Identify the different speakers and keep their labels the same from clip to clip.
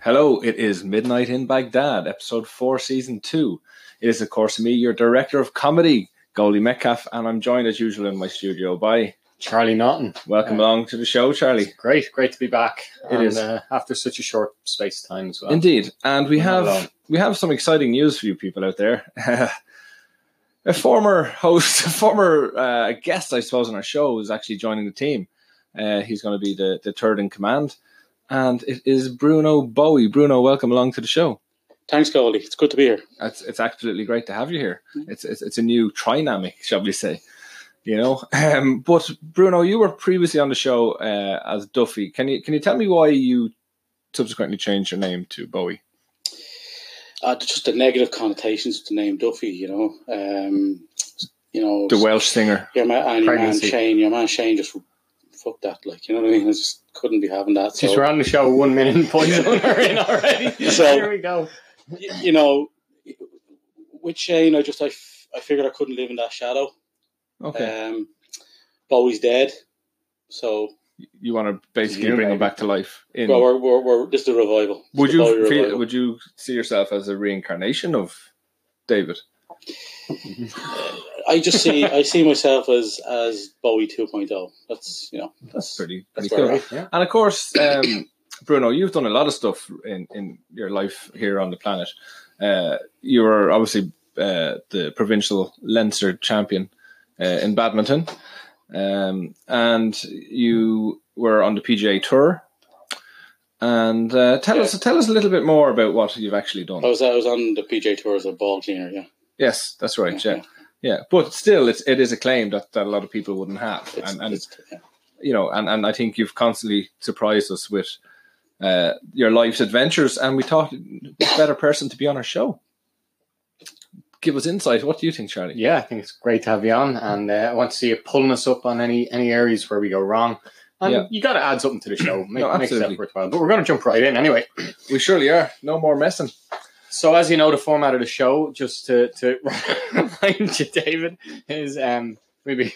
Speaker 1: Hello, it is Midnight in Baghdad, episode four, season two. It is, of course, me, your director of comedy, Goldie Metcalf, and I'm joined as usual in my studio by.
Speaker 2: Charlie Naughton.
Speaker 1: Welcome along to the show, Charlie.
Speaker 2: Great, great to be back.
Speaker 1: It
Speaker 2: It is
Speaker 1: is.
Speaker 2: uh, after such a short space time as well.
Speaker 1: Indeed, and we
Speaker 2: We're not
Speaker 1: have
Speaker 2: alone.
Speaker 1: we have some exciting news for you people out there. a former host, a former uh, guest, I suppose, on our show is actually joining the team. Uh, he's going to be the, the third in command, and it is Bruno Bowie. Bruno, welcome along to the show.
Speaker 3: Thanks, Goldie. It's good to be here.
Speaker 1: It's it's absolutely great to have you here.
Speaker 3: Mm.
Speaker 1: It's it's, it's a new trinamic, shall we say? You know, um, but Bruno, you were previously on the show uh, as Duffy. Can you can you tell me why you subsequently changed your name to Bowie?
Speaker 3: Uh, just the negative connotations of the name Duffy, you know. Um, you know,
Speaker 1: The Welsh singer.
Speaker 3: your man, and your man
Speaker 2: Pregnancy.
Speaker 3: Shane, your man Shane just fuck that, like, you know what I mean? I just couldn't be having that.
Speaker 2: Since
Speaker 3: So,
Speaker 2: we're on the show, one minute and point on her in already.
Speaker 3: So-
Speaker 2: Here we go.
Speaker 3: y- you know, with Shane, I just, I, f- I figured I couldn't live in that shadow.
Speaker 1: Okay,
Speaker 3: Um, Bowie's dead. So,
Speaker 1: you want to basically
Speaker 2: you,
Speaker 1: bring them
Speaker 2: maybe.
Speaker 1: back to life. In
Speaker 3: well, we're, we're, we're, this is the revival. It's
Speaker 1: would
Speaker 3: the Bowie
Speaker 1: you feel,
Speaker 3: revival.
Speaker 1: would you see yourself as a reincarnation of David?
Speaker 3: I just see, I see myself as, as Bowie 2.0. That's, you know,
Speaker 1: That's pretty pretty
Speaker 3: that's
Speaker 1: cool.
Speaker 3: where
Speaker 2: Right, yeah.
Speaker 1: And of course, um, Bruno, you've done a lot of stuff in, in your life here on the planet. Uh, you were obviously uh, the provincial Leinster champion uh, in badminton, um, and you were on the PGA tour. And uh, tell us tell us a little bit more about what you've actually done.
Speaker 3: I was, I was on the PJ Tour as a ball cleaner, yeah.
Speaker 1: Yes, that's right.
Speaker 3: Yeah,
Speaker 1: Yeah, yeah. But still, it's it is a claim that, that a lot of people wouldn't have,
Speaker 3: It's,
Speaker 1: and, and
Speaker 3: it's, yeah.
Speaker 1: you know, and, and I think you've constantly surprised us with uh, your life's adventures, and we thought what better person to be on our show. Give us insight. What do you think, Charlie?
Speaker 2: Yeah, I think it's great to have you on, and uh, I want to see you pulling us up on any any areas where we go wrong. And
Speaker 1: Yeah.
Speaker 2: you got to add something to the show, make,
Speaker 1: No,
Speaker 2: make
Speaker 1: absolutely.
Speaker 2: it worthwhile. But we're going to jump right in anyway.
Speaker 1: We surely are. No more messing.
Speaker 2: So, as you know, the format of the show, just to, to remind you, David, is um, maybe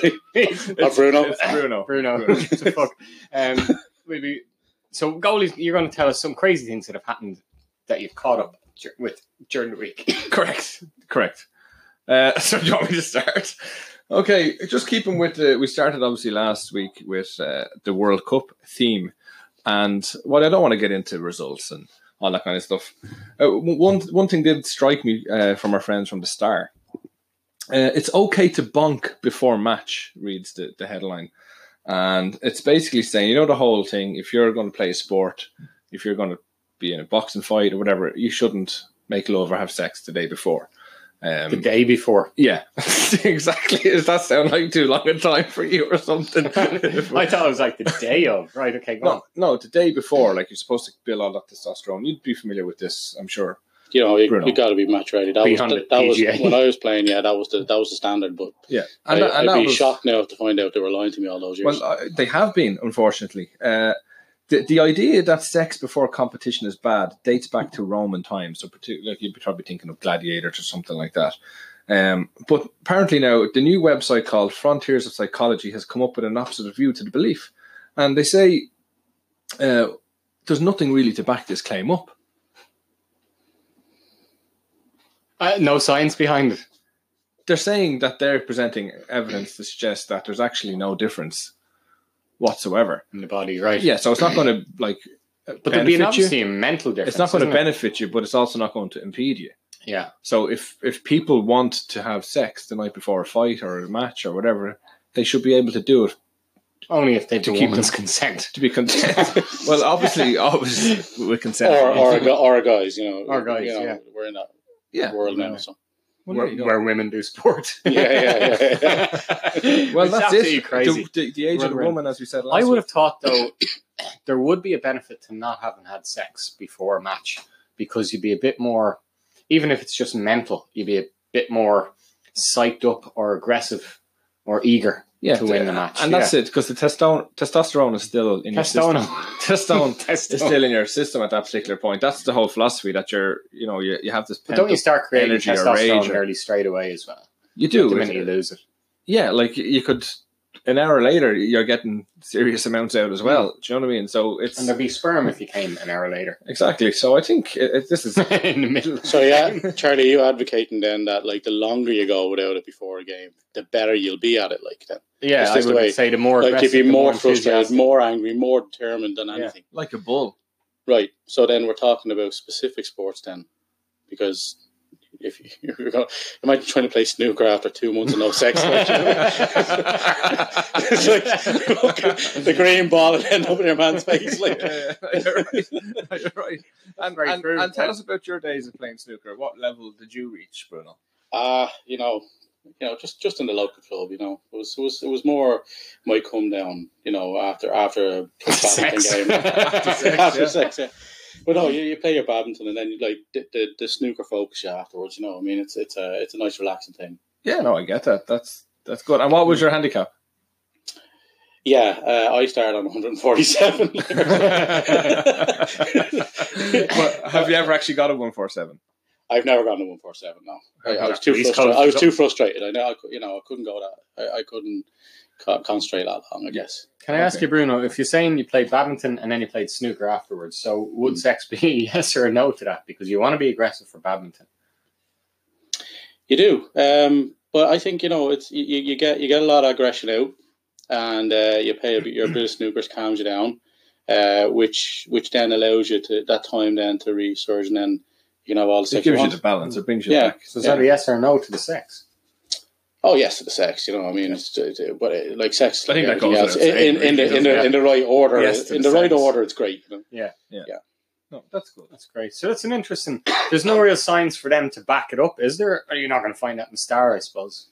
Speaker 3: Oh, Bruno.
Speaker 1: It's Bruno.
Speaker 2: Bruno.
Speaker 1: Bruno.
Speaker 2: what the fuck? Um, maybe. So, goalies, you're going to tell us some crazy things that have happened that you've caught up dur- with during the week.
Speaker 1: Correct. Correct. Uh, so do you want me to start? Okay, just keeping with the. We started obviously last week with uh, the World Cup theme, and while I don't want to get into results and all that kind of stuff, uh, w- one one thing did strike me uh, from our friends from the Star. Uh, it's okay to bonk before match reads the, the headline, and it's basically saying you know the whole thing. If you're going to play a sport, if you're going to be in a boxing fight or whatever, you shouldn't make love or have sex the day before. Um,
Speaker 2: The day before.
Speaker 1: yeah, exactly. Does that sound like too long a time for you or something?
Speaker 2: I thought it was like the day of. Right, okay, go on.
Speaker 1: no, no, the day before, like you're supposed to build all that testosterone. You'd be familiar with this, I'm sure.
Speaker 3: You know, you,
Speaker 1: Bruno.
Speaker 3: you got to be match ready. That
Speaker 2: Be
Speaker 3: was
Speaker 2: on
Speaker 3: the,
Speaker 2: the
Speaker 3: that was
Speaker 2: PGA.
Speaker 3: when I was playing. Yeah, that was the that was the standard. But
Speaker 1: Yeah,
Speaker 3: I,
Speaker 1: that- that
Speaker 3: I'd be
Speaker 1: was-
Speaker 3: shocked now to find out they were lying to me all those years.
Speaker 1: Well, uh, they have been, unfortunately. Uh, the, the idea that sex before competition is bad dates back to Roman times. So, particularly, like, you'd be probably thinking of gladiators or something like that. Um, but apparently, now the new website called Frontiers of Psychology has come up with an opposite view to the belief. And they say uh, there's nothing really to back this claim up.
Speaker 2: Uh, no science behind it.
Speaker 1: They're saying that they're presenting evidence to suggest that there's actually no difference whatsoever.
Speaker 2: In the body, right?
Speaker 1: Yeah, so it's not going to like.
Speaker 2: But there'd be an
Speaker 1: benefit you.
Speaker 2: obviously a mental difference.
Speaker 1: it's not going to
Speaker 2: isn't it?
Speaker 1: benefit you, but it's also not going to impede you.
Speaker 2: Yeah.
Speaker 1: So if if people want to have sex the night before a fight or a match or whatever, they should be able to do it
Speaker 2: Only if they have
Speaker 1: To
Speaker 2: a
Speaker 1: keep
Speaker 2: woman's consent.
Speaker 1: to be content. well, obviously, obviously with consent.
Speaker 3: or or a, gu- or a guys, you know,
Speaker 2: Or guys,
Speaker 3: you know,
Speaker 2: yeah.
Speaker 3: we're in that
Speaker 1: yeah.
Speaker 3: world now.
Speaker 2: Yeah.
Speaker 3: So
Speaker 1: Well,
Speaker 2: where,
Speaker 1: there you go.
Speaker 2: where women do sport.
Speaker 3: Yeah, yeah, yeah,
Speaker 1: well,
Speaker 2: It's
Speaker 1: that's
Speaker 2: absolutely
Speaker 1: it.
Speaker 2: crazy.
Speaker 1: The, the, the age of the
Speaker 2: Well,
Speaker 1: woman, as we said last
Speaker 2: I would
Speaker 1: week.
Speaker 2: have thought though there would be a benefit to not having had sex before a match because you'd be a bit more, even if it's just mental, you'd be a bit more psyched up or aggressive or eager
Speaker 1: yeah,
Speaker 2: to win the match.
Speaker 1: and that's it because the testosterone testosterone is still in your system.
Speaker 2: Testosterone.
Speaker 1: Testosterone is
Speaker 2: Testosterone.
Speaker 1: still in your system at that particular point. That's the whole philosophy that you're, you know, you, you have this.
Speaker 2: But don't you
Speaker 1: pent-up-
Speaker 2: start creating
Speaker 1: energy or
Speaker 2: testosterone
Speaker 1: rage or-
Speaker 2: nearly straight away as well?
Speaker 1: you
Speaker 2: The
Speaker 1: do.
Speaker 2: minute you lose it,
Speaker 1: Yeah, like you could an hour later, you're getting serious amounts out as well. Do you know what I mean? So it's
Speaker 2: And there'd be sperm if you came an hour later.
Speaker 1: exactly. So I think it, it- this is
Speaker 2: in the middle.
Speaker 3: So yeah, Charlie, you advocating then that like the longer you go without it before a game, the better you'll be at it. Like then,
Speaker 2: Yeah,
Speaker 3: It's
Speaker 2: I
Speaker 3: just
Speaker 2: would
Speaker 3: the way-
Speaker 2: say the more
Speaker 3: like you'll
Speaker 2: aggressive,
Speaker 3: be
Speaker 2: the
Speaker 3: more frustrated,
Speaker 2: enthusiastic.
Speaker 3: more angry, more determined than
Speaker 2: Yeah.
Speaker 3: anything.
Speaker 1: like a bull.
Speaker 3: Right. So then we're talking about specific sports then, because if you- you're going, imagine trying to play snooker after two months and no sex. like, you know? it's like look, the green ball and end up in your man's face. Like,
Speaker 1: Yeah, you're right. You're right. And,
Speaker 2: very
Speaker 1: and,
Speaker 2: true,
Speaker 1: and tell
Speaker 2: yeah.
Speaker 1: us about your days of playing snooker. What level did you reach, Bruno?
Speaker 3: ah, you know, you know, just just in the local club. You know, it was it was it was more my come down. You know, after after a badminton
Speaker 2: Sex.
Speaker 3: game.
Speaker 1: Sex,
Speaker 3: after
Speaker 1: yeah.
Speaker 3: sex, yeah. But no, you, you play your badminton and then you like the, the, the snooker focus you afterwards. You know, I mean, it's it's a it's a nice relaxing thing.
Speaker 1: Yeah, no, I get that. That's that's good. And what was your handicap?
Speaker 3: Yeah, uh, I started on 147.
Speaker 1: But have you ever actually got a one four seven?
Speaker 3: I've never gone to 147. No, I, I was too
Speaker 2: East
Speaker 3: frustrated.
Speaker 2: Coast.
Speaker 3: I was too frustrated. I know, I, cou- you know, I couldn't go that. I, I couldn't co- concentrate that long. I guess.
Speaker 2: Can I ask
Speaker 1: Okay.
Speaker 2: you, Bruno, if you're saying you played badminton and then you played snooker afterwards, so
Speaker 1: Hmm.
Speaker 2: would sex be a yes or a no to that? Because you want to be aggressive for badminton.
Speaker 3: You do, um, but I think you know it's you, you you get you get a lot of aggression out, and uh, you pay a bit, your bit of snookers calms you down, uh, which which then allows you to that time then to resurge and then you know all the
Speaker 1: It
Speaker 3: sex you
Speaker 1: gives you
Speaker 3: want.
Speaker 1: the balance. It brings you
Speaker 3: Yeah.
Speaker 1: back.
Speaker 2: So is that a yes or a no to the sex?
Speaker 3: Oh yes, to the sex. You know, I mean, it's it, it- but it, like sex.
Speaker 1: I think that
Speaker 3: everything
Speaker 1: goes
Speaker 3: else.
Speaker 1: without saying,
Speaker 3: in, in, in the
Speaker 1: really,
Speaker 3: in the,
Speaker 2: doesn't
Speaker 3: in the right order.
Speaker 1: Yes, to
Speaker 3: in
Speaker 1: the
Speaker 3: the, right
Speaker 1: sex.
Speaker 3: order, it's great. You know?
Speaker 1: No, that's good.
Speaker 2: That's great. So that's an interesting. There's no real science for them to back it up, is there? Or you're not going to find that in Star, I suppose.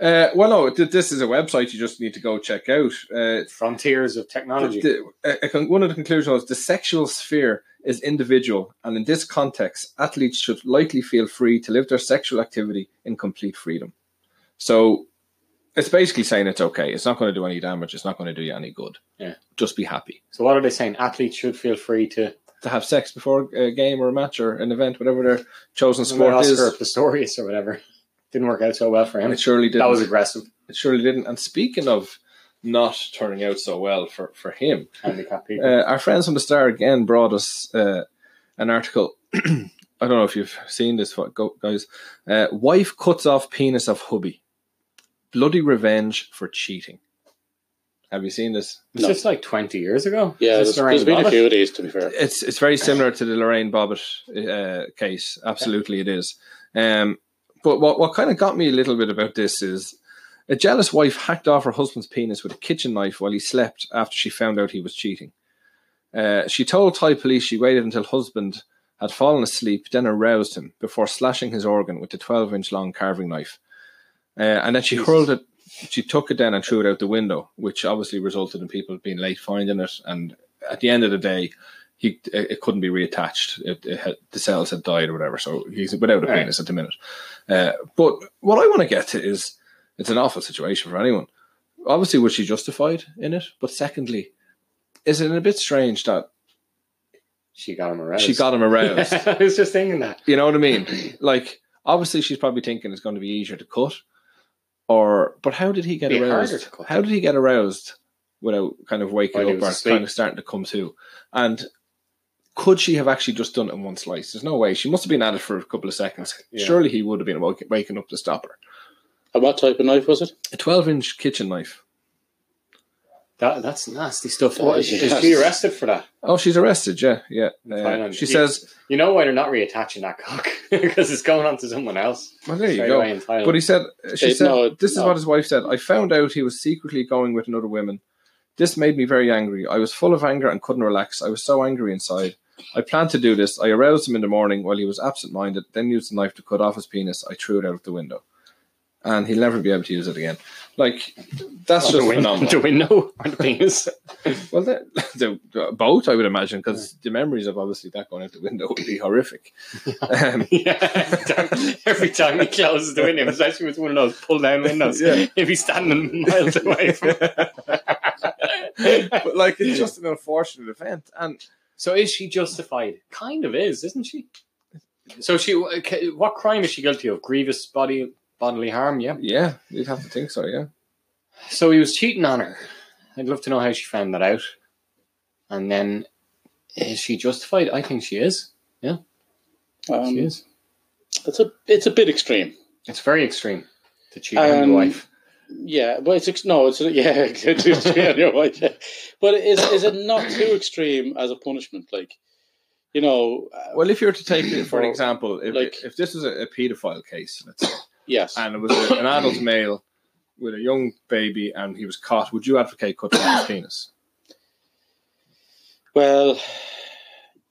Speaker 1: Uh, well, no, th- this is a website you just need to go check out. Uh,
Speaker 2: Frontiers of technology.
Speaker 1: the- a- a con- one of the conclusions was the sexual sphere is individual, and in this context, athletes should likely feel free to live their sexual activity in complete freedom. So it's basically saying it's okay. It's not going to do any damage. It's not going to do you any good.
Speaker 2: Yeah.
Speaker 1: Just be happy
Speaker 2: so what are they saying? Athletes should feel free to.
Speaker 1: to have sex before a game or a match or an event, whatever their chosen
Speaker 2: Sport
Speaker 1: sport
Speaker 2: Oscar
Speaker 1: is.
Speaker 2: Pistorius or whatever. Didn't work out so well for him.
Speaker 1: It surely did.
Speaker 2: That was aggressive.
Speaker 1: It surely didn't. And speaking of not turning out so well for, for him,
Speaker 2: Handicap people.
Speaker 1: uh, our friends from the Star again brought us uh, an article. I don't know if you've seen this, fu- go- guys. Uh, wife cuts off penis of hubby. Bloody revenge for cheating. Have you seen this?
Speaker 2: It's
Speaker 3: No.
Speaker 2: just like 20 years ago.
Speaker 3: Yeah,
Speaker 2: Is this
Speaker 3: there's,
Speaker 2: Lorraine
Speaker 3: there's been a
Speaker 2: Bobbitt?
Speaker 3: few of these to be fair.
Speaker 1: It's it's very similar to the Lorraine Bobbitt uh, case. Absolutely, it is. Um, but what what kind of got me a little bit about this is a jealous wife hacked off her husband's penis with a kitchen knife while he slept after she found out he was cheating. Uh, she told Thai police she waited until husband had fallen asleep, then aroused him before slashing his organ with a 12 inch long carving knife. Uh, and then she hurled it, she took it down and threw it out the window, which obviously resulted in people being late finding it. And at the end of the day, he it it couldn't be reattached. It, it had, the cells had died or whatever. So he's without a
Speaker 2: Right.
Speaker 1: penis at the minute. Uh, but what I want to get to is it's an awful situation for anyone. Obviously, was she justified in it? But secondly, isn't it a bit strange that
Speaker 2: She got him aroused.
Speaker 1: she got him aroused?
Speaker 2: I was just thinking that.
Speaker 1: You know what I mean? Like, obviously, she's probably thinking it's going to be easier to cut, or but how did he get
Speaker 2: Be harder
Speaker 1: aroused?
Speaker 2: to cut.
Speaker 1: How did he get aroused without kind of waking
Speaker 2: While he
Speaker 1: up or
Speaker 2: was asleep.
Speaker 1: kind of starting to come to? And could she have actually just done it in one slice? There's no way. She must have been at it for a couple of seconds.
Speaker 2: Yeah.
Speaker 1: Surely he would have been wak- waking up to stop her.
Speaker 3: And what type of knife was it?
Speaker 1: A 12 inch kitchen knife.
Speaker 2: that. That's nasty stuff.
Speaker 3: That
Speaker 2: What,
Speaker 3: is
Speaker 2: is,
Speaker 3: just-
Speaker 2: she arrested for that?
Speaker 1: Oh, she's arrested. Yeah, yeah. Uh,
Speaker 2: Thailand.
Speaker 1: she
Speaker 2: Yeah.
Speaker 1: says,
Speaker 2: You know why they're not reattaching that cock? Because it's going on to someone else.
Speaker 1: "Well, there you
Speaker 2: Straight
Speaker 1: go."
Speaker 2: away in Thailand.
Speaker 1: But he said, she
Speaker 3: They-
Speaker 1: said,
Speaker 3: no,
Speaker 1: this is
Speaker 3: no.
Speaker 1: what his wife said. I found out he was secretly going with another woman. This made me very angry. I was full of anger and couldn't relax. I was so angry inside. I planned to do this. I aroused him in the morning while he was absent minded, then used the knife to cut off his penis. I threw it out of the window. And he'll never be able to use it again. Like, that's
Speaker 2: the
Speaker 1: just
Speaker 2: window,
Speaker 1: phenomenal.
Speaker 2: the window or the penis.
Speaker 1: Well, the, the, the- both, I would imagine, because the memories of obviously that going out the window would be horrific. Um,
Speaker 2: yeah, every time- every time he closes the window, especially with one of those pull down windows,
Speaker 1: Yeah.
Speaker 2: if he's standing miles away from it.
Speaker 1: but, like, it's just an unfortunate event. And
Speaker 2: So is she justified? Kind of is, isn't she? So she, uh, what crime is she guilty of? Grievous body bodily harm. Yeah.
Speaker 1: yeah, you'd have to think so, yeah.
Speaker 2: So he was cheating on her. I'd love to know how she found that out. And then, is she justified? I think she is.
Speaker 3: Um,
Speaker 2: she is.
Speaker 3: It's a it's a bit extreme.
Speaker 2: It's very extreme to cheat on
Speaker 3: Um,
Speaker 2: your wife.
Speaker 3: Yeah, but it's ex- no, it's yeah, it's extreme on your wife. But is is it not too extreme as a punishment? Like, you know, uh,
Speaker 1: Well, if you were to take, it, for
Speaker 3: Well,
Speaker 1: example, if,
Speaker 3: like-
Speaker 1: if this was a, a paedophile case, let's say,
Speaker 3: yes,
Speaker 1: and it was a, an adult male with a young baby and he was caught, would you advocate cutting off his penis?
Speaker 3: Well,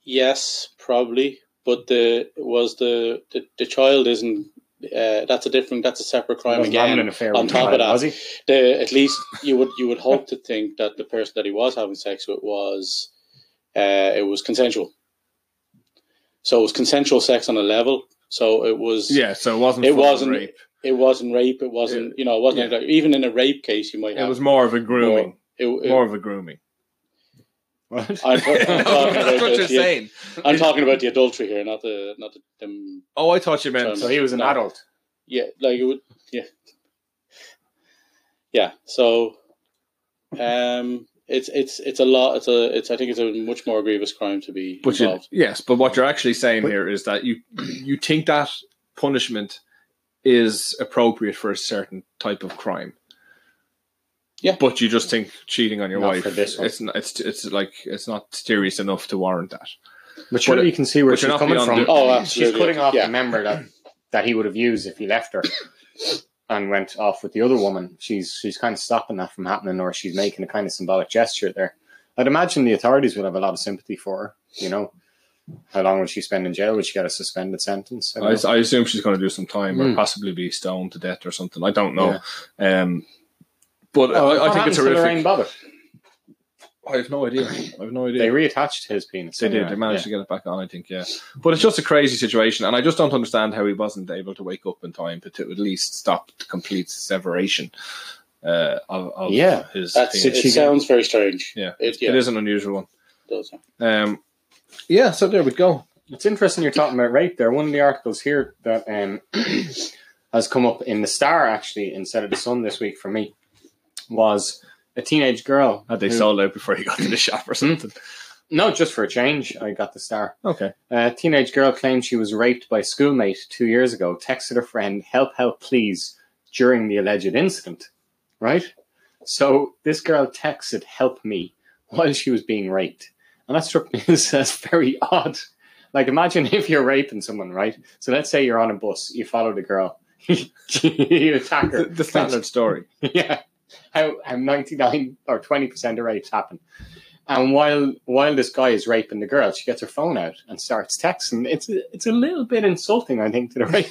Speaker 3: yes, probably, but the was the the, the child isn't. Uh, that's a different. That's a separate crime
Speaker 2: Wasn't having an
Speaker 3: again.
Speaker 2: affair
Speaker 3: on
Speaker 2: with
Speaker 3: top
Speaker 2: Kyle,
Speaker 3: of that.
Speaker 2: was he?
Speaker 3: The, at least you would you would hope to think that the person that he was having sex with was uh, it was consensual. So it was consensual sex on a level. So it was
Speaker 1: Yeah, so it wasn't.
Speaker 3: It
Speaker 1: full-on
Speaker 3: wasn't-
Speaker 1: rape.
Speaker 3: It wasn't rape. It wasn't you know. It wasn't
Speaker 1: yeah.
Speaker 3: like, even in a rape case. You might have.
Speaker 1: It was more of a grooming.
Speaker 3: it- it-
Speaker 1: More of a grooming.
Speaker 2: What?
Speaker 3: I'm, I'm
Speaker 1: That's
Speaker 3: talking
Speaker 1: what
Speaker 3: about
Speaker 1: you're
Speaker 3: the-
Speaker 1: saying.
Speaker 3: I'm talking about the adultery here, not the not the. Um,
Speaker 1: Oh, I thought you meant.
Speaker 2: So he was an
Speaker 3: No.
Speaker 2: adult.
Speaker 3: Yeah, like it would. Yeah, yeah. So, um, it's it's it's a lot. It's a it's. I think it's a much more grievous crime to be
Speaker 1: But you,
Speaker 3: involved.
Speaker 1: yes, but what you're actually saying
Speaker 2: But-
Speaker 1: here is that you you think that punishment is appropriate for a certain type of crime.
Speaker 3: Yeah.
Speaker 1: but you just think cheating on your
Speaker 2: Not
Speaker 1: wife
Speaker 2: for this one.
Speaker 1: it's not, it's it's like it's not serious enough to warrant that.
Speaker 2: But surely
Speaker 1: But-
Speaker 2: you can see where
Speaker 1: but you're
Speaker 2: she's
Speaker 1: not
Speaker 2: coming
Speaker 1: beyond
Speaker 2: from.
Speaker 1: the-
Speaker 3: Oh,
Speaker 2: she's
Speaker 3: absolutely.
Speaker 2: cutting off
Speaker 3: Yeah.
Speaker 2: the member that that he would have used if he left her and went off with the other woman. She's she's kind of stopping that from happening, or she's making a kind of symbolic gesture there. I'd imagine the authorities would have a lot of sympathy for her. You know, how long would she spend in jail? Would she get a suspended sentence? I don't
Speaker 1: I,
Speaker 2: know.
Speaker 1: I assume she's going to do some time or
Speaker 2: Mm.
Speaker 1: possibly be stoned to death or something. I don't know. Um, but
Speaker 2: Oh,
Speaker 1: I, I
Speaker 2: What
Speaker 1: think
Speaker 2: happened
Speaker 1: it's
Speaker 2: to Lorraine
Speaker 1: horrific.
Speaker 2: Bobbitt?
Speaker 1: I have no idea. I have no idea.
Speaker 2: They reattached his penis.
Speaker 1: They did.
Speaker 2: anyway.
Speaker 1: They managed to get it back on, I think, yeah. But it's just a crazy situation, and I just don't understand how he wasn't able to wake up in time to, to at least stop the complete severation uh, of, of
Speaker 2: Yeah.
Speaker 1: his
Speaker 3: That's,
Speaker 1: penis.
Speaker 3: it sounds very strange.
Speaker 1: Yeah.
Speaker 3: it, yeah,
Speaker 1: It is an unusual one.
Speaker 3: does.
Speaker 1: Um, yeah, so there we go.
Speaker 2: It's interesting you're talking about rape there. One of the articles here that um, has come up in the Star actually instead of the Sun this week for me was a teenage girl.
Speaker 1: Had they
Speaker 2: who-
Speaker 1: sold out before he got to the shop or something.
Speaker 2: No, just for a change, I got the Star.
Speaker 1: Hmm? okay.
Speaker 2: A teenage girl claimed she was raped by a schoolmate two years ago. Texted her friend, "Help, help, please!" during the alleged incident. Right. So this girl texted, "Help me," while she was being raped, and that struck me as as very odd. Like, imagine if you're raping someone, right? So let's say you're on a bus, you follow the girl, you attack her.
Speaker 1: The, the standard story.
Speaker 2: yeah, how how ninety nine or twenty percent of rapes happen. And while while this guy is raping the girl, she gets her phone out and starts texting. It's a, it's a little bit insulting, I think, to the rape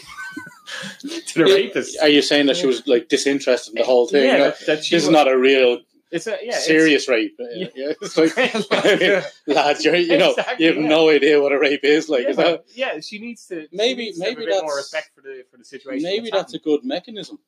Speaker 2: to the
Speaker 3: Yeah.
Speaker 2: rapist.
Speaker 3: Are you saying that she was like disinterested in the whole thing?
Speaker 2: yeah,
Speaker 3: No,
Speaker 2: that, that she
Speaker 3: this is
Speaker 2: was-
Speaker 3: not a real
Speaker 2: It's a yeah,
Speaker 3: serious rape.
Speaker 2: Yeah.
Speaker 3: Yeah, it's like,
Speaker 2: It's,
Speaker 3: lads, you're, you know,
Speaker 2: Exactly,
Speaker 3: you have
Speaker 2: yeah.
Speaker 3: no idea what a rape is. Like,
Speaker 2: yeah,
Speaker 3: is that,
Speaker 2: but- yeah, she needs to she
Speaker 3: Maybe-
Speaker 2: needs to have
Speaker 3: maybe
Speaker 2: a bit more
Speaker 3: that's-
Speaker 2: respect for the for the situation.
Speaker 3: maybe that's a good mechanism.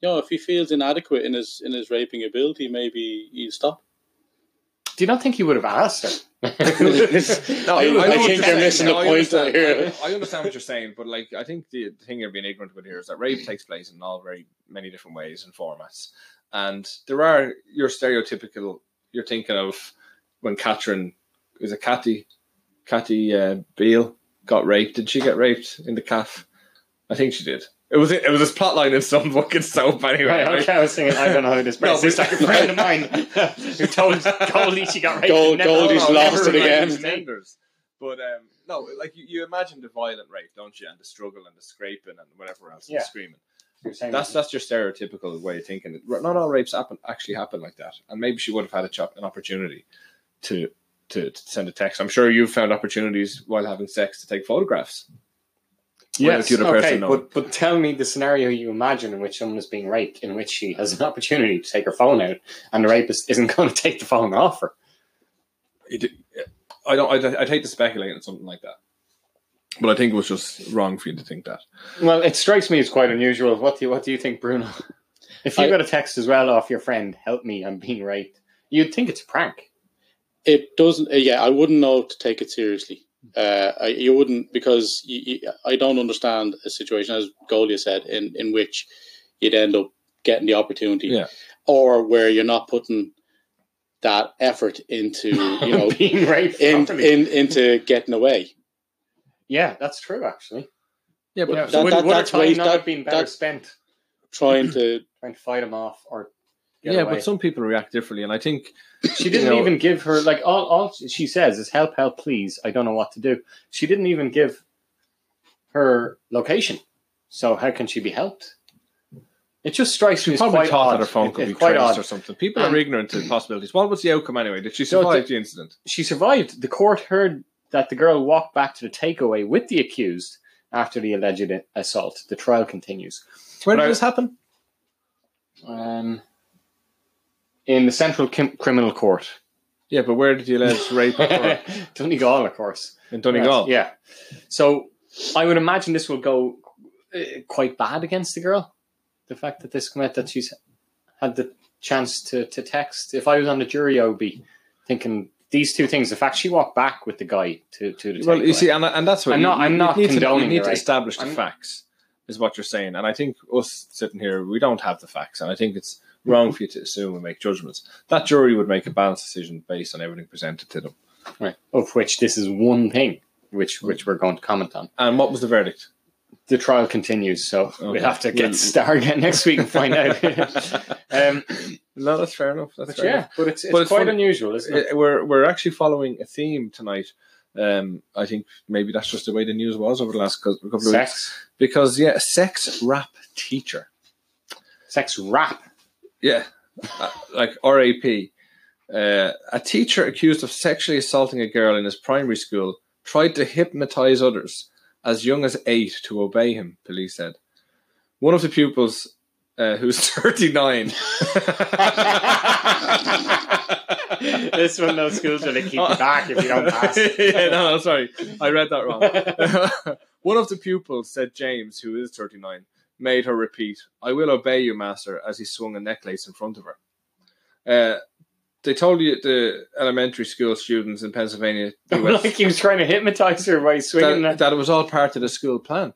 Speaker 3: You know, if he feels inadequate in his in his raping ability, maybe he'll stop.
Speaker 2: a. Do you not think he would have asked her?
Speaker 3: I,
Speaker 1: know
Speaker 3: I
Speaker 1: what
Speaker 3: think
Speaker 1: you're
Speaker 3: you're
Speaker 1: saying.
Speaker 3: missing the
Speaker 1: No, I
Speaker 3: point
Speaker 1: understand.
Speaker 3: here.
Speaker 1: I, I understand what you're saying, but like I think the thing you're being ignorant with here is that rape takes place in all very many different ways and formats, and there are your stereotypical. You're thinking of when Catherine is it Cathy, Cathy uh, Beale got raped. Did she get raped in the calf? I think she did. It was it was this plot line in some fucking soap anyway.
Speaker 2: Right, okay, I was thinking, I don't know who this
Speaker 1: No,
Speaker 2: person is.
Speaker 1: but-
Speaker 2: Like a friend of mine who told Goldie she got raped.
Speaker 3: Gold-
Speaker 2: and never-
Speaker 3: Goldie's
Speaker 2: oh, no,
Speaker 3: lost
Speaker 2: never
Speaker 3: it again.
Speaker 2: remembered his name.
Speaker 1: Tenders. But um, no, like you, you imagine the violent rape, don't you? And the struggle and the scraping and whatever else, and
Speaker 2: Yeah.
Speaker 1: the screaming.
Speaker 2: You're saying-
Speaker 1: That's that's your stereotypical way of thinking. Ra- Not all rapes happen actually happen like that. And maybe she would have had a chop, an opportunity to, to to send a text. I'm sure you've found opportunities while having sex to take photographs.
Speaker 2: yes,
Speaker 1: the other
Speaker 2: okay,
Speaker 1: person know.
Speaker 2: but, but tell me the scenario you imagine in which someone is being raped, in which she has an opportunity to take her phone out, and the rapist isn't going to take the phone off her.
Speaker 1: It, I don't. I'd, I'd hate to speculate on something like that. But I think it was just wrong for you to think that.
Speaker 2: Well, it strikes me as quite unusual. What do you, what do you think, Bruno? If you
Speaker 3: I-
Speaker 2: got a text as well off your friend, help me, I'm being raped, you'd think it's a prank.
Speaker 3: It doesn't. uh, Yeah, I wouldn't know to take it seriously. Uh, I, you wouldn't because you, you, I don't understand a situation as Golia said in in which you'd end up getting the opportunity,
Speaker 1: Yeah.
Speaker 3: or where you're not putting that effort into you know
Speaker 2: being raped
Speaker 3: in,
Speaker 2: properly.
Speaker 3: in into getting away.
Speaker 2: yeah, that's true. Actually,
Speaker 1: Yeah, but
Speaker 2: yeah,
Speaker 3: that-
Speaker 2: so would,
Speaker 3: that-
Speaker 2: would our
Speaker 3: that's
Speaker 2: time
Speaker 3: waste-
Speaker 2: not
Speaker 3: that-
Speaker 2: have been better
Speaker 3: that-
Speaker 2: spent
Speaker 3: Trying to
Speaker 2: trying to fight him off or?
Speaker 1: yeah,
Speaker 2: get away?
Speaker 1: but some people react differently, and I think
Speaker 2: She didn't
Speaker 1: You know-
Speaker 2: even give her like all. All she says is help, help, please. I don't know what to do. She didn't even give her location. So how can she be helped? It just strikes me as
Speaker 1: probably
Speaker 2: quite
Speaker 1: thought
Speaker 2: odd.
Speaker 1: that her phone
Speaker 2: It-
Speaker 1: could
Speaker 2: it's
Speaker 1: be
Speaker 2: quite
Speaker 1: traced
Speaker 2: odd.
Speaker 1: or something. People are
Speaker 2: And-
Speaker 1: ignorant to possibilities. What was the outcome anyway? Did she
Speaker 2: So
Speaker 1: survive
Speaker 2: the-
Speaker 1: the incident?
Speaker 2: She survived. The court heard that the girl walked back to the takeaway with the accused after the alleged i- assault. The trial continues.
Speaker 1: When
Speaker 2: But
Speaker 1: did
Speaker 2: I-
Speaker 1: this happen?
Speaker 2: Um, in the Central Kim- Criminal Court,
Speaker 1: Yeah, but where did the alleged rape occur?
Speaker 2: Donegal, of course.
Speaker 1: in Donegal?
Speaker 2: Yeah. So I would imagine this will go uh, quite bad against the girl. The fact that this come out that she's had the chance to, to text. If I was on the jury, I would be thinking these two things. The fact she walked back with the guy to, to the
Speaker 1: Well, you
Speaker 2: takeaway.
Speaker 1: see, and, and that's what
Speaker 2: I'm
Speaker 1: you-
Speaker 2: not- I'm
Speaker 1: you
Speaker 2: not
Speaker 1: need to-
Speaker 2: condoning
Speaker 1: You need
Speaker 2: the
Speaker 1: to
Speaker 2: rape.
Speaker 1: establish the
Speaker 2: I'm-
Speaker 1: facts, is what you're saying. And I think us sitting here, we don't have the facts, and I think it's wrong for you to assume and make judgments. That jury would make a balanced decision based on everything presented to them.
Speaker 2: Right. Of which this is one thing which which we're going to comment on.
Speaker 1: And what was the verdict?
Speaker 2: The trial continues, so
Speaker 1: Okay.
Speaker 2: we'll have to
Speaker 1: We'll-
Speaker 2: get started again next week and find out. um,
Speaker 1: No, that's fair enough. That's
Speaker 2: but
Speaker 1: fair
Speaker 2: yeah, but it's, it's
Speaker 1: But it's
Speaker 2: quite
Speaker 1: funny-
Speaker 2: unusual, isn't it?
Speaker 1: enough. Uh, We're we're actually following a theme tonight. Um, I think maybe that's just the way the news was over the last cou- couple of weeks.
Speaker 2: Sex,
Speaker 1: Because yeah, a sex rap teacher.
Speaker 2: sex rap.
Speaker 1: Yeah, Uh, like RAP. Uh, a teacher accused of sexually assaulting a girl in his primary school tried to hypnotize others as young as eight to obey him, police said. One of the pupils, uh, who's 39.
Speaker 2: this one, no schools will keep you back if you don't pass.
Speaker 1: yeah, no, no, sorry. I read that wrong. One of the pupils said James, who is 39, made her repeat, I will obey you, master, as he swung a necklace in front of her. Uh, they told you the elementary school students in Pennsylvania US,
Speaker 2: like he was trying to hypnotize her by swinging
Speaker 1: that,
Speaker 2: that.
Speaker 1: that it was all part of the school plan.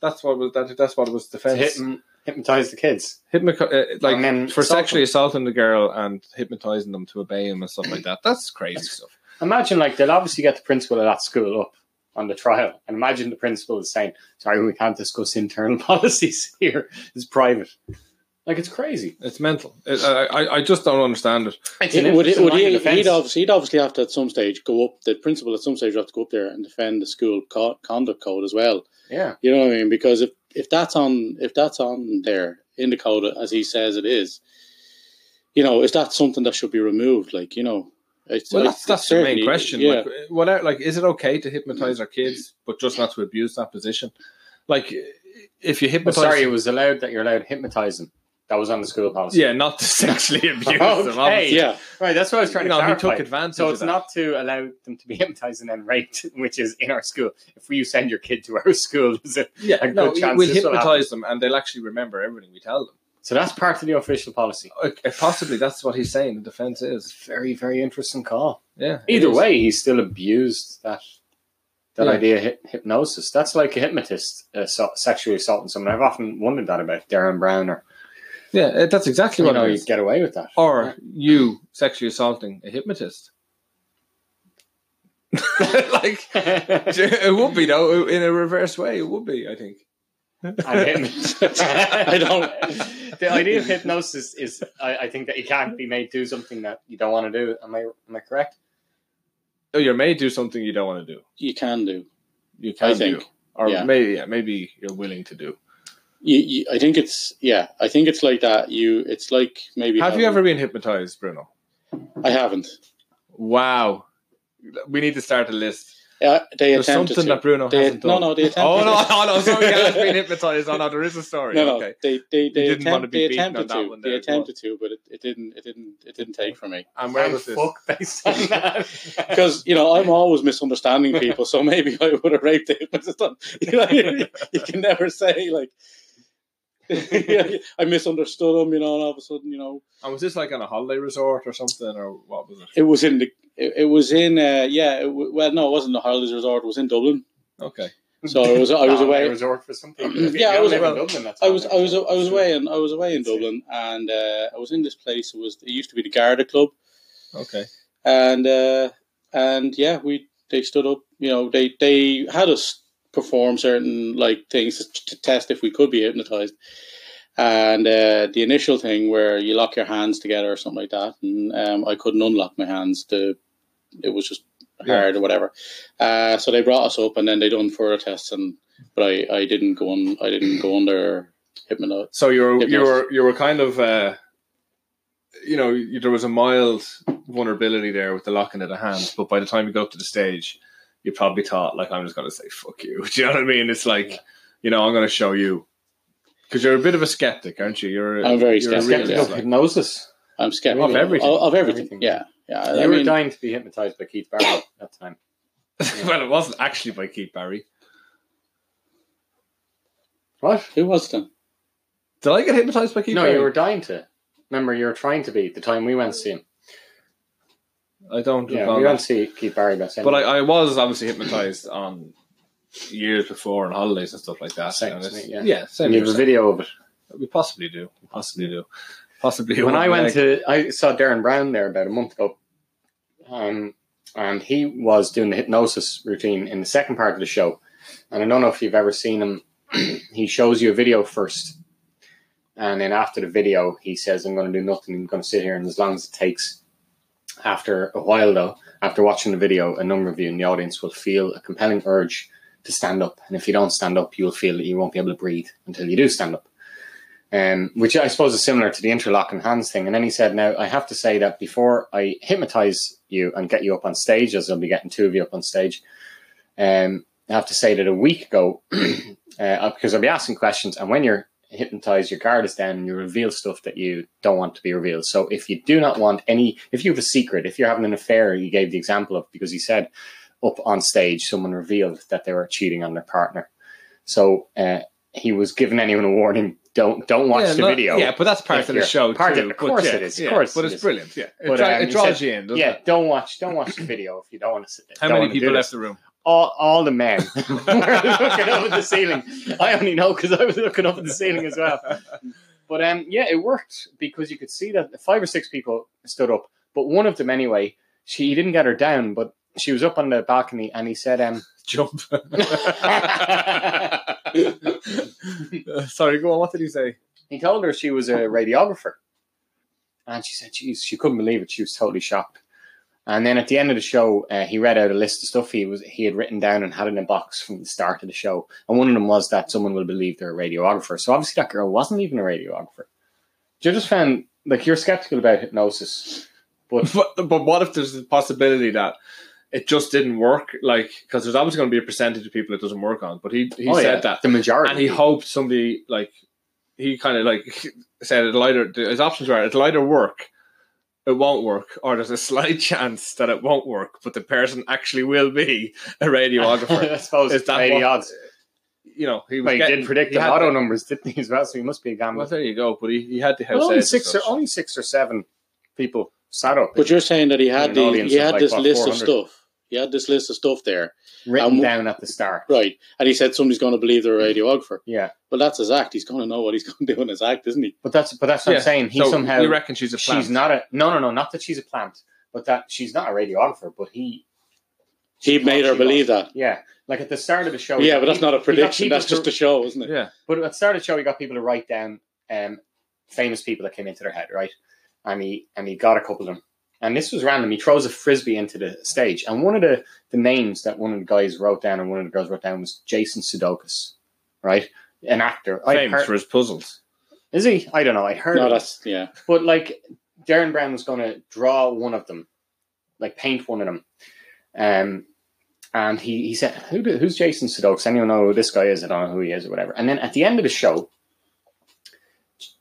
Speaker 1: That's what was that, that's what was
Speaker 2: to
Speaker 1: defense.
Speaker 2: hypno- hypnotize the kids.
Speaker 1: Hypno- uh, like
Speaker 2: And then
Speaker 1: for
Speaker 2: assault
Speaker 1: sexually assaulting the girl and hypnotizing them to obey him and stuff like that. That's crazy stuff.
Speaker 2: Imagine, like, they'll obviously get the principal of that school up on the trial. And imagine the principal is saying, sorry, we can't discuss internal policies here. It's private. Like, it's crazy.
Speaker 1: It's mental. It, I, I- I just don't understand it.
Speaker 2: It's
Speaker 3: It would,
Speaker 2: it's
Speaker 3: it
Speaker 2: a
Speaker 3: would
Speaker 2: minor
Speaker 3: he,
Speaker 2: offence.
Speaker 3: he'd, obviously, he'd obviously have to at some stage go up. The principal at some stage would have to go up there and defend the school co- conduct code as well.
Speaker 2: Yeah.
Speaker 3: You know what I mean? Because if, if that's on if that's on there in the code as he says it is, you know, is that something that should be removed? Like you know, it's,
Speaker 1: Well,
Speaker 3: it's-
Speaker 1: that's, that's
Speaker 3: it's
Speaker 1: the main
Speaker 3: certainly-
Speaker 1: question.
Speaker 3: Yeah,
Speaker 1: Like, what are- like, is it okay to hypnotize our kids, but just not to abuse that position? Like, if you
Speaker 2: But
Speaker 1: hypnotize,
Speaker 2: sorry, it was allowed that you're allowed to hypnotize them. That was on the school policy.
Speaker 1: yeah, not to sexually abuse them.
Speaker 2: Okay.
Speaker 1: obviously.
Speaker 3: yeah.
Speaker 2: Right, that's what I was trying
Speaker 1: You
Speaker 2: to
Speaker 1: know, he
Speaker 2: clarify.
Speaker 1: took advantage.
Speaker 2: So
Speaker 1: of
Speaker 2: it's
Speaker 1: that.
Speaker 2: not to allow them to be hypnotized and then raped, which is in our school. If you send your kid to our school, is it?
Speaker 1: Yeah,
Speaker 2: a
Speaker 1: no,
Speaker 2: good chance
Speaker 1: we'll
Speaker 2: this will
Speaker 1: hypnotize them, and they'll actually remember everything we tell them.
Speaker 2: So that's part of the official policy.
Speaker 1: Okay, possibly that's what he's saying. The defense is,
Speaker 2: Very, very interesting call.
Speaker 1: yeah. it
Speaker 2: Either
Speaker 1: is.
Speaker 2: way, he still abused that that
Speaker 1: Yeah.
Speaker 2: idea of hyp- hypnosis. That's like a hypnotist uh, so- sexually assaulting someone. I've often wondered that about Darren Brown, or
Speaker 1: yeah, eh, that's exactly
Speaker 2: you
Speaker 1: what
Speaker 2: know,
Speaker 1: it
Speaker 2: you
Speaker 1: is.
Speaker 2: get away with that.
Speaker 1: Or you sexually assaulting a hypnotist. like, it would be though in a reverse way it would be i think
Speaker 2: and
Speaker 3: I don't.
Speaker 2: the idea of hypnosis is, I, I think, that you can't be made do something that you don't want to do. Am I am I correct?
Speaker 1: oh you're made do something you don't want to do
Speaker 3: You can do.
Speaker 1: you can
Speaker 3: I think,
Speaker 1: do or
Speaker 3: yeah.
Speaker 1: maybe yeah, maybe you're willing to do
Speaker 3: You, you, I think it's yeah. I think it's like that. You. It's like maybe.
Speaker 1: have you
Speaker 3: having-
Speaker 1: ever been hypnotized bruno
Speaker 3: I haven't.
Speaker 1: wow we need to start a list
Speaker 3: Uh, they
Speaker 1: there's
Speaker 3: attempted
Speaker 1: something
Speaker 3: to.
Speaker 1: that bruno
Speaker 3: They-
Speaker 1: hasn't
Speaker 3: no,
Speaker 1: done
Speaker 3: no, they attempted.
Speaker 1: oh no oh no sorry i has been hypnotized oh no there is a story
Speaker 3: No, no,
Speaker 1: okay
Speaker 3: they they they,
Speaker 1: didn't want to
Speaker 3: attempt,
Speaker 1: be
Speaker 3: they
Speaker 1: beaten on
Speaker 3: attempted
Speaker 1: that
Speaker 3: to.
Speaker 1: one
Speaker 3: they
Speaker 1: there as well.
Speaker 3: attempted to, but it, it didn't. It didn't. It didn't take for me
Speaker 1: and where
Speaker 2: Thank
Speaker 1: was this
Speaker 2: fuck based on that.
Speaker 3: because you know I'm always misunderstanding people. So maybe I would have raped it, but it's not, you, know, you, you can never say like I misunderstood him. You know, and all of a sudden, you know,
Speaker 1: and was this like on a holiday resort or something or what was it
Speaker 3: it was in the. It, it was in. Uh, yeah. It, w- well, no, it wasn't the Harley's Resort. It was in Dublin.
Speaker 1: okay
Speaker 3: So I was I was
Speaker 2: Down there
Speaker 3: away.
Speaker 2: was work for some people.
Speaker 3: Yeah, I
Speaker 2: You
Speaker 3: was
Speaker 2: live in
Speaker 1: away.
Speaker 2: Dublin, that's
Speaker 3: I
Speaker 2: all
Speaker 3: was
Speaker 2: there.
Speaker 3: I was I was
Speaker 2: Sure.
Speaker 3: away in I was away in
Speaker 2: That's it.
Speaker 3: Dublin, and uh, I was in this place. It was it used to be the Garda Club,
Speaker 1: Okay.
Speaker 3: and uh, and yeah, we they stood up. You know, they they had us perform certain like things to, to test if we could be hypnotized. And uh, the initial thing where you lock your hands together or something like that, and um, I couldn't unlock my hands. The it was just
Speaker 1: Yeah.
Speaker 3: hard or whatever. Uh, so they brought us up, and then they done further tests, and but I, I didn't go on. I didn't go under hypnosis.
Speaker 1: So you were
Speaker 3: It
Speaker 1: you
Speaker 3: was.
Speaker 1: were you were kind of uh, you know you, there was a mild vulnerability there with the locking of the hands, but by the time you got up to the stage, you probably thought like I'm just going to say fuck you. Do you know what I mean? It's like you know I'm going to show you because you're a bit of a skeptic, aren't you? You're a-
Speaker 3: I'm very
Speaker 1: you're a
Speaker 3: skeptical,
Speaker 1: real
Speaker 3: yeah.
Speaker 2: Skeptical
Speaker 1: skeptic.
Speaker 2: hypnosis.
Speaker 3: I'm skeptical
Speaker 1: Of everything.
Speaker 3: Of, of everything.
Speaker 2: Everything.
Speaker 3: Yeah, yeah.
Speaker 2: You
Speaker 3: I
Speaker 2: were
Speaker 3: mean,
Speaker 2: dying to be hypnotized by Keith Barrow at that time.
Speaker 1: well, it wasn't actually by Keith Barry.
Speaker 2: What?
Speaker 3: who was then?
Speaker 1: Did I get hypnotized by Keith?
Speaker 2: No,
Speaker 1: Barry?
Speaker 2: you were dying to. Remember, you were trying to be at the time we went to see him.
Speaker 1: I don't.
Speaker 2: Yeah,
Speaker 1: recall
Speaker 2: we
Speaker 1: that.
Speaker 2: went to see Keith Barry last
Speaker 1: But I, I was obviously hypnotized on years before on holidays and stuff like that.
Speaker 2: Same
Speaker 1: and
Speaker 2: to me,
Speaker 1: it's-
Speaker 2: yeah.
Speaker 1: same.
Speaker 2: you
Speaker 1: here,
Speaker 2: have a
Speaker 1: same.
Speaker 2: video of it.
Speaker 1: We possibly do. We possibly do. Possibly.
Speaker 2: when
Speaker 1: one
Speaker 2: I went
Speaker 1: leg.
Speaker 2: to, I saw Darren Brown there about a month ago, um, and he was doing the hypnosis routine in the second part of the show. And I don't know if you've ever seen him. he shows you a video first, and then after the video, he says, "I'm going to do nothing. I'm going to sit here, and as long as it takes." After a while, though, after watching the video, a number of you in the audience will feel a compelling urge to stand up, and if you don't stand up, you'll feel that you won't be able to breathe until you do stand up um, which I suppose is similar to the interlocking hands thing. And then he said, Now, I have to say that before I hypnotize you and get you up on stage, as I'll be getting two of you up on stage, um, I have to say that a week ago, uh, because I'll be asking questions, and when you're hypnotized, your guard is down and you reveal stuff that you don't want to be revealed. So if you do not want any, if you have a secret, if you're having an affair, you gave the example of, because he said up on stage, someone revealed that they were cheating on their partner. So, uh, he was giving anyone a warning. Don't don't watch
Speaker 1: Yeah,
Speaker 2: the
Speaker 1: no-
Speaker 2: video.
Speaker 1: Yeah, but that's part
Speaker 2: If
Speaker 1: of the
Speaker 2: you're-
Speaker 1: show.
Speaker 2: part
Speaker 1: too.
Speaker 2: of- of
Speaker 1: But
Speaker 2: course
Speaker 1: yeah,
Speaker 2: it is, of
Speaker 1: yeah,
Speaker 2: course
Speaker 1: but
Speaker 2: it
Speaker 1: it's
Speaker 2: is.
Speaker 1: brilliant. Yeah, it,
Speaker 2: But,
Speaker 1: dra-
Speaker 2: um,
Speaker 1: it draws
Speaker 2: you
Speaker 1: you in, doesn't
Speaker 2: yeah,
Speaker 1: it?
Speaker 2: don't watch don't watch the video if you don't want to. Sit,
Speaker 1: How
Speaker 2: don't
Speaker 1: many
Speaker 2: wanna do
Speaker 1: people
Speaker 2: this.
Speaker 1: left the room?
Speaker 2: All, all the men were looking up at the ceiling. I only know because I was looking up at the ceiling as well. But um, yeah, it worked because you could see that five or six people stood up, but one of them anyway. She he didn't get her down, but she was up on the balcony, and he said, um,
Speaker 1: Jump. Uh, Sorry, go on. What did he say?
Speaker 2: he told her she was a radiographer. And she said, "Jeez, she couldn't believe it. She was totally shocked. And then at the end of the show, uh, he read out a list of stuff he was he had written down and had in a box from the start of the show. And one of them was that someone will believe they're a radiographer. So obviously that girl wasn't even a radiographer. Do you just found like you're skeptical about hypnosis, but
Speaker 1: But, but what if there's the possibility that it just didn't work? Like, because there's always going to be a percentage of people it doesn't work on. But he he
Speaker 2: Oh,
Speaker 1: said
Speaker 2: yeah,
Speaker 1: that,
Speaker 2: the majority.
Speaker 1: and he hoped somebody like he kind of like said it'll either his options were it'll either work, it won't work, or there's a slight chance that it won't work, but the person actually will be a radiographer.
Speaker 2: I suppose
Speaker 1: Is
Speaker 2: it's
Speaker 1: that
Speaker 2: maybe
Speaker 1: what-
Speaker 2: odds.
Speaker 1: you know, he, was
Speaker 2: But he
Speaker 1: getting-
Speaker 2: did predict
Speaker 1: he
Speaker 2: the
Speaker 1: had
Speaker 2: lotto
Speaker 1: the-
Speaker 2: numbers, didn't he? As well, so he must be a gambler.
Speaker 1: Well, there you go. But he, he had the house
Speaker 2: Well, only
Speaker 1: edge and
Speaker 2: six or
Speaker 1: such.
Speaker 2: only six or seven people sat up,
Speaker 3: But you're saying that he had
Speaker 2: An
Speaker 3: the,
Speaker 2: audience
Speaker 3: he
Speaker 2: of
Speaker 3: had
Speaker 2: like,
Speaker 3: this
Speaker 2: what,
Speaker 3: list of
Speaker 2: 400?
Speaker 3: stuff. He had this list of stuff there,
Speaker 2: written
Speaker 3: um,
Speaker 2: down at the start.
Speaker 3: right? And he said somebody's going to believe they're a radiographer.
Speaker 2: Yeah,
Speaker 3: Well, that's his act. He's going to know what he's going to do in his act, isn't he?
Speaker 2: but that's but that's what
Speaker 1: Yeah,
Speaker 2: I'm saying. He
Speaker 1: so
Speaker 2: somehow
Speaker 1: you reckon she's a plant.
Speaker 2: she's not a no no no not that she's a plant, but that she's not a radiographer. But he
Speaker 3: He made her
Speaker 2: thought she
Speaker 3: believe
Speaker 2: was.
Speaker 3: that.
Speaker 2: yeah, like at the start of the show. he
Speaker 3: Yeah,
Speaker 2: got
Speaker 3: but that's
Speaker 2: people-
Speaker 3: not a
Speaker 2: he got
Speaker 3: prediction.
Speaker 2: people
Speaker 3: That's just
Speaker 2: to-
Speaker 3: a show, isn't it?
Speaker 1: Yeah,
Speaker 2: But at the start of the show, he got people to write down um, famous people that came into their head, right? And he and he got a couple of them. And this was random. He throws a frisbee into the stage, and one of the the names that one of the guys wrote down and one of the girls wrote down was Jason Sudeikis, right? An actor. I
Speaker 1: famous
Speaker 2: heard,
Speaker 1: for his puzzles.
Speaker 2: is he? I don't know. I heard. of
Speaker 3: No,
Speaker 2: him.
Speaker 3: that's yeah.
Speaker 2: But like Darren Brown was going to draw one of them, like paint one of them, um, and he he said, "Who do, who's Jason Sudeikis? Anyone know who this guy is? I don't know who he is or whatever." And then at the end of the show,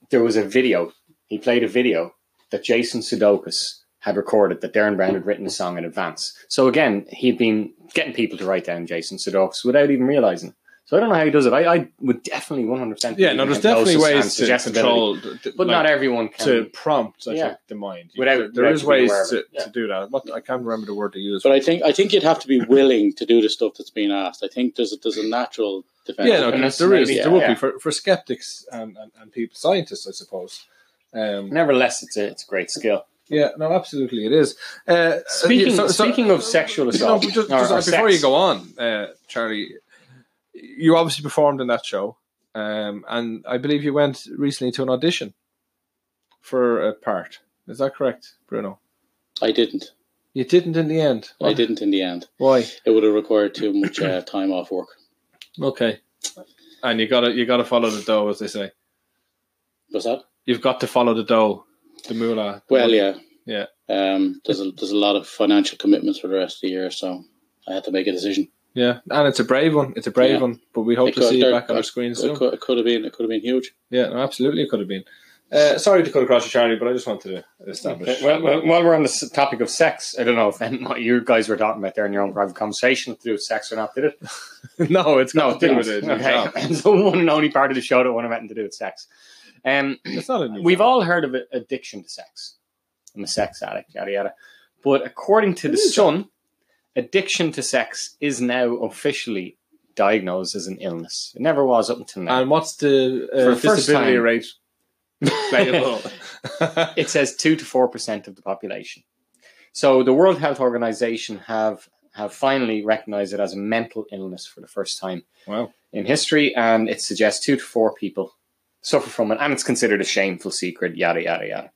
Speaker 2: there was a video. He played a video that Jason Sudeikis had recorded that Darren Brown had written a song in advance. So again, he'd been getting people to write down Jason Sudeikis without even realizing. it. So I don't know how he does it. I, I would definitely 100%.
Speaker 1: Yeah, no,
Speaker 2: believe
Speaker 1: there's definitely
Speaker 2: in hypnosis and
Speaker 1: ways to
Speaker 2: suggestibility,
Speaker 1: control, the- the-
Speaker 2: But
Speaker 1: like,
Speaker 2: not everyone can.
Speaker 1: to prompt, I
Speaker 2: Yeah.
Speaker 1: think, the mind.
Speaker 2: Without-
Speaker 1: There-
Speaker 2: without
Speaker 1: there is
Speaker 2: being
Speaker 1: ways
Speaker 2: aware of
Speaker 1: to,
Speaker 2: it. Yeah.
Speaker 1: to do that. What, I can't remember the word they used.
Speaker 3: But I think I think you'd have to be willing to do the stuff that's being asked. I think there's a, there's a natural defense.
Speaker 1: yeah, no,
Speaker 2: and
Speaker 1: there
Speaker 2: that's
Speaker 1: is. There
Speaker 2: maybe-
Speaker 1: would
Speaker 2: yeah.
Speaker 1: be for, for skeptics and, and, and people, scientists, I suppose. Um,
Speaker 2: Nevertheless, it's a, it's a great skill.
Speaker 1: Uh, yeah, no, absolutely, it is. Uh,
Speaker 2: Speaking,
Speaker 1: so- so-
Speaker 2: speaking of sexual
Speaker 1: No,
Speaker 2: assault,
Speaker 1: but just,
Speaker 2: or-
Speaker 1: just,
Speaker 2: or
Speaker 1: uh, before
Speaker 2: sex,
Speaker 1: you go on, uh, Charlie, you obviously performed in that show, um, and I believe you went recently to an audition for a part. Is that correct, Bruno?
Speaker 3: I didn't.
Speaker 1: You didn't in the end.
Speaker 3: I didn't in the end.
Speaker 1: Why?
Speaker 3: It would have required too much uh, time off work.
Speaker 1: Okay. And you gotta you gotta follow the dough, as they say.
Speaker 3: Was that?
Speaker 1: You've got to follow the dough, the moolah. the
Speaker 3: Well,
Speaker 1: money.
Speaker 3: yeah,
Speaker 1: Yeah.
Speaker 3: Um, there's a, there's a lot of financial commitments for the rest of the year, so I had to make a decision.
Speaker 1: yeah, and it's a brave one. It's a brave
Speaker 3: Yeah.
Speaker 1: one, but we hope
Speaker 3: It
Speaker 1: to
Speaker 3: could-
Speaker 1: see you
Speaker 3: there-
Speaker 1: back on
Speaker 3: there-
Speaker 1: our screen soon.
Speaker 3: It could, it could have been it could have been huge.
Speaker 1: Yeah, no, absolutely, it could have been. Uh, sorry to cut across your Charlie, but I just wanted to establish.
Speaker 2: Okay, uh, Well, well, while we're on the s- topic of sex, I don't know if any- what you guys were talking about there in your own private conversation to do with sex or not, did it?
Speaker 1: no, it's
Speaker 2: No,
Speaker 1: not
Speaker 2: it
Speaker 1: to do
Speaker 2: didn't.
Speaker 1: with it. No.
Speaker 2: Okay. so one and only part of the show that won't have anything to do with sex. Um,
Speaker 1: It's not a new
Speaker 2: we've all heard of it, addiction to sex. I'm a sex addict, yada yada. But according to the
Speaker 1: Mm.
Speaker 2: Sun, addiction to sex is now officially diagnosed as an illness. It never was up until now.
Speaker 1: And what's the uh,
Speaker 2: For the first
Speaker 1: disability
Speaker 2: time-
Speaker 1: rate? playable?
Speaker 2: it says two to four percent of the population. So the World Health Organization have have finally recognized it as a mental illness for the first time
Speaker 1: wow.
Speaker 2: in history, and it suggests two to four people suffer from it, and it's considered a shameful secret. Yada yada yada.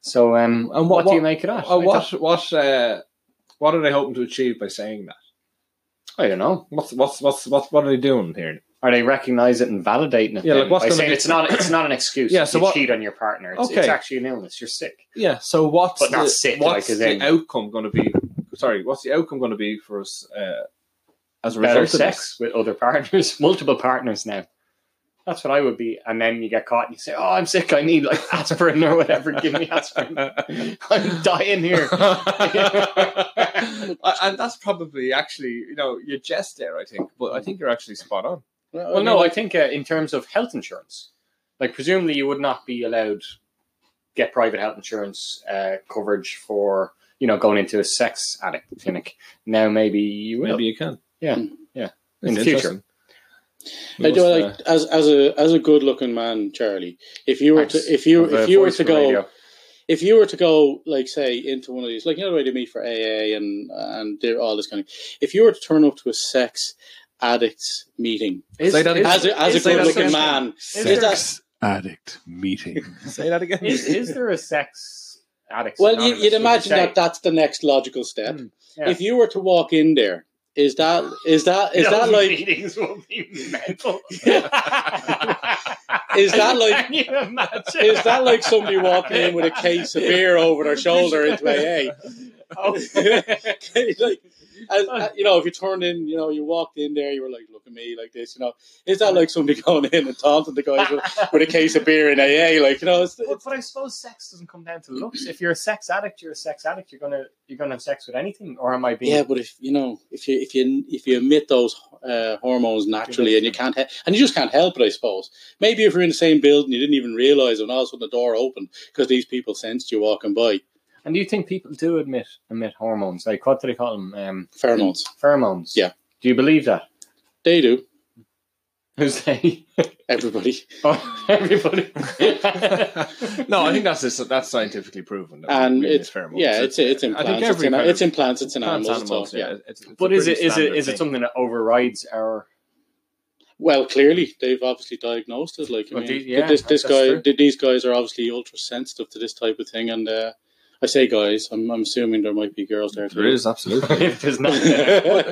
Speaker 2: So, um,
Speaker 1: And
Speaker 2: and
Speaker 1: what-
Speaker 2: what, do you
Speaker 1: what-
Speaker 2: make of that?
Speaker 1: Uh,
Speaker 2: I
Speaker 1: what
Speaker 2: don't-
Speaker 1: what uh, what are they hoping to achieve by saying that?
Speaker 2: I don't know.
Speaker 1: What's what's what's what, what are they doing here?
Speaker 2: Are they recognizing it and validating it?
Speaker 1: Yeah,
Speaker 2: then
Speaker 1: like, what's
Speaker 2: by
Speaker 1: gonna
Speaker 2: saying
Speaker 1: be-
Speaker 2: it's not it's not an excuse.
Speaker 1: Yeah, so
Speaker 2: you
Speaker 1: what-
Speaker 2: cheat on your partner. It's, it's
Speaker 1: Okay.
Speaker 2: actually an illness. You're sick.
Speaker 1: Yeah. So what's
Speaker 2: But not
Speaker 1: the,
Speaker 2: sick,
Speaker 1: what's
Speaker 2: like, as
Speaker 1: the
Speaker 2: in-
Speaker 1: outcome going to be? Sorry, what's the outcome going to be for us uh, as a
Speaker 2: better
Speaker 1: result of
Speaker 2: sex with other partners, multiple partners now. That's what I would be. And then you get caught and you say, Oh, I'm sick. I need like aspirin or whatever. Give me aspirin. I'm dying here.
Speaker 1: this? and that's probably actually you know you jest there, I think, but I think you're actually spot on.
Speaker 2: Well, no, I think uh, in terms of health insurance, like presumably you would not be allowed get private health insurance uh, coverage for, you know, going into a sex addict clinic. Now maybe you will.
Speaker 1: Maybe you can.
Speaker 2: Yeah, yeah. In the future.
Speaker 3: I Hmm. do like
Speaker 1: uh,
Speaker 3: as as a as a good looking man, Charlie. If you were to
Speaker 2: Thanks.
Speaker 3: if you
Speaker 2: Of, uh,
Speaker 3: if you were
Speaker 2: voice
Speaker 3: to
Speaker 2: for
Speaker 3: go
Speaker 2: radio.
Speaker 3: if you were to go like say into one of these like you know the way they meet for AA and and do all this kind of if you were to turn up to a sex addicts meeting
Speaker 2: Is-
Speaker 1: Say that
Speaker 2: is-
Speaker 1: again.
Speaker 3: as a, as a
Speaker 2: is there
Speaker 3: good looking
Speaker 2: such-
Speaker 3: man
Speaker 2: is
Speaker 3: is
Speaker 2: there-
Speaker 3: that
Speaker 4: addict meeting.
Speaker 1: uh, Say that again.
Speaker 2: is, is there a sex addict?
Speaker 3: Well, you, you'd imagine
Speaker 2: that.
Speaker 3: that that's the next logical step.
Speaker 2: Hmm, yeah.
Speaker 3: If you were to walk in there, is that is that is that like
Speaker 2: meetings will be mental?
Speaker 3: is that like
Speaker 2: Can you imagine?
Speaker 3: is that like somebody walking in with a case of beer over their shoulder into AA?
Speaker 2: Oh.
Speaker 3: like, as, as- you know, if you turned in, you know, you walked in there, you were like, "Look at me, like this," you know. Is that like somebody going in and taunting the guys with, with a case of beer in AA? Like, you know, it's,
Speaker 2: But, but I suppose sex doesn't come down to looks. If you're a sex addict, you're a sex addict. You're gonna you're gonna have sex with anything, or am I being?
Speaker 3: Yeah, but if you know, if you if you if you emit those uh, hormones naturally, and you can't, he- and you just can't help it, I suppose. Maybe if you're in the same building, you didn't even realize, it, and all of a sudden the door opened because these people sensed you walking by
Speaker 2: And do you think people do admit emit hormones? Like what do they call them? Um,
Speaker 3: pheromones.
Speaker 2: pheromones.
Speaker 3: Yeah.
Speaker 2: Do you believe that?
Speaker 3: They do.
Speaker 2: Who's they?
Speaker 3: Everybody,
Speaker 2: oh, everybody.
Speaker 1: no, I think that's just, that's scientifically proven. that
Speaker 3: and
Speaker 1: we- we
Speaker 3: it's
Speaker 1: use pheromones.
Speaker 3: yeah, it's it's
Speaker 1: think
Speaker 3: implants, it's
Speaker 1: every
Speaker 3: in,
Speaker 1: kind
Speaker 3: it's
Speaker 1: of-
Speaker 3: implants, it's in
Speaker 1: plants,
Speaker 3: animals.
Speaker 1: animals,
Speaker 3: so, yeah.
Speaker 1: yeah. It's, it's
Speaker 2: But
Speaker 1: a
Speaker 2: is it
Speaker 1: pretty
Speaker 2: is it
Speaker 1: standard
Speaker 2: is it
Speaker 1: thing.
Speaker 2: something that overrides our?
Speaker 3: Well, clearly they've obviously diagnosed it. Like, I
Speaker 2: Well,
Speaker 3: mean,
Speaker 2: the- yeah,
Speaker 3: this this
Speaker 2: that's
Speaker 3: guy,
Speaker 2: true.
Speaker 3: th- these guys are obviously ultra sensitive to this type of thing, and. uh I say, guys. I'm, I'm assuming there might be girls there.
Speaker 1: There
Speaker 3: too.
Speaker 1: is absolutely.
Speaker 2: if there's not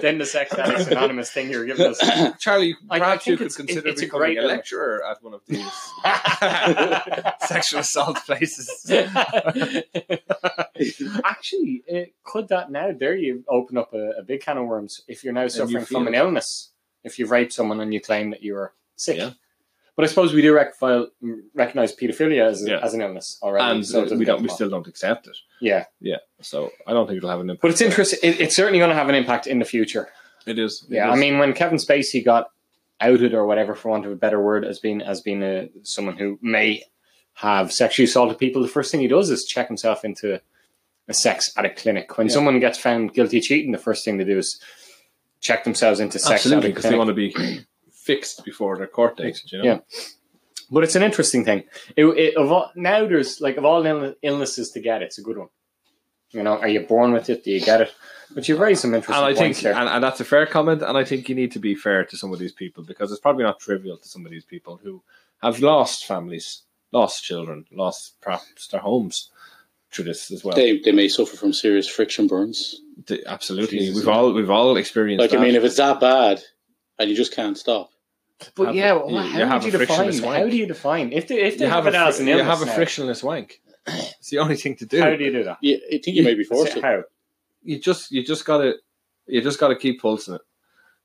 Speaker 2: then the sex addicts anonymous thing you're giving us
Speaker 1: Charlie,
Speaker 2: I
Speaker 1: perhaps you
Speaker 2: think
Speaker 1: could
Speaker 2: it's-
Speaker 1: consider
Speaker 2: it's a
Speaker 1: becoming
Speaker 2: great
Speaker 1: a
Speaker 2: illness.
Speaker 1: lecturer at one of these sexual assault places.
Speaker 2: actually it, could that now there you open up a, a big can of worms if you're now suffering from
Speaker 1: feel-
Speaker 2: an illness if you've raped someone and you claim that you were sick
Speaker 1: Yeah.
Speaker 2: but I suppose we do rec- file- recognize pedophilia as, a
Speaker 1: Yeah.
Speaker 2: as an illness already
Speaker 1: And
Speaker 2: so it
Speaker 1: uh,
Speaker 2: doesn't
Speaker 1: we don't,
Speaker 2: get
Speaker 1: we
Speaker 2: them
Speaker 1: still don't accept it.
Speaker 2: off. yeah
Speaker 1: Yeah, so I don't think it'll have an impact.
Speaker 2: but it's interesting it, it's certainly going to have an impact in the future
Speaker 1: It is. it
Speaker 2: Yeah, I
Speaker 1: is.
Speaker 2: mean, when Kevin Spacey got outed or whatever, for want of a better word, as being as being a, someone who may have sexually assaulted people, the first thing he does is check himself into a sex at a clinic. When
Speaker 3: Yeah.
Speaker 2: someone gets found guilty of cheating, the first thing they do is check themselves into sex
Speaker 1: Absolutely,
Speaker 2: at a
Speaker 1: because they
Speaker 2: clinic.
Speaker 1: want to be fixed before their court date. You know?
Speaker 2: Yeah. But it's an interesting thing. It, it, of all, now there's like of all Ill- illnesses to get, it's a good one. You know, are you born with it? Do you get it? But you've raised some interesting
Speaker 1: And I
Speaker 2: points
Speaker 1: think,
Speaker 2: there.
Speaker 1: and, and that's a fair comment. And I think you need to be fair to some of these people because it's probably not trivial to some of these people who have lost families, lost children, lost perhaps their homes through this as well.
Speaker 3: They, they may suffer from serious friction burns.
Speaker 1: They- absolutely,
Speaker 2: Jesus.
Speaker 1: we've all we've all experienced.
Speaker 3: Like,
Speaker 1: that.
Speaker 3: I mean, if it's that bad and you just can't stop,
Speaker 2: But
Speaker 1: have
Speaker 2: yeah,
Speaker 1: a-
Speaker 2: well,
Speaker 1: you- you
Speaker 2: how
Speaker 1: have
Speaker 2: do you
Speaker 1: a frictionless
Speaker 2: define?
Speaker 1: wank.
Speaker 2: How do you define if they, if they
Speaker 1: you have,
Speaker 2: have it
Speaker 1: a,
Speaker 2: as
Speaker 1: fri-
Speaker 2: an
Speaker 1: you
Speaker 2: illness?
Speaker 1: have a
Speaker 2: now,
Speaker 1: frictionless wank. It's the only thing to do.
Speaker 2: How do you do that?
Speaker 3: you, I think you may be forced to.
Speaker 2: How
Speaker 1: you just you just gotta you just gotta keep pulsing it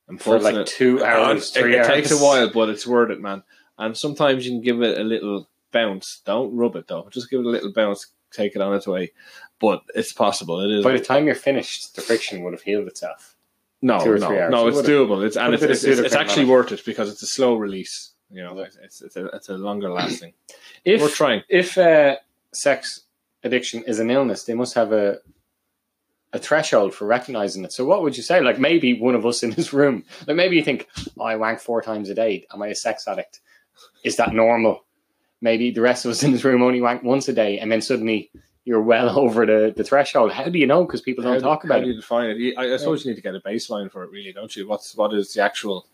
Speaker 1: and
Speaker 2: for
Speaker 1: pulsing
Speaker 2: like
Speaker 1: it.
Speaker 2: two hours,
Speaker 1: it,
Speaker 2: three
Speaker 1: it
Speaker 2: hours.
Speaker 1: takes a while, but it's worth it, man. And sometimes you can give it a little bounce. Don't rub it though. Just give it a little bounce. Take it on its way. But it's possible. It is
Speaker 2: By the time you're finished, the friction would have healed itself.
Speaker 1: no,
Speaker 2: two or
Speaker 1: no,
Speaker 2: three hours.
Speaker 1: no. It's
Speaker 2: Put a-
Speaker 1: doable. It's and
Speaker 2: put a
Speaker 1: it's
Speaker 2: bit of
Speaker 1: it's, it's,
Speaker 2: Sudafed
Speaker 1: it's
Speaker 2: on
Speaker 1: actually
Speaker 2: it.
Speaker 1: worth it because it's a slow release. You know, it's it's a, it's a longer lasting.
Speaker 2: If
Speaker 1: We're trying.
Speaker 2: if uh, sex addiction is an illness, they must have a a threshold for recognizing it. So, what would you say? Like maybe one of us in this room, like maybe you think, oh, I wank four times a day. Am I a sex addict? Is that normal? Maybe the rest of us in this room only wank once a day, and then suddenly you're well over the, the threshold. How do you know? Because people don't
Speaker 1: How do-
Speaker 2: talk
Speaker 1: how
Speaker 2: about
Speaker 1: do
Speaker 2: it.
Speaker 1: you define it? You- I, I suppose you need to get a baseline for it, really, don't you? What's what is the actual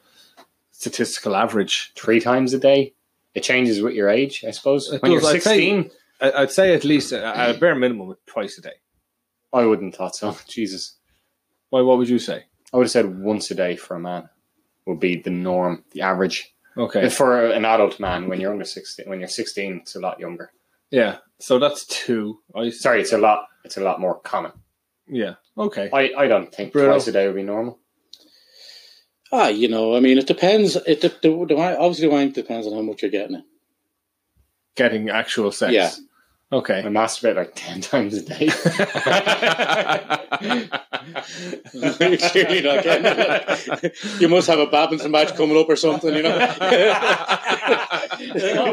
Speaker 1: statistical average?
Speaker 2: Three times a day. It changes with your age, I suppose.
Speaker 1: It
Speaker 2: when
Speaker 1: does,
Speaker 2: you're
Speaker 1: I'd say-
Speaker 2: 16,
Speaker 1: I- I'd say at least uh, at a bare minimum twice a day.
Speaker 2: I wouldn't thought so. Jesus.
Speaker 1: Why? What would you say?
Speaker 2: I would have said once a day for a man would be the norm, the average
Speaker 1: Okay,
Speaker 2: for an adult man. When you're under sixteen, when you're sixteen, it's a lot younger.
Speaker 1: yeah. So that's two. I sorry.
Speaker 2: Sorry, it's a lot. It's a lot more common.
Speaker 1: Yeah. Okay.
Speaker 2: I, I don't think
Speaker 1: Bruno?
Speaker 2: twice a day would be normal.
Speaker 3: Ah, you know, I mean, it depends. It de- the, the, wine- obviously the wine depends on how much you're getting it.
Speaker 1: Getting actual sex.
Speaker 3: Yeah.
Speaker 2: I
Speaker 1: Okay.
Speaker 2: masturbate like ten times a day.
Speaker 3: You're clearly not getting it. you must have a badminton match coming up or something, you
Speaker 2: No,
Speaker 3: know.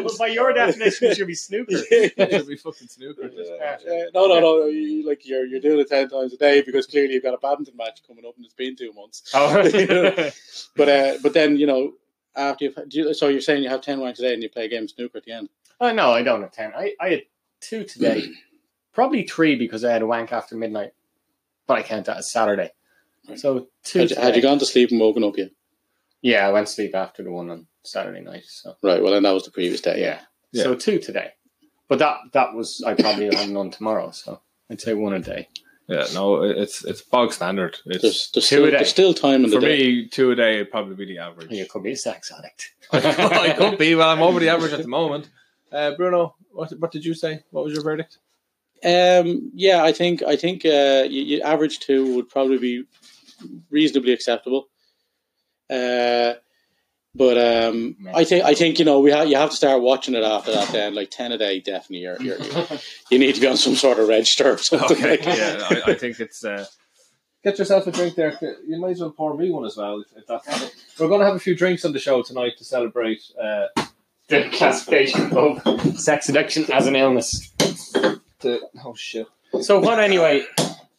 Speaker 2: but by your definition, it should be snooker.
Speaker 1: Should we fucking snooker?
Speaker 3: Uh, no, no, no. you- Like you're you're doing it ten times a day because clearly you've got a badminton match coming up and it's been two months.
Speaker 2: Oh.
Speaker 3: But uh, but then you know after you've do you, so you're saying you have ten wines a day and you play a game of snooker at the end.
Speaker 2: Oh no, I don't have ten. I, I had two today, probably three because I had a wank after midnight, but I count that as Saturday. So two.
Speaker 3: Had you, had
Speaker 2: today.
Speaker 3: you gone to sleep and woken up yet?
Speaker 2: Yeah, I went to sleep after the one on Saturday night. So
Speaker 3: Right. Well, then that was the previous day.
Speaker 2: yeah,
Speaker 1: Yeah.
Speaker 2: so two today, but that that was I probably have none tomorrow. So I'd say one a day.
Speaker 1: Yeah. No, it's it's bog standard. It's
Speaker 3: There's, there's,
Speaker 2: Two a
Speaker 3: still,
Speaker 2: day.
Speaker 3: there's still time in
Speaker 1: for
Speaker 3: the day.
Speaker 1: me two a day would probably be the average.
Speaker 2: You could be a sex addict.
Speaker 1: I could be. Well, I'm over the average at the moment. Uh, Bruno, what what did you say? What was your verdict?
Speaker 3: Um, yeah, I think I think uh, you, you average two would probably be reasonably acceptable. Uh, but um, I think I think you know we ha- you have to start watching it after that. Then like ten a day, definitely. You're, you're, you need to be on some sort of register or something. like-
Speaker 1: yeah, I, I think it's. Uh, Get yourself a drink there. You might as well pour me one as well. If, if that's We're going to have a few drinks on the show tonight to celebrate. Uh,
Speaker 2: the classification of sex addiction as an illness.
Speaker 1: to, oh shit!
Speaker 2: So what anyway,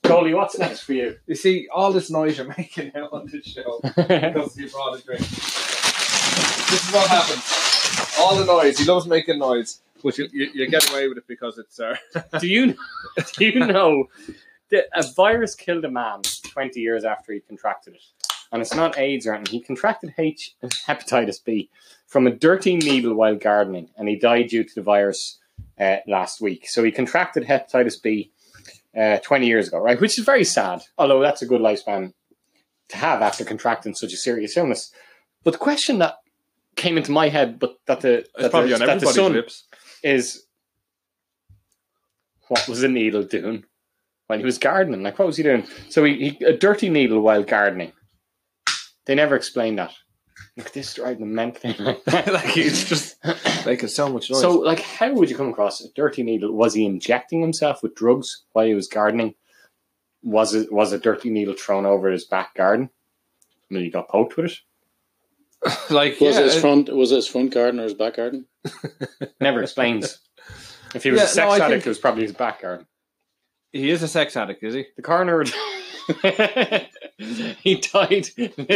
Speaker 2: Goldie? What's next for you?
Speaker 1: You see all this noise you're making now on this show because you brought a drink. This is what happens. All the noise. He loves making noise, but you, you, you get away with it because it's uh,
Speaker 2: do you do you know that a virus killed a man 20 years after he contracted it and it's not AIDS or anything. He contracted H hepatitis B from a dirty needle while gardening, and he died due to the virus uh, last week. So he contracted hepatitis B uh, 20 years ago, right? Which is very sad, although that's a good lifespan to have after contracting such a serious illness. But the question that came into my head, but that the that the, that the son-
Speaker 1: lips.
Speaker 2: is what was the needle doing when he was gardening? Like, what was he doing? So he, he a dirty needle while gardening. They never explained that. Look, this driving the mental thing like that.
Speaker 1: like it's just making so much noise.
Speaker 2: so, like, how would you come across a dirty needle? Was he injecting himself with drugs while he was gardening? Was it was a dirty needle thrown over his back garden? And then he got poked with it.
Speaker 1: like
Speaker 3: Was
Speaker 1: yeah, uh,
Speaker 3: it his
Speaker 1: it-
Speaker 3: front? Was it his front garden or his back garden?
Speaker 2: Never explains. If he was
Speaker 1: Yeah,
Speaker 2: a
Speaker 1: no,
Speaker 2: sex
Speaker 1: I
Speaker 2: addict,
Speaker 1: think-
Speaker 2: it was probably his back garden.
Speaker 1: he is a sex addict, is he?
Speaker 2: The coroner. he died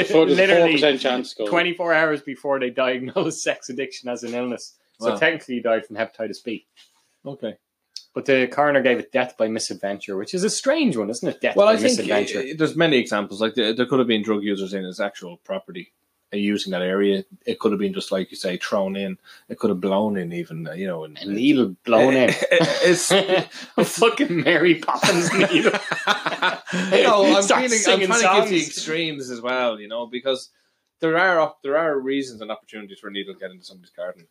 Speaker 3: Four
Speaker 2: literally
Speaker 3: percent chance. Goal.
Speaker 2: 24 hours before they diagnosed sex addiction as an illness. So
Speaker 1: Wow.
Speaker 2: technically, he died from hepatitis B.
Speaker 1: Okay.
Speaker 2: But the coroner gave it death by misadventure, which is a strange one, isn't it? Death
Speaker 1: Well,
Speaker 2: by
Speaker 1: I think
Speaker 2: misadventure.
Speaker 1: uh, there's many examples. Like there, there could have been drug users in his actual property uh, using that area. It could have been just like you say, thrown in. It could have blown in, even uh, you know. And,
Speaker 2: a needle blown in.
Speaker 1: it's
Speaker 2: a fucking Mary Poppins needle.
Speaker 1: no, I'm
Speaker 2: Start
Speaker 1: feeling I'm trying to
Speaker 2: singing
Speaker 1: give the
Speaker 2: songs.
Speaker 1: extremes as well, you know, because there are op- there are reasons and opportunities for a needle to get into somebody's garden.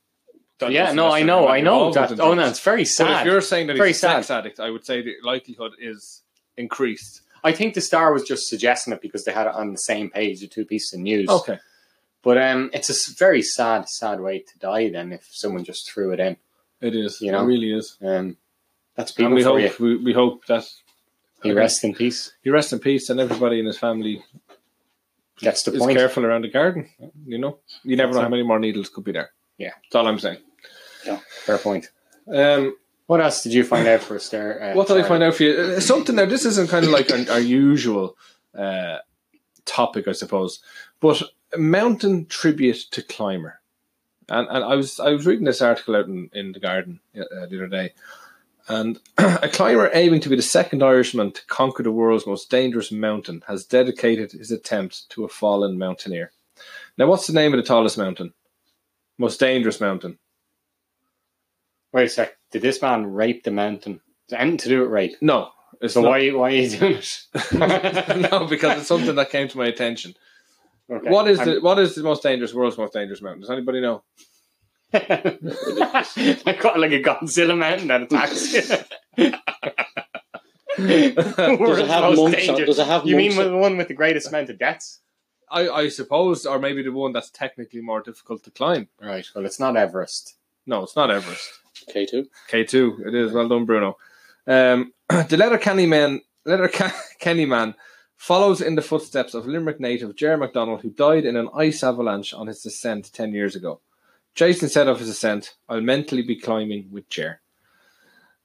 Speaker 1: That
Speaker 2: yeah,
Speaker 1: doesn't
Speaker 2: no, I know,
Speaker 1: necessarily
Speaker 2: I know
Speaker 1: involve it
Speaker 2: that.
Speaker 1: in
Speaker 2: Oh no,
Speaker 1: drugs.
Speaker 2: it's very
Speaker 1: But if you're
Speaker 2: sad.
Speaker 1: saying that
Speaker 2: Very
Speaker 1: he's a sex addict, I would say the likelihood is increased.
Speaker 2: I think the Star was just suggesting it because they had it on the same page, the two pieces of news.
Speaker 1: Okay.
Speaker 2: But um, it's a s- very sad, sad way to die. Then, if someone just threw it in,
Speaker 1: It is.
Speaker 2: You know?
Speaker 1: It really is.
Speaker 2: um, that's people
Speaker 1: And we
Speaker 2: for
Speaker 1: hope
Speaker 2: you.
Speaker 1: we, we hope that
Speaker 2: He rests in peace.
Speaker 1: he rests in peace and everybody in his family
Speaker 2: That's the
Speaker 1: is
Speaker 2: point.
Speaker 1: careful around the garden. You know? You never know how many more needles could be there.
Speaker 2: Yeah.
Speaker 1: That's all I'm saying.
Speaker 2: Fair point.
Speaker 1: Um
Speaker 2: What else did you find out for us there? Uh,
Speaker 1: What did I find out for you? Uh, Something now. This isn't kind of like our, our usual uh, topic, I suppose, but mountain tribute to climber. And and I was I was reading this article out in, in the Garden uh, the other day, and a climber aiming to be the second Irishman to conquer the world's most dangerous mountain has dedicated his attempt to a fallen mountaineer. Now, what's the name of the tallest mountain? Most dangerous mountain.
Speaker 2: Wait a sec. Did this man rape the mountain? Is it anything to do with rape?
Speaker 1: No, it's
Speaker 2: So
Speaker 1: not.
Speaker 2: why why are you doing it?
Speaker 1: no, because it's something that came to my attention.
Speaker 2: Okay.
Speaker 1: What is
Speaker 2: I'm-
Speaker 1: the what is the most dangerous world's most dangerous mountain? Does anybody know?
Speaker 2: I got like a Godzilla mountain that attacks you.
Speaker 3: Does it have monks? On, does it have
Speaker 2: You mean
Speaker 3: monks?
Speaker 2: with the one with the greatest amount of deaths?
Speaker 1: I, I suppose, or maybe the one that's technically more difficult to climb.
Speaker 2: Right. Well, it's not Everest.
Speaker 1: No, it's not Everest.
Speaker 3: K two.
Speaker 1: K two, it is. Well done, Bruno. Um, the Letterkenny man, Letterkenny man, follows in the footsteps of Limerick native Jer MacDonald, who died in an ice avalanche on his descent ten years ago. Jason said of his ascent, "I'll mentally be climbing with Jer,"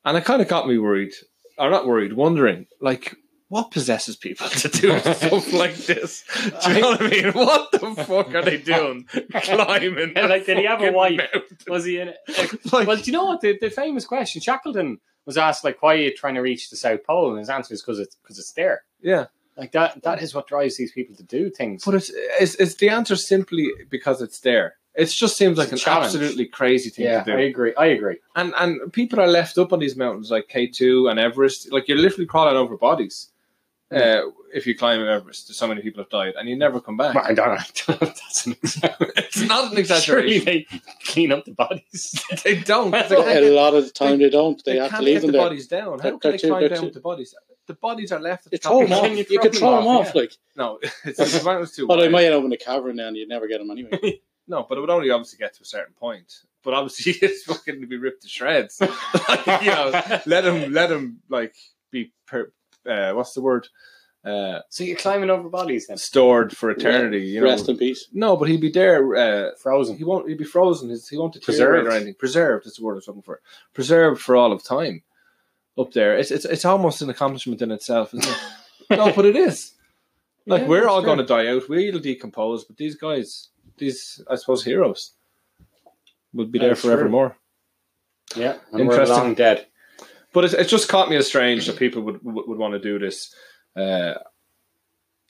Speaker 1: and it kind of got me worried, or not worried, wondering like. What possesses people to do stuff like this? Do you know what I mean? What the fuck are they doing? Climbing?
Speaker 2: Like, did he have a
Speaker 1: fucking
Speaker 2: wife?
Speaker 1: mountain?
Speaker 2: Was he in it?
Speaker 1: Like,
Speaker 2: Well, do you know what the, the famous question Shackleton was asked? Like, why are you trying to reach the South Pole? And his answer is because it's because it's there.
Speaker 1: yeah.
Speaker 2: Like that. That is what drives these people to do things.
Speaker 1: But it's, it's, it's the answer simply because it's there. It just seems like
Speaker 2: It's a
Speaker 1: an
Speaker 2: challenge.
Speaker 1: absolutely crazy thing
Speaker 2: yeah,
Speaker 1: to
Speaker 2: I
Speaker 1: do.
Speaker 2: agree. I agree.
Speaker 1: And and people are left up on these mountains like K2 and Everest. Like you're literally crawling over bodies
Speaker 3: Hmm.
Speaker 1: uh, if you climb Everest. So many people have died and you never come back.
Speaker 2: Well, I don't know. I don't know if that's an example.
Speaker 1: It's not an exaggeration.
Speaker 2: Surely they clean up the bodies.
Speaker 1: They don't. They
Speaker 3: A
Speaker 1: can't,
Speaker 3: lot of the time they don't. They,
Speaker 1: they
Speaker 3: have to
Speaker 1: can't
Speaker 3: leave
Speaker 1: get
Speaker 3: them
Speaker 1: the
Speaker 3: there.
Speaker 1: bodies down.
Speaker 3: They're-
Speaker 1: How can
Speaker 3: they're
Speaker 1: they
Speaker 3: too-
Speaker 1: climb
Speaker 3: they're
Speaker 1: down
Speaker 3: too-
Speaker 1: with the bodies? The bodies are left at the
Speaker 3: You
Speaker 1: top.
Speaker 3: throw
Speaker 1: of
Speaker 3: them
Speaker 1: the
Speaker 3: off.
Speaker 1: mountain.
Speaker 2: you
Speaker 3: You
Speaker 2: throw
Speaker 3: could
Speaker 2: them
Speaker 3: throw them
Speaker 2: off,
Speaker 3: off. Like,
Speaker 1: No, it's, it's the mountain's too
Speaker 3: well, they
Speaker 1: wide.
Speaker 3: might open a cavern and you'd never get them anyway.
Speaker 1: No, but it would only obviously get to a certain point. But obviously, it's fucking to be ripped to shreds. like, you know, let him, let him, like be per, uh, what's the word uh,
Speaker 2: So you're climbing over bodies then?
Speaker 1: stored for eternity. You know,
Speaker 3: Rest in peace.
Speaker 1: no, but he'd be there. Uh,
Speaker 2: Frozen.
Speaker 1: he won't. He'd be frozen. He's, he won't deteriorate
Speaker 2: Preserved.
Speaker 1: or anything. Preserved is the word I was looking for. Preserved for all of time. Up there, it's it's it's almost an accomplishment in itself, isn't it? no, but it is. Like
Speaker 2: Yeah,
Speaker 1: we're
Speaker 2: that's
Speaker 1: all
Speaker 2: true.
Speaker 1: going to die out. We'll decompose, but these guys, these I suppose heroes, will be there
Speaker 2: That's true.
Speaker 1: forevermore.
Speaker 2: Yeah, and we're
Speaker 1: Interesting.
Speaker 2: long dead.
Speaker 1: But it, it just caught me as strange that people would would, would want to do this. Uh,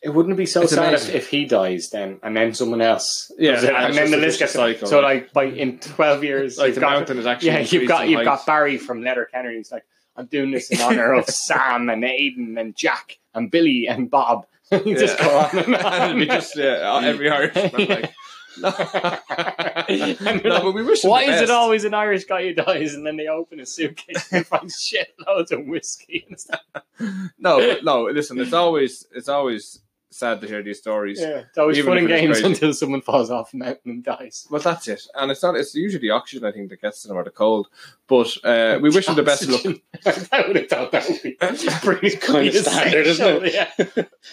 Speaker 2: It wouldn't be so
Speaker 1: It's
Speaker 2: sad if,
Speaker 1: amazing.
Speaker 2: if he dies then, and then someone else.
Speaker 1: Yeah,
Speaker 2: does it,
Speaker 1: and
Speaker 2: and,
Speaker 1: it's just
Speaker 2: then the
Speaker 1: a vicious
Speaker 2: list gets
Speaker 1: cycle,
Speaker 2: So
Speaker 1: like-
Speaker 2: like by in twelve years,
Speaker 1: like
Speaker 2: you've
Speaker 1: the
Speaker 2: got,
Speaker 1: mountain is actually
Speaker 2: yeah, you've
Speaker 1: increased
Speaker 2: got
Speaker 1: in
Speaker 2: you've got
Speaker 1: height.
Speaker 2: Barry from Letterkenny. He's like, I'm doing this in honor of Sam and Aiden and Jack and Billy and Bob. you just
Speaker 1: Yeah.
Speaker 2: go on and on.
Speaker 1: It'd be just yeah, every Irishman. Like, no,
Speaker 2: And you're
Speaker 1: No,
Speaker 2: like,
Speaker 1: but we wish. him
Speaker 2: Why
Speaker 1: the
Speaker 2: is it
Speaker 1: best.
Speaker 2: always an Irish guy who dies and then they open a suitcase and find shitloads of whiskey and stuff?
Speaker 1: No, but no. Listen, it's always it's always sad to hear these stories.
Speaker 2: Yeah, it's always
Speaker 1: Even
Speaker 2: fun
Speaker 1: if
Speaker 2: and
Speaker 1: it is
Speaker 2: games
Speaker 1: crazy.
Speaker 2: until someone falls off a mountain and dies.
Speaker 1: Well, that's it, and it's not. It's usually the oxygen, I think, that gets to them or the cold. But uh, we wish them the best of luck.
Speaker 2: I would have thought that would be pretty
Speaker 3: kind of standard, isn't
Speaker 2: Yeah.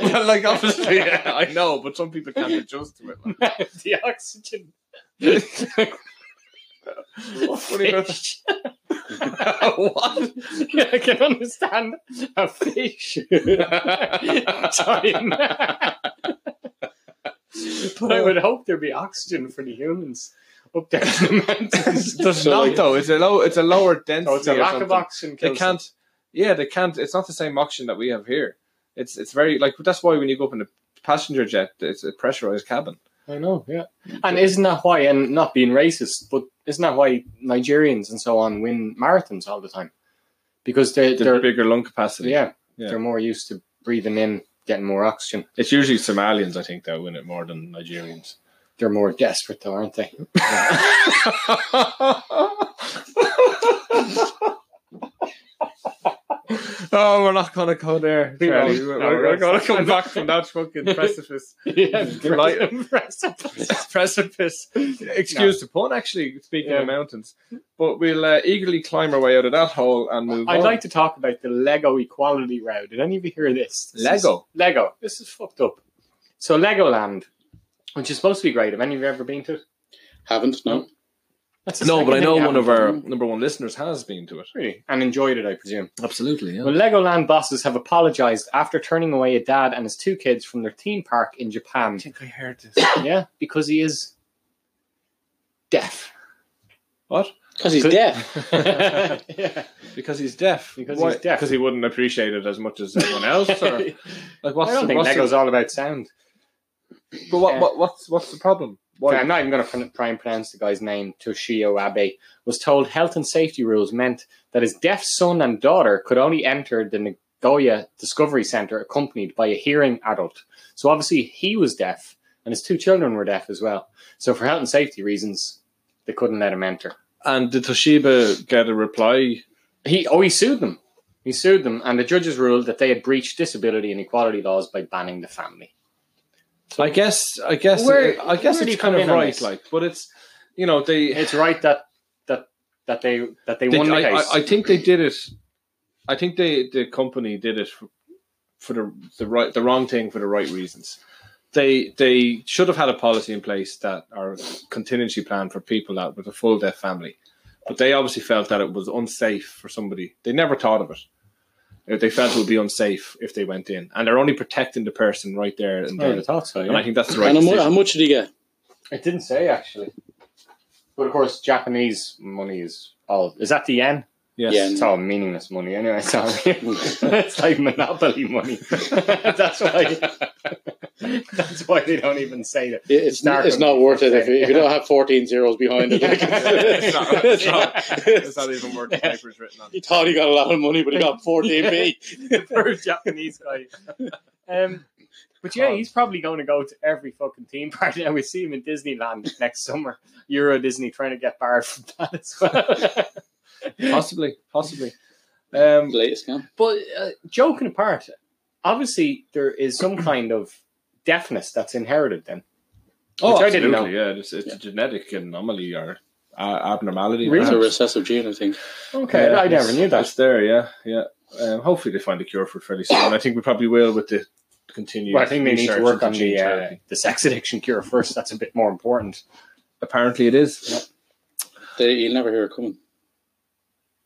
Speaker 1: Well, like obviously, yeah, I know, but some people can't adjust to it. Like.
Speaker 2: the oxygen.
Speaker 1: What are you gonna-
Speaker 2: Fish.
Speaker 1: what?
Speaker 2: Yeah, I can understand a fish time. but I would hope there'd be oxygen for the humans up there in the mountains.
Speaker 1: There's
Speaker 3: So,
Speaker 1: not
Speaker 3: like-
Speaker 1: though. It's a low. It's a lower density.
Speaker 2: So it's a
Speaker 1: or
Speaker 2: lack
Speaker 1: something.
Speaker 2: of oxygen.
Speaker 1: They
Speaker 2: kills them.
Speaker 1: can't. Yeah, they can't. It's not the same oxygen that we have here. It's it's very like that's why when you go up in a passenger jet, it's a pressurized cabin.
Speaker 2: I know, yeah. And isn't that why, and not being racist, but isn't that why Nigerians and so on win marathons all the time? Because they,
Speaker 1: There's
Speaker 2: they're,
Speaker 1: bigger lung capacity.
Speaker 2: yeah,
Speaker 1: Yeah.
Speaker 2: they're more used to breathing in, getting more oxygen.
Speaker 1: It's usually Somalians, I think, that win it more than Nigerians.
Speaker 2: They're more desperate, though, aren't they?
Speaker 1: oh, we're not going to go there,
Speaker 2: We
Speaker 1: Charlie.
Speaker 2: won't.
Speaker 1: We're,
Speaker 2: No, we're
Speaker 1: going
Speaker 2: not.
Speaker 1: to come back from that fucking precipice.
Speaker 2: yeah,
Speaker 1: Like-
Speaker 2: impressive.
Speaker 1: precipice. Excuse the pun, actually, speaking
Speaker 2: Yeah.
Speaker 1: of mountains. But we'll uh, eagerly climb our way out of that hole and move
Speaker 2: I'd
Speaker 1: on.
Speaker 2: like to talk about the Lego equality row. Did any of you hear this? This
Speaker 1: Lego?
Speaker 2: is- Lego. This is fucked up. So Legoland, which is supposed to be great. Have any of you ever been to it?
Speaker 3: Haven't, no.
Speaker 2: That's the
Speaker 1: no, but I
Speaker 2: second
Speaker 1: know
Speaker 2: thing
Speaker 1: one of
Speaker 2: haven't.
Speaker 1: our number one listeners has been to it.
Speaker 2: Really? And enjoyed it, I presume.
Speaker 1: Absolutely, yeah.
Speaker 2: Well, Legoland bosses have apologized after turning away a dad and his two kids from their theme park in Japan.
Speaker 1: think I heard this.
Speaker 2: yeah, because he is deaf.
Speaker 1: What?
Speaker 3: Because he's
Speaker 2: Could-
Speaker 3: deaf.
Speaker 2: yeah.
Speaker 1: Because he's deaf.
Speaker 2: Because
Speaker 1: Why-
Speaker 2: he's deaf.
Speaker 1: Because he wouldn't appreciate it as much as everyone else. Or,
Speaker 2: I
Speaker 1: like, what's,
Speaker 2: don't
Speaker 1: the,
Speaker 2: think
Speaker 1: what's,
Speaker 2: Lego's
Speaker 1: the,
Speaker 2: all about sound.
Speaker 1: but what,
Speaker 2: Yeah.
Speaker 1: what, what's, what's the problem?
Speaker 2: Okay, I'm not even going to pr- try and pronounce the guy's name. Toshio Abe was told health and safety rules meant that his deaf son and daughter could only enter the Nagoya Discovery Center accompanied by a hearing adult. So obviously he was deaf, and his two children were deaf as well. So for health and safety reasons, they couldn't let him enter.
Speaker 1: And did Toshiba get a reply?
Speaker 2: He oh he sued them. He sued them, and the judges ruled that they had breached disability and equality laws by banning the family.
Speaker 1: I guess, I guess,
Speaker 2: Where-
Speaker 1: I guess
Speaker 2: where do you
Speaker 1: it's kind
Speaker 2: come
Speaker 1: of
Speaker 2: in on
Speaker 1: right.
Speaker 2: this?
Speaker 1: Like, but it's, you know, they.
Speaker 2: It's right that that that they that they,
Speaker 1: they-
Speaker 2: won the
Speaker 1: I,
Speaker 2: case.
Speaker 1: I, I think they did it. I think they the company did it for, for the the right the wrong thing for the right reasons. They they should have had a policy in place that or contingency plan for people that with a full deaf family, but they obviously felt that it was unsafe for somebody. They never thought of it. They felt it would be unsafe if they went in, and they're only protecting the person right there and
Speaker 2: I would
Speaker 1: then.
Speaker 2: have Oh, thought so.
Speaker 1: And
Speaker 2: Yeah.
Speaker 1: I think that's the right
Speaker 3: And how mu- how
Speaker 1: decision.
Speaker 3: much did he get?
Speaker 2: It didn't say actually. But of course, Japanese money is all. Is that the yen?
Speaker 1: Yes.
Speaker 3: Yeah.
Speaker 2: It's all meaningless money anyway. Sorry, it's like monopoly money. that's why. that's why they don't even say that.
Speaker 3: It- It's,
Speaker 2: Start
Speaker 3: not, it's
Speaker 2: him.
Speaker 3: not worth it if, if you don't have 14 zeros behind it.
Speaker 2: Yeah.
Speaker 3: Like,
Speaker 1: It's not- it's
Speaker 2: not-
Speaker 1: It's not even worth the papers written on.
Speaker 3: He thought he got a lot of money, but he got 14p.
Speaker 2: Poor Japanese guy. Um, but yeah, he's probably going to go to every fucking theme park now. We see him in Disneyland next summer. Euro Disney trying to get barred from that as well.
Speaker 1: Possibly, possibly. Um,
Speaker 3: Latest scam.
Speaker 2: But uh, joking apart, obviously there is some kind of deafness that's inherited. Then
Speaker 1: Oh,
Speaker 2: Which I
Speaker 1: absolutely.
Speaker 2: didn't
Speaker 1: Yeah, it's, it's a genetic anomaly or uh, abnormality.
Speaker 2: Really?
Speaker 3: It's a
Speaker 1: perhaps.
Speaker 3: recessive gene, I think.
Speaker 2: okay,
Speaker 1: Yeah,
Speaker 2: I never
Speaker 1: it's-
Speaker 2: knew
Speaker 1: It's
Speaker 2: that.
Speaker 1: there, yeah, yeah. Um, hopefully, they find a cure for it fairly soon. I think we probably will with the continued.
Speaker 2: Well, I think they need to
Speaker 1: research
Speaker 2: work on
Speaker 1: into gene
Speaker 2: the uh,
Speaker 1: therapy.
Speaker 2: the sex addiction cure first. That's a bit more important.
Speaker 1: Apparently, it is
Speaker 3: They, you'll never hear it coming.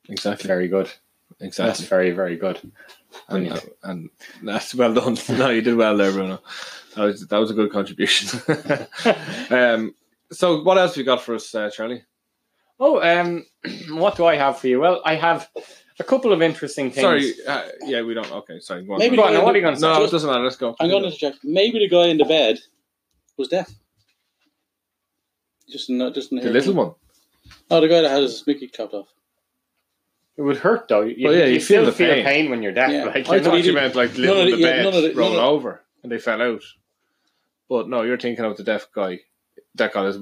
Speaker 1: exactly,
Speaker 2: Very good. That's
Speaker 1: exactly,
Speaker 2: very very good.
Speaker 1: and, uh,
Speaker 2: brilliant.
Speaker 1: and that's well done. no, you did well there, Bruno. That was that was a good contribution. um, so, what else have you got for us, uh, Charlie?
Speaker 2: Oh, um, what do I have for you? Well, I have a couple of interesting things.
Speaker 1: Sorry, uh, yeah, we don't. Okay, sorry. Go on,
Speaker 3: Maybe
Speaker 2: Go
Speaker 1: go on.
Speaker 2: on, now, what are you going to say?
Speaker 1: no, it doesn't matter. Let's go.
Speaker 3: I'm going to interject. Maybe the guy in the bed was deaf. Just not, just didn't
Speaker 1: the
Speaker 3: hear
Speaker 1: little
Speaker 3: it.
Speaker 1: one.
Speaker 3: Oh, the guy that had his Mickey chopped off.
Speaker 2: It would hurt though. You,
Speaker 1: Well, yeah,
Speaker 2: you,
Speaker 1: you
Speaker 2: still
Speaker 1: feel the
Speaker 2: feel pain.
Speaker 1: pain.
Speaker 2: when you're deaf.
Speaker 3: Yeah.
Speaker 2: Like,
Speaker 1: I
Speaker 2: you're
Speaker 3: thought
Speaker 1: thought
Speaker 2: not,
Speaker 3: you
Speaker 1: you
Speaker 3: did-
Speaker 1: meant like
Speaker 3: none
Speaker 1: little
Speaker 3: of
Speaker 1: on
Speaker 3: the-
Speaker 1: the
Speaker 3: yeah,
Speaker 1: bed,
Speaker 3: none of the-
Speaker 1: rolled
Speaker 3: none of-
Speaker 1: over, and they fell out. But no, you're thinking of the deaf guy that got his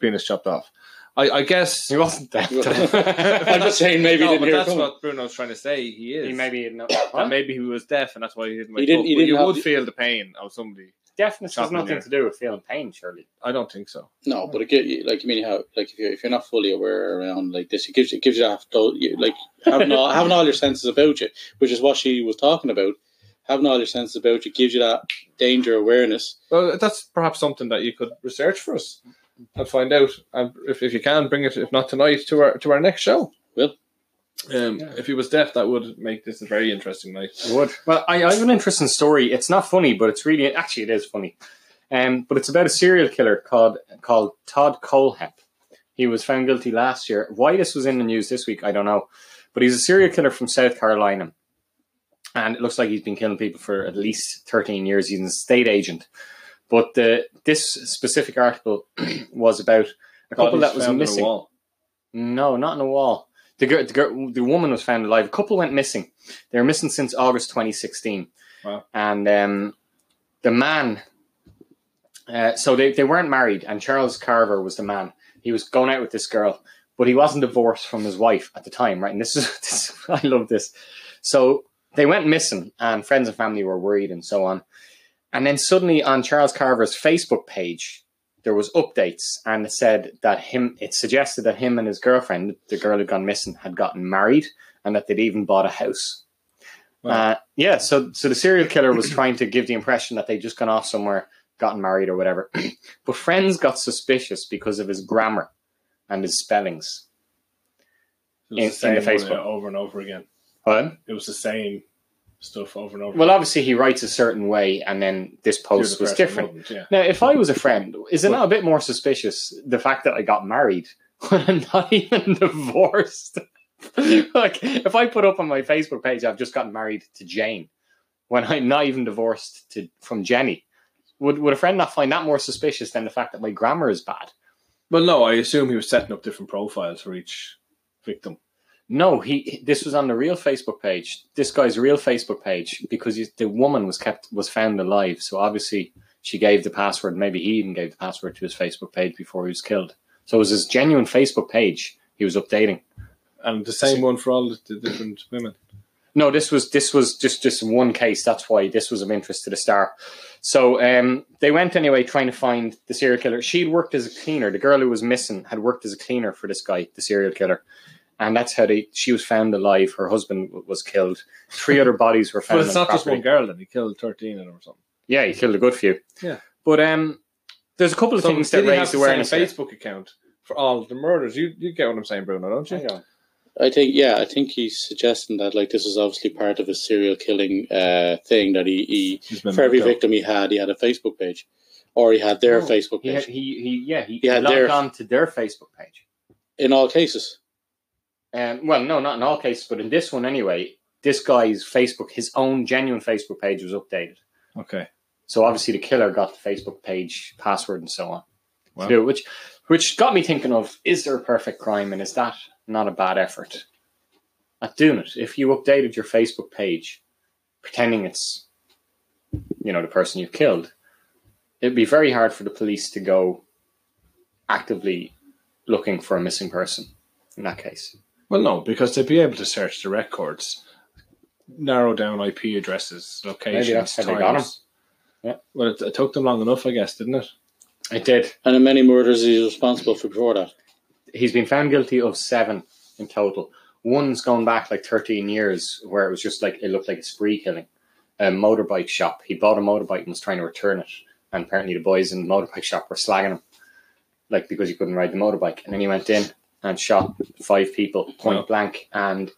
Speaker 1: penis chopped off. I, I guess.
Speaker 2: he wasn't deaf.
Speaker 3: You-
Speaker 2: though.
Speaker 3: I'm just saying, maybe
Speaker 1: no,
Speaker 3: he
Speaker 1: but
Speaker 3: didn't hear it
Speaker 1: that's
Speaker 3: coming.
Speaker 1: what Bruno's trying to say. He is.
Speaker 2: he maybe didn't know.
Speaker 1: that maybe he was deaf, and that's why he didn't.
Speaker 3: He
Speaker 1: wake
Speaker 3: didn't-
Speaker 1: up.
Speaker 3: he
Speaker 1: But
Speaker 3: didn't
Speaker 1: you
Speaker 3: have
Speaker 1: would
Speaker 3: the-
Speaker 1: feel the pain of somebody
Speaker 2: deafness has
Speaker 1: Chopping
Speaker 2: nothing
Speaker 1: there.
Speaker 2: to do with feeling pain, surely.
Speaker 1: I don't think so.
Speaker 3: No, but it gi- like you mean how like if you're if you're not fully aware around like this, it gives it gives you half do- you- like having all having all your senses about you, which is what she was talking about. Having all your senses about you gives you that danger awareness.
Speaker 1: Well, that's perhaps something that you could research for us and find out. And if, if you can, bring it, if not tonight, to our to our next show.
Speaker 3: Will.
Speaker 1: Um, If he was deaf, that would make this a very interesting night.
Speaker 2: I would. Well, I, I have an interesting story. It's not funny, but it's really actually it is funny. Um, but it's about a serial killer called called Todd Colehep. He was found guilty last year. Why this was in the news this week, I don't know. But he's a serial killer from South Carolina, and it looks like he's been killing people for at least thirteen years. He's an estate agent. But the, this specific article was about a
Speaker 1: Bodies
Speaker 2: couple that was
Speaker 1: found on a
Speaker 2: missing.
Speaker 1: wall.
Speaker 2: No, not in a wall. The girl, the, girl, the woman was found alive. A couple went missing. They were missing since August 2016.
Speaker 1: Wow.
Speaker 2: And um, the man, uh, so they, they weren't married, and Charles Carver was the man. He was going out with this girl, but he wasn't divorced from his wife at the time, right? And this is, this, I love this. So they went missing, and friends and family were worried and so on. And then suddenly on Charles Carver's Facebook page, there was updates and it said that him it suggested that him and his girlfriend the girl who'd gone missing had gotten married and that they'd even bought a house
Speaker 1: Wow.
Speaker 2: uh, yeah so so the serial killer was trying to give the impression that they'd just gone off somewhere gotten married or whatever but friends got suspicious because of his grammar and his spellings
Speaker 1: It
Speaker 2: In-
Speaker 1: was the
Speaker 2: in the
Speaker 1: same one,
Speaker 2: Facebook.
Speaker 1: uh, over and over again. It was the same stuff over and over.
Speaker 2: well obviously he writes a certain way and then this
Speaker 1: You're
Speaker 2: post
Speaker 1: the
Speaker 2: was
Speaker 1: person
Speaker 2: different
Speaker 1: wouldn't, Yeah.
Speaker 2: Now, if I was a friend, is it not a bit more suspicious the fact that I got married when I'm not even divorced? like, if I put up on my Facebook page, I've just gotten married to Jane when I'm not even divorced to from Jenny. Would, would a friend not find that more suspicious than the fact that my grammar is bad?
Speaker 1: Well, no, I assume he was setting up different profiles for each victim.
Speaker 2: No, he. This was on the real Facebook page. This guy's real Facebook page because he, the woman was kept was found alive. So obviously she gave the password. Maybe he even gave the password to his Facebook page before he was killed. So it was his genuine Facebook page he was updating.
Speaker 1: And the same one for all the different women.
Speaker 2: No, this was this was just just one case. That's why this was of interest to the star. So um, they went anyway, trying to find the serial killer. She'd worked as a cleaner. The girl who was missing had worked as a cleaner for this guy, the serial killer, and that's how they. She was found alive. Her husband w- was killed. Three other bodies were found.
Speaker 1: But it's
Speaker 2: on
Speaker 1: not
Speaker 2: the
Speaker 1: just
Speaker 2: property.
Speaker 1: one girl, then he killed 13 of them or something.
Speaker 2: Yeah, he killed a good few.
Speaker 1: Yeah.
Speaker 2: but um, there's a couple of
Speaker 1: So
Speaker 2: things
Speaker 1: did
Speaker 2: that
Speaker 1: he have
Speaker 2: raised
Speaker 1: the same
Speaker 2: awareness. here.
Speaker 1: Facebook account for all the murders? You you get what I'm saying, Bruno, don't you?
Speaker 2: Hang on.
Speaker 3: I think yeah, I think he's suggesting that like this is obviously part of his serial killing uh, thing that he, he
Speaker 1: He's been
Speaker 3: for every
Speaker 1: killed.
Speaker 3: victim he had, he had a Facebook page, or he had their
Speaker 2: No,
Speaker 3: Facebook
Speaker 2: He,
Speaker 3: page.
Speaker 2: had- he, he, yeah, he,
Speaker 3: Yeah,
Speaker 2: logged
Speaker 3: their-
Speaker 2: on to their Facebook page.
Speaker 3: in all cases,
Speaker 2: Um, well, no, not in all cases, but in this one anyway, this guy's Facebook, his own genuine Facebook page was updated.
Speaker 1: Okay.
Speaker 2: So obviously the killer got the Facebook page password and so on.
Speaker 1: Wow.
Speaker 2: To do it, which which got me thinking of is there a perfect crime and is that not a bad effort? At doing it, if you updated your Facebook page pretending it's you know the person you've killed, it'd be very hard for the police to go actively looking for a missing person in that case.
Speaker 1: Well, no, because they'd be able to search the records, narrow down IP addresses, locations,
Speaker 2: Maybe that's how they got
Speaker 1: times.
Speaker 2: him. Yeah.
Speaker 1: Well, it, it took them long enough, I guess, didn't it?
Speaker 2: It did.
Speaker 3: and in many murders he's responsible for before that.
Speaker 2: he's been found guilty of seven in total. One's gone back like 13 years where it was just like it looked like a spree killing. A motorbike shop. He bought a motorbike and was trying to return it. And apparently the boys in the motorbike shop were slagging him. Like because he couldn't ride the motorbike. And then he went in and shot five people point
Speaker 1: Wow.
Speaker 2: blank and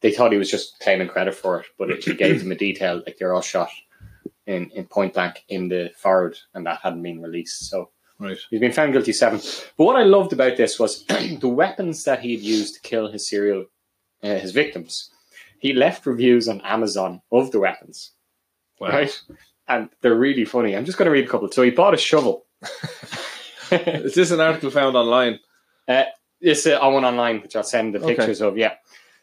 Speaker 2: they thought he was just claiming credit for it, but it, he gave them a detail like they're all shot in, in point blank in the forehead and that hadn't been released. So
Speaker 1: Right.
Speaker 2: He's been found guilty seven. But what I loved about this was the weapons that he had used to kill his serial uh, his victims. He left reviews on Amazon of the weapons,
Speaker 1: Wow.
Speaker 2: right? And they're really funny. I'm just going to read a couple. So he bought a shovel.
Speaker 1: Is this an article found online?
Speaker 2: It's uh, on one online, which I'll send the
Speaker 1: Okay.
Speaker 2: pictures of. Yeah.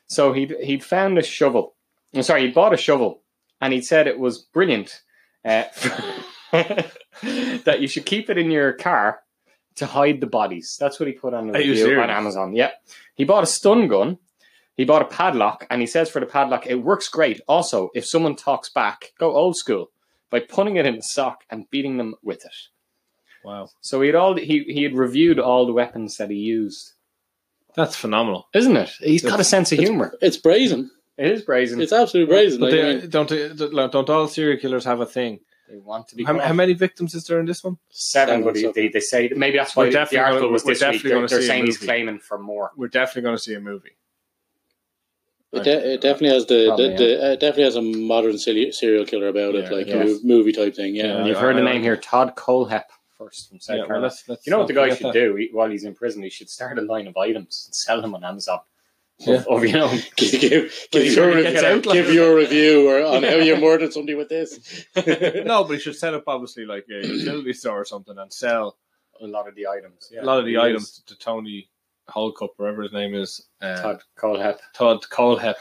Speaker 2: So he he found a shovel. I'm sorry, he bought a shovel, and he said it was brilliant uh, that you should keep it in your car to hide the bodies. That's what he put on the
Speaker 1: Are you
Speaker 2: review on
Speaker 1: serious?
Speaker 2: Amazon. Yeah. He bought a stun gun. He bought a padlock, and he says for the padlock, it works great. Also, if someone talks back, go old school. by putting it in a sock and beating them with it.
Speaker 1: Wow,
Speaker 2: So he had all he he had reviewed all the weapons that he used,
Speaker 1: that's phenomenal.
Speaker 2: isn't it? He's got a sense of
Speaker 3: it's-
Speaker 2: humor.
Speaker 3: It's brazen.
Speaker 2: It is brazen.
Speaker 3: It's absolutely brazen.
Speaker 1: But
Speaker 3: Like, I
Speaker 1: they,
Speaker 3: mean,
Speaker 1: don't they- don't all serial killers have a thing?
Speaker 2: they want to be
Speaker 1: How,
Speaker 2: caught.
Speaker 1: how many victims is there in this one?
Speaker 2: seven,
Speaker 3: Seven,
Speaker 2: but he-
Speaker 3: seven.
Speaker 2: they, they say maybe that's why
Speaker 1: We're
Speaker 2: the- the
Speaker 1: definitely
Speaker 2: article
Speaker 1: gonna-
Speaker 2: was
Speaker 1: we're
Speaker 2: this week.
Speaker 1: definitely
Speaker 2: They're,
Speaker 1: gonna
Speaker 2: they're
Speaker 1: see a
Speaker 2: saying he's
Speaker 1: movie.
Speaker 2: claiming for more.
Speaker 1: We're definitely going to see a movie.
Speaker 3: it, de- it definitely has the,
Speaker 2: Probably,
Speaker 3: the, the uh, it definitely has a modern serial serial killer about it,
Speaker 1: Yeah,
Speaker 3: like
Speaker 2: yeah.
Speaker 3: a mov- movie type thing. Yeah,
Speaker 1: Yeah.
Speaker 2: And you've
Speaker 1: I-
Speaker 2: heard
Speaker 1: I
Speaker 2: the
Speaker 1: like
Speaker 2: name here, Todd Colehep, first from South
Speaker 1: Yeah, well,
Speaker 2: Carolina.
Speaker 1: let's- let's
Speaker 2: you know what the
Speaker 1: not
Speaker 2: guy
Speaker 1: forget
Speaker 2: should
Speaker 1: that.
Speaker 2: do he, while he's in prison? He should start a line of items and sell them on Amazon. Of-
Speaker 1: Yeah.
Speaker 2: Of, you know,
Speaker 3: give, give,
Speaker 1: But
Speaker 3: give,
Speaker 1: he
Speaker 3: your,
Speaker 1: already gets
Speaker 3: review,
Speaker 1: out like
Speaker 3: give
Speaker 1: that.
Speaker 3: your review or on how you murdered somebody with this.
Speaker 1: No, but he should set up obviously like a utility store or something and sell
Speaker 2: a lot of the items. Yeah.
Speaker 1: a lot of the
Speaker 2: He
Speaker 1: items
Speaker 2: is
Speaker 1: to Tony Holcup, whatever his name is, uh, Todd.
Speaker 2: Todd Colehep.
Speaker 1: Colehep,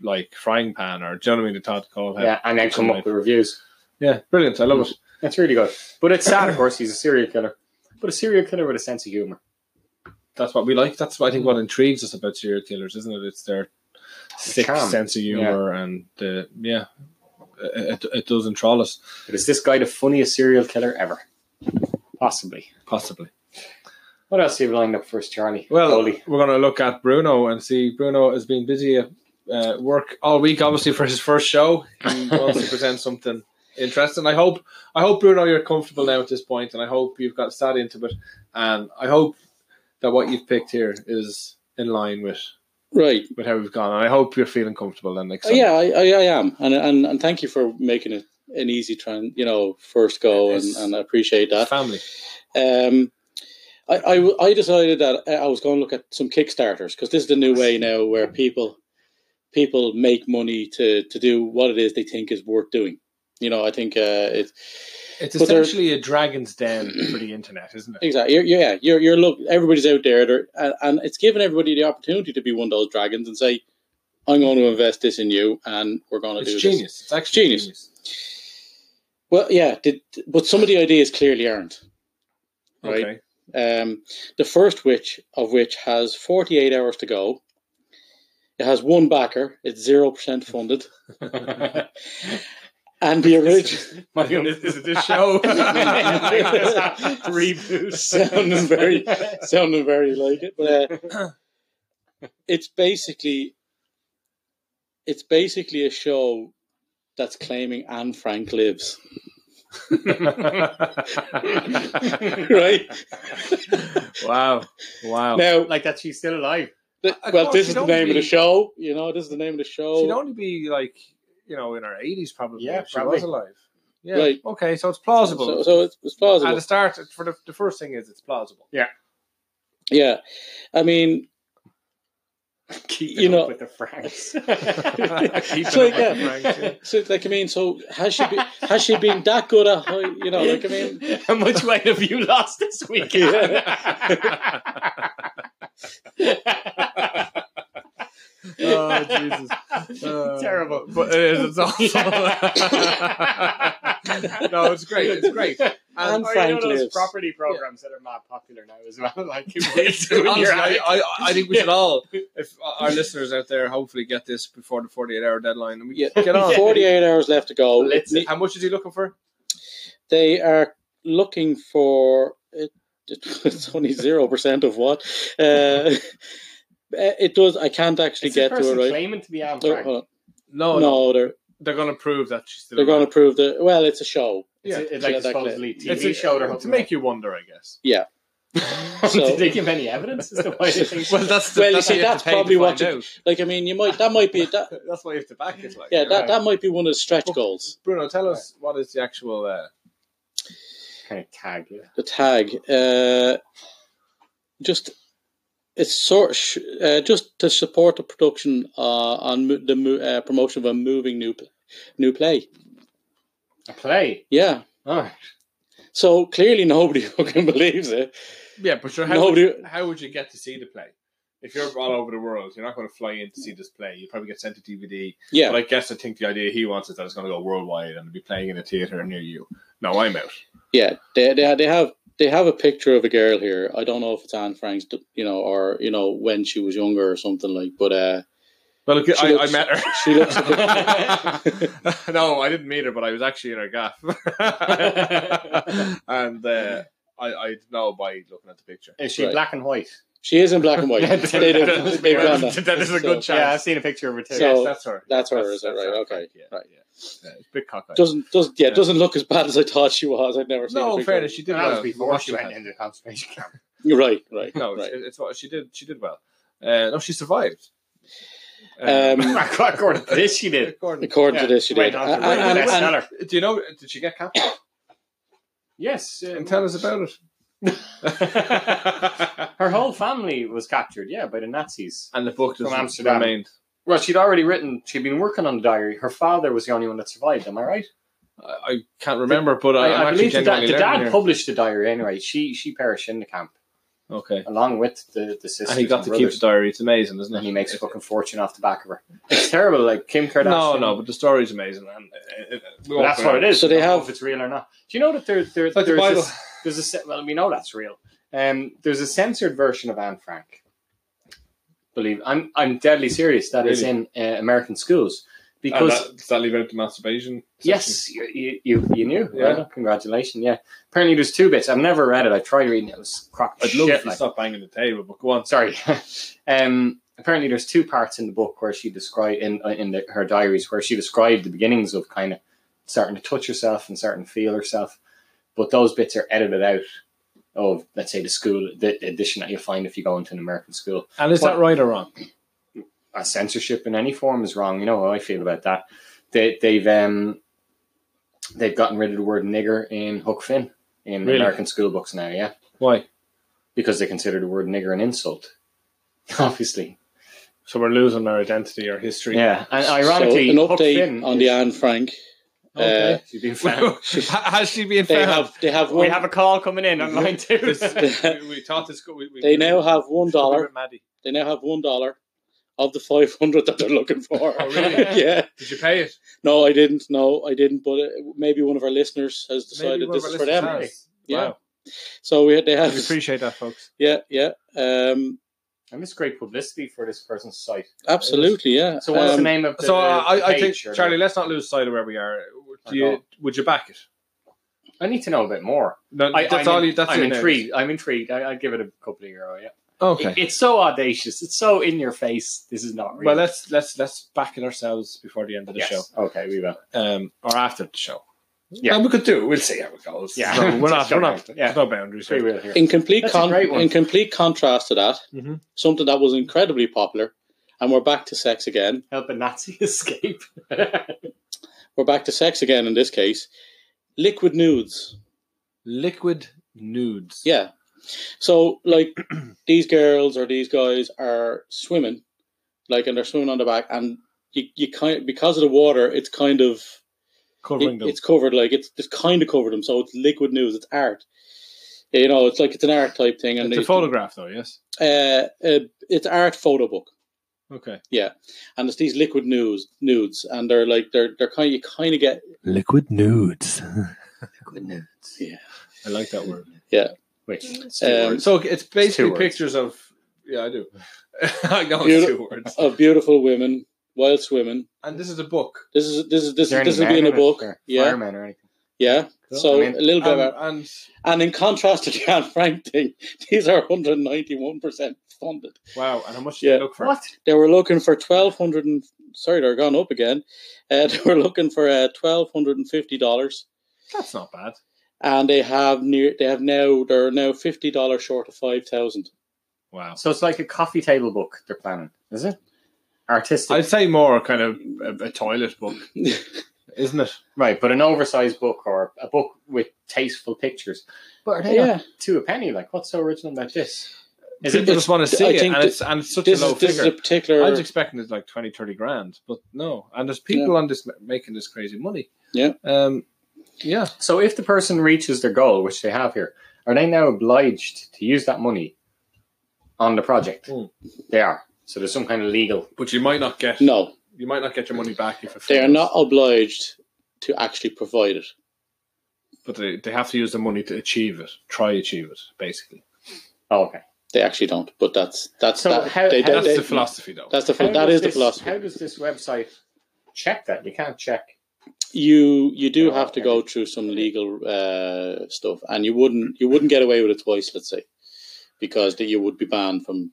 Speaker 1: like frying pan, or do you know what I mean? The Todd Colehep.
Speaker 2: Yeah, and then come up with reviews.
Speaker 1: Yeah, brilliant. I love it.
Speaker 2: That's really good. But it's sad, of course. He's a serial killer. But a serial killer with a sense of humor.
Speaker 1: That's what we like. That's what I think what intrigues us about serial killers, isn't it? It's their sick
Speaker 2: charm.
Speaker 1: sense of humor and the yeah, it, it- it does enthrall us
Speaker 2: But is this guy the funniest serial killer ever? Possibly.
Speaker 1: possibly.
Speaker 2: What else have you lined up for us, Charlie?
Speaker 1: Well,
Speaker 2: Holy.
Speaker 1: we're going to look at Bruno and see. Bruno has been busy at uh, work all week, obviously for his first show. He wants to present something interesting. I hope, I hope Bruno, you're comfortable now at this point, and I hope you've got sat into it, and I hope that what you've picked here is in line with
Speaker 3: Right.
Speaker 1: with how we've gone, and I hope you're feeling comfortable then next
Speaker 3: Uh,
Speaker 1: time.
Speaker 3: yeah, I, I, I am, and, and and thank you for making it an easy tran you know, first go, and,
Speaker 1: Yes.
Speaker 3: and I appreciate that.
Speaker 1: family.
Speaker 3: Um, I, I w- I decided that I was going to look at some Kickstarters because this is the new way now where people people make money to to do what it is they think is worth doing. You know, I think uh, it's
Speaker 1: It's
Speaker 3: But they're-
Speaker 1: essentially a dragon's den for the internet, isn't it?
Speaker 3: exactly you're, yeah. You're you're look. Everybody's out there, they're- and, and it's giving everybody the opportunity to be one of those dragons and say, "I'm going to invest this in you, and we're going to do
Speaker 1: It's
Speaker 3: this."
Speaker 1: genius. It's actually
Speaker 3: Genius.
Speaker 1: genius.
Speaker 3: Well, yeah, did, but some of the ideas clearly aren't. Right.
Speaker 1: Okay.
Speaker 3: Um, the first which of which has 48 hours to go. It has one backer. It's zero percent funded, and the original
Speaker 2: My
Speaker 1: Is, is it this show?
Speaker 2: Reboot.
Speaker 3: sounding very sounding very like it. But uh, it's basically it's basically a show that's claiming Anne Frank lives, right?
Speaker 1: wow! Wow!
Speaker 3: Now,
Speaker 2: like that she's still alive.
Speaker 3: th-
Speaker 1: of
Speaker 3: well,
Speaker 1: course,
Speaker 3: this
Speaker 1: you
Speaker 3: is the
Speaker 1: don't
Speaker 3: name of the
Speaker 1: really-
Speaker 3: show. You know, this is the name of the
Speaker 1: She'd
Speaker 3: show.
Speaker 1: only be like you know in her eighties probably.
Speaker 2: Yeah,
Speaker 1: if she
Speaker 2: probably.
Speaker 1: was alive. Yeah.
Speaker 3: Right.
Speaker 1: Okay, so it's plausible.
Speaker 3: So, so it's, it's plausible.
Speaker 1: At the start, for the, the first thing is it's plausible.
Speaker 3: Yeah, I mean,
Speaker 2: Keep
Speaker 3: You know-
Speaker 2: with the Franks.
Speaker 1: Keeping
Speaker 3: So,
Speaker 1: up with
Speaker 3: yeah.
Speaker 1: Frank, yeah.
Speaker 3: so like I mean, so has she been, has she been that good Oh, at high, you know? Like I mean,
Speaker 2: how much weight have you lost this week?
Speaker 1: Oh Jesus! Uh,
Speaker 2: Terrible.
Speaker 1: but it is. It's awful. no, it's great. It's great.
Speaker 3: Anne
Speaker 1: And
Speaker 2: Or, you know
Speaker 3: Frank
Speaker 2: those
Speaker 3: lives.
Speaker 2: property programs that are mad popular now as well. Like
Speaker 1: honestly, I, I, I think we should all, if our listeners out there, hopefully get this before the forty-eight hour deadline. And we
Speaker 3: Yeah.
Speaker 1: get on.
Speaker 3: Forty-eight hours left to go.
Speaker 2: Blitz it.
Speaker 1: How much is he looking for?
Speaker 3: They are looking for it, it's only zero percent of what. Uh, it does. I can't actually
Speaker 2: It's
Speaker 3: get
Speaker 2: a
Speaker 3: to
Speaker 2: person
Speaker 3: it right.
Speaker 2: claiming to be Anne
Speaker 3: So,
Speaker 2: Frank.
Speaker 1: oh,
Speaker 3: hold on.
Speaker 1: No, no.
Speaker 3: no, they're
Speaker 1: They're going to prove that she's still.
Speaker 3: they're going
Speaker 1: alive.
Speaker 3: to prove that. Well, it's a show.
Speaker 2: It's
Speaker 1: Yeah.
Speaker 2: a- it's like
Speaker 3: Yeah, that clip.
Speaker 2: supposedly TV
Speaker 1: It's a-
Speaker 2: show. they're
Speaker 1: to
Speaker 2: hoping
Speaker 1: make you wonder, I guess.
Speaker 2: on.
Speaker 3: So-
Speaker 2: Did they give any evidence as to why they think?
Speaker 1: Well, that's the,
Speaker 3: the- Well, you
Speaker 1: that's
Speaker 3: that's see, what you have that's to pay to probably what find Like I mean, you might that might be that.
Speaker 1: That's why you have to back it. Like,
Speaker 3: Yeah,
Speaker 1: you know.
Speaker 3: that, that might be one of the stretch goals.
Speaker 1: Bruno, tell us what is the actual. Uh,
Speaker 2: kind of tag. Yeah.
Speaker 3: the tag. Uh, just it's sort sh- uh, just to support the production uh, on mo- the mo- uh, promotion of a moving new pl- new play.
Speaker 2: A play.
Speaker 3: Yeah.
Speaker 2: Alright.
Speaker 3: So clearly nobody fucking believes it.
Speaker 1: yeah, but sure, how,
Speaker 3: Nobody.
Speaker 1: would, how would you get to see the play? If you're all over the world, you're not going to fly in to see this play. You probably get sent a DVD.
Speaker 3: Yeah.
Speaker 1: But I guess I think the idea he wants is that it's going to go worldwide and be playing in a theater near you. No, I'm out.
Speaker 3: Yeah. They, they they have they have a picture of a girl here. I don't know if it's Anne Frank's, you know, or you know when she was younger or something like. But uh,
Speaker 1: Well, look,
Speaker 3: She
Speaker 1: I,
Speaker 3: looks-
Speaker 1: I met her.
Speaker 3: she looks a bit-
Speaker 1: no, I didn't meet her, but I was actually in her gaff, and uh, I I know by looking at the picture.
Speaker 2: Is she
Speaker 3: Right.
Speaker 2: black and white?
Speaker 3: She is in black and white. they do. They've done that.
Speaker 1: that is a good
Speaker 3: So-
Speaker 1: chance.
Speaker 2: Yeah, I've seen a picture of her too.
Speaker 3: So-
Speaker 1: yes, that's her.
Speaker 3: That's her,
Speaker 1: That's-
Speaker 3: is it
Speaker 1: that's
Speaker 3: right?
Speaker 1: her,
Speaker 3: Okay,
Speaker 1: yeah.
Speaker 3: right.
Speaker 1: Yeah, it's a bit cockeyed.
Speaker 3: Doesn't doesn't yeah,
Speaker 1: Yeah.
Speaker 3: doesn't look as bad as I thought she was. I've never seen. a
Speaker 1: no, in
Speaker 3: picture
Speaker 1: fairness,
Speaker 3: of
Speaker 1: Oh, she did
Speaker 2: that was
Speaker 1: well.
Speaker 2: before she
Speaker 1: Well,
Speaker 2: went into the concentration camp.
Speaker 3: her. Right, right,
Speaker 1: No,
Speaker 3: right.
Speaker 1: it's, it's what she did. She did well. Uh, no, she survived.
Speaker 3: Um,
Speaker 2: According to this, she did.
Speaker 1: According-
Speaker 3: According to
Speaker 2: Uh, Yeah,
Speaker 3: this, she
Speaker 2: went
Speaker 3: did.
Speaker 2: on
Speaker 3: And,
Speaker 2: to write
Speaker 3: and-
Speaker 2: the
Speaker 3: and-
Speaker 2: bestseller.
Speaker 1: do you know? Did she get captured?
Speaker 2: Yes, uh,
Speaker 1: And tell us about it.
Speaker 2: her whole family was captured. Yeah, by the Nazis.
Speaker 1: and the book
Speaker 2: From
Speaker 1: just
Speaker 2: Amsterdam.
Speaker 1: remained.
Speaker 2: Well, she'd already written. She'd been working on the diary. Her father was the only one that survived. Am I right?
Speaker 1: I I can't remember, but I,
Speaker 2: I,
Speaker 1: I'm
Speaker 2: I
Speaker 1: actually
Speaker 2: believe the dad,
Speaker 1: genuinely
Speaker 2: the
Speaker 1: learning
Speaker 2: dad
Speaker 1: here.
Speaker 2: published the diary anyway. She she perished in the camp
Speaker 1: Okay,
Speaker 2: along with the the sisters.
Speaker 1: and he got to keep the
Speaker 2: brothers,
Speaker 1: diary. It's amazing, isn't it?
Speaker 2: and he makes a fucking fortune off the back of her. It's terrible. Like Kim Kardashian.
Speaker 1: no, no, but the story's amazing, man. Uh, uh, we
Speaker 2: But
Speaker 1: won't
Speaker 2: that's
Speaker 1: go
Speaker 2: what it is.
Speaker 3: So
Speaker 2: So
Speaker 3: they
Speaker 2: they
Speaker 3: have-
Speaker 2: have if it's real or not. Do you know that there, there,
Speaker 1: like the
Speaker 2: there's
Speaker 1: Bible.
Speaker 2: this, there's a se- well, we know that's real. Um, there's a censored version of Anne Frank. Believe I'm I'm deadly serious. That is
Speaker 1: Really?
Speaker 2: in uh, American schools
Speaker 1: And
Speaker 2: because
Speaker 1: that, does that leave out the masturbation? section?
Speaker 2: yes, you you, you, you knew.
Speaker 1: Yeah.
Speaker 2: Well, congratulations. Yeah. Apparently there's two bits. I've never read it. I tried reading it. It was crock
Speaker 1: I'd
Speaker 2: shit.
Speaker 1: love if you
Speaker 2: like.
Speaker 1: stop banging the table, but go on.
Speaker 2: Sorry. um, apparently there's two parts in the book where she described in uh, in the, her diaries where she described the beginnings of kind of starting to touch herself and starting to feel herself, but those bits are edited out of let's say the school the edition that you'll find if you go into an American school.
Speaker 1: And is that right or wrong?
Speaker 2: Uh, censorship in any form is wrong. You know how I feel about that. They they've um they've gotten rid of the word nigger in Hook Finn in
Speaker 1: Really?
Speaker 2: American school books now. Yeah
Speaker 1: Why?
Speaker 2: because they consider the word nigger an insult. Obviously.
Speaker 1: So we're losing our identity, our history.
Speaker 2: Yeah. And
Speaker 3: so
Speaker 2: ironically,
Speaker 3: an
Speaker 2: Huck
Speaker 3: update
Speaker 2: Finn
Speaker 3: on
Speaker 2: is-
Speaker 3: the Anne Frank.
Speaker 2: Okay.
Speaker 3: Uh,
Speaker 2: She's been found.
Speaker 1: Has she been
Speaker 3: they
Speaker 1: found?
Speaker 3: have they have
Speaker 2: we
Speaker 3: one.
Speaker 2: have a call coming in on line two.
Speaker 1: This- we, we taught this. We, we,
Speaker 3: They now have one
Speaker 1: It's a bit
Speaker 3: dollar.
Speaker 1: Maddie.
Speaker 3: They now have one dollar of the five hundred that they're looking for.
Speaker 1: Oh, really?
Speaker 3: yeah.
Speaker 1: Did you pay it?
Speaker 3: No, I didn't. No, I didn't. But uh, maybe one of our listeners has
Speaker 1: Maybe
Speaker 3: decided
Speaker 1: one
Speaker 3: this
Speaker 1: of
Speaker 3: is
Speaker 1: our
Speaker 3: for
Speaker 1: listeners
Speaker 3: them.
Speaker 1: has.
Speaker 3: Yeah.
Speaker 1: Wow.
Speaker 3: So we they have.
Speaker 1: We appreciate that, folks.
Speaker 3: Yeah, yeah. Um,
Speaker 2: and it's great publicity for this person's site.
Speaker 3: absolutely, yeah.
Speaker 2: So what's
Speaker 3: Um,
Speaker 2: the name of the
Speaker 1: So uh,
Speaker 2: the
Speaker 1: I, I
Speaker 2: page
Speaker 1: think,
Speaker 2: or the-
Speaker 1: Charlie, let's not lose sight of where we are. Do you,
Speaker 2: know.
Speaker 1: would you back it?
Speaker 2: I need to know a bit more.
Speaker 1: No,
Speaker 2: I,
Speaker 1: that's
Speaker 2: I'm,
Speaker 1: all. You, that's
Speaker 2: I'm
Speaker 1: it now.
Speaker 2: intrigued. I'm intrigued. I, I'd give it a couple of euro, yeah.
Speaker 1: Okay.
Speaker 2: It- it's so audacious. It's so in your face. This is not real.
Speaker 1: well, let's let's let's back it ourselves before the end of the
Speaker 2: yes.
Speaker 1: show,
Speaker 2: Okay, we will.
Speaker 1: um, or after the show.
Speaker 2: Yeah.
Speaker 1: Well, we could do. it. We'll see how it goes.
Speaker 2: Yeah.
Speaker 1: No, we're not.
Speaker 2: Just
Speaker 1: We're
Speaker 2: don't
Speaker 1: not.
Speaker 2: know.
Speaker 1: There's no boundaries.
Speaker 2: We
Speaker 1: Here.
Speaker 2: will here.
Speaker 3: in complete
Speaker 2: That's a
Speaker 3: con-
Speaker 2: great one.
Speaker 3: in complete contrast to that,
Speaker 1: Mhm.
Speaker 3: something that was incredibly popular, and we're back to sex again.
Speaker 2: Help a Nazi escape.
Speaker 3: We're back to sex again in this case. Liquid nudes.
Speaker 1: Liquid nudes.
Speaker 3: Yeah. So like these girls or these guys are swimming, like and they're swimming on the back, and you, you kind because of the water, it's kind of
Speaker 1: Covering
Speaker 3: it-
Speaker 1: them.
Speaker 3: it's covered like it's, it's kind of covered them. So it's liquid news. It's art. You know, it's like it's an art type thing, and
Speaker 1: It's a
Speaker 3: they-
Speaker 1: photograph, though. Yes.
Speaker 3: uh, uh, it's art photo book,
Speaker 1: Okay.
Speaker 3: and it's these liquid nudes, nudes, and they're like they're they're kind. You kind of get
Speaker 4: Liquid nudes.
Speaker 1: I like that word.
Speaker 2: Wait.
Speaker 3: um,
Speaker 1: So it's basically
Speaker 2: words.
Speaker 1: pictures of. Yeah, I do. I know it's
Speaker 3: Beauti-
Speaker 1: two words.
Speaker 3: of beautiful women while swimming.
Speaker 1: And this is a book.
Speaker 3: This is this is this
Speaker 2: Is there
Speaker 3: is,
Speaker 2: any
Speaker 3: this will
Speaker 2: men
Speaker 3: be in a
Speaker 2: it?
Speaker 3: book.
Speaker 2: Or
Speaker 3: Yeah,
Speaker 2: Firemen or anything.
Speaker 3: yeah.
Speaker 1: Cool.
Speaker 3: So
Speaker 2: I mean,
Speaker 3: a little bit,
Speaker 1: Um,
Speaker 3: about,
Speaker 1: and
Speaker 3: and in contrast to the Anne Frank thing, these are 191 percent funded.
Speaker 1: wow, and how much do
Speaker 3: Yeah.
Speaker 1: you look for?
Speaker 2: What?
Speaker 3: They were looking for twelve hundred and sorry, they're gone up again. Uh, they were looking for uh, twelve hundred and fifty dollars,
Speaker 1: That's not bad.
Speaker 3: and they have near they have now they're now fifty dollars short of five thousand.
Speaker 1: Wow.
Speaker 2: So it's like a coffee table book they're planning, is it? Artistic,
Speaker 1: I'd say more kind of a, a toilet book, isn't it?
Speaker 2: right? But an oversized book or a book with tasteful pictures. But are they not
Speaker 3: yeah,
Speaker 2: two a penny? Like, what's so original about this? Is
Speaker 1: People
Speaker 2: it?
Speaker 1: just want to see
Speaker 3: I
Speaker 1: it,
Speaker 3: think
Speaker 1: and
Speaker 3: thi-
Speaker 1: it's and it's such
Speaker 3: this
Speaker 1: a low
Speaker 3: is this is a
Speaker 1: figure.
Speaker 3: particular.
Speaker 1: I was expecting it's like 20, 30 grand, but no. And there's people on this making this crazy money.
Speaker 3: Yeah.
Speaker 1: Um. Yeah.
Speaker 2: So if the person reaches their goal, which they have here, are they now obliged to use that money on the project?
Speaker 1: Hmm.
Speaker 2: They are. So there's some kind of legal.
Speaker 1: But you might not get.
Speaker 3: no,
Speaker 1: You might not get your money back if it
Speaker 3: they are
Speaker 1: fails.
Speaker 3: not obliged to actually provide it.
Speaker 1: But they, they have to use the money to achieve it. Try achieve it, basically.
Speaker 2: Oh, okay.
Speaker 3: They actually don't, but that's that's
Speaker 2: So
Speaker 3: that,
Speaker 2: how-
Speaker 3: they,
Speaker 2: how-
Speaker 3: they,
Speaker 1: That's
Speaker 3: they,
Speaker 1: the philosophy, though.
Speaker 3: that's the
Speaker 2: How
Speaker 3: phil- that
Speaker 2: does
Speaker 3: is the
Speaker 2: this-
Speaker 3: philosophy.
Speaker 2: How does this website check that? You can't check.
Speaker 3: you you do
Speaker 2: Yeah,
Speaker 3: have to
Speaker 2: okay.
Speaker 3: go through some legal uh, stuff, and you wouldn't you wouldn't get away with it twice, let's say, because that you would be banned from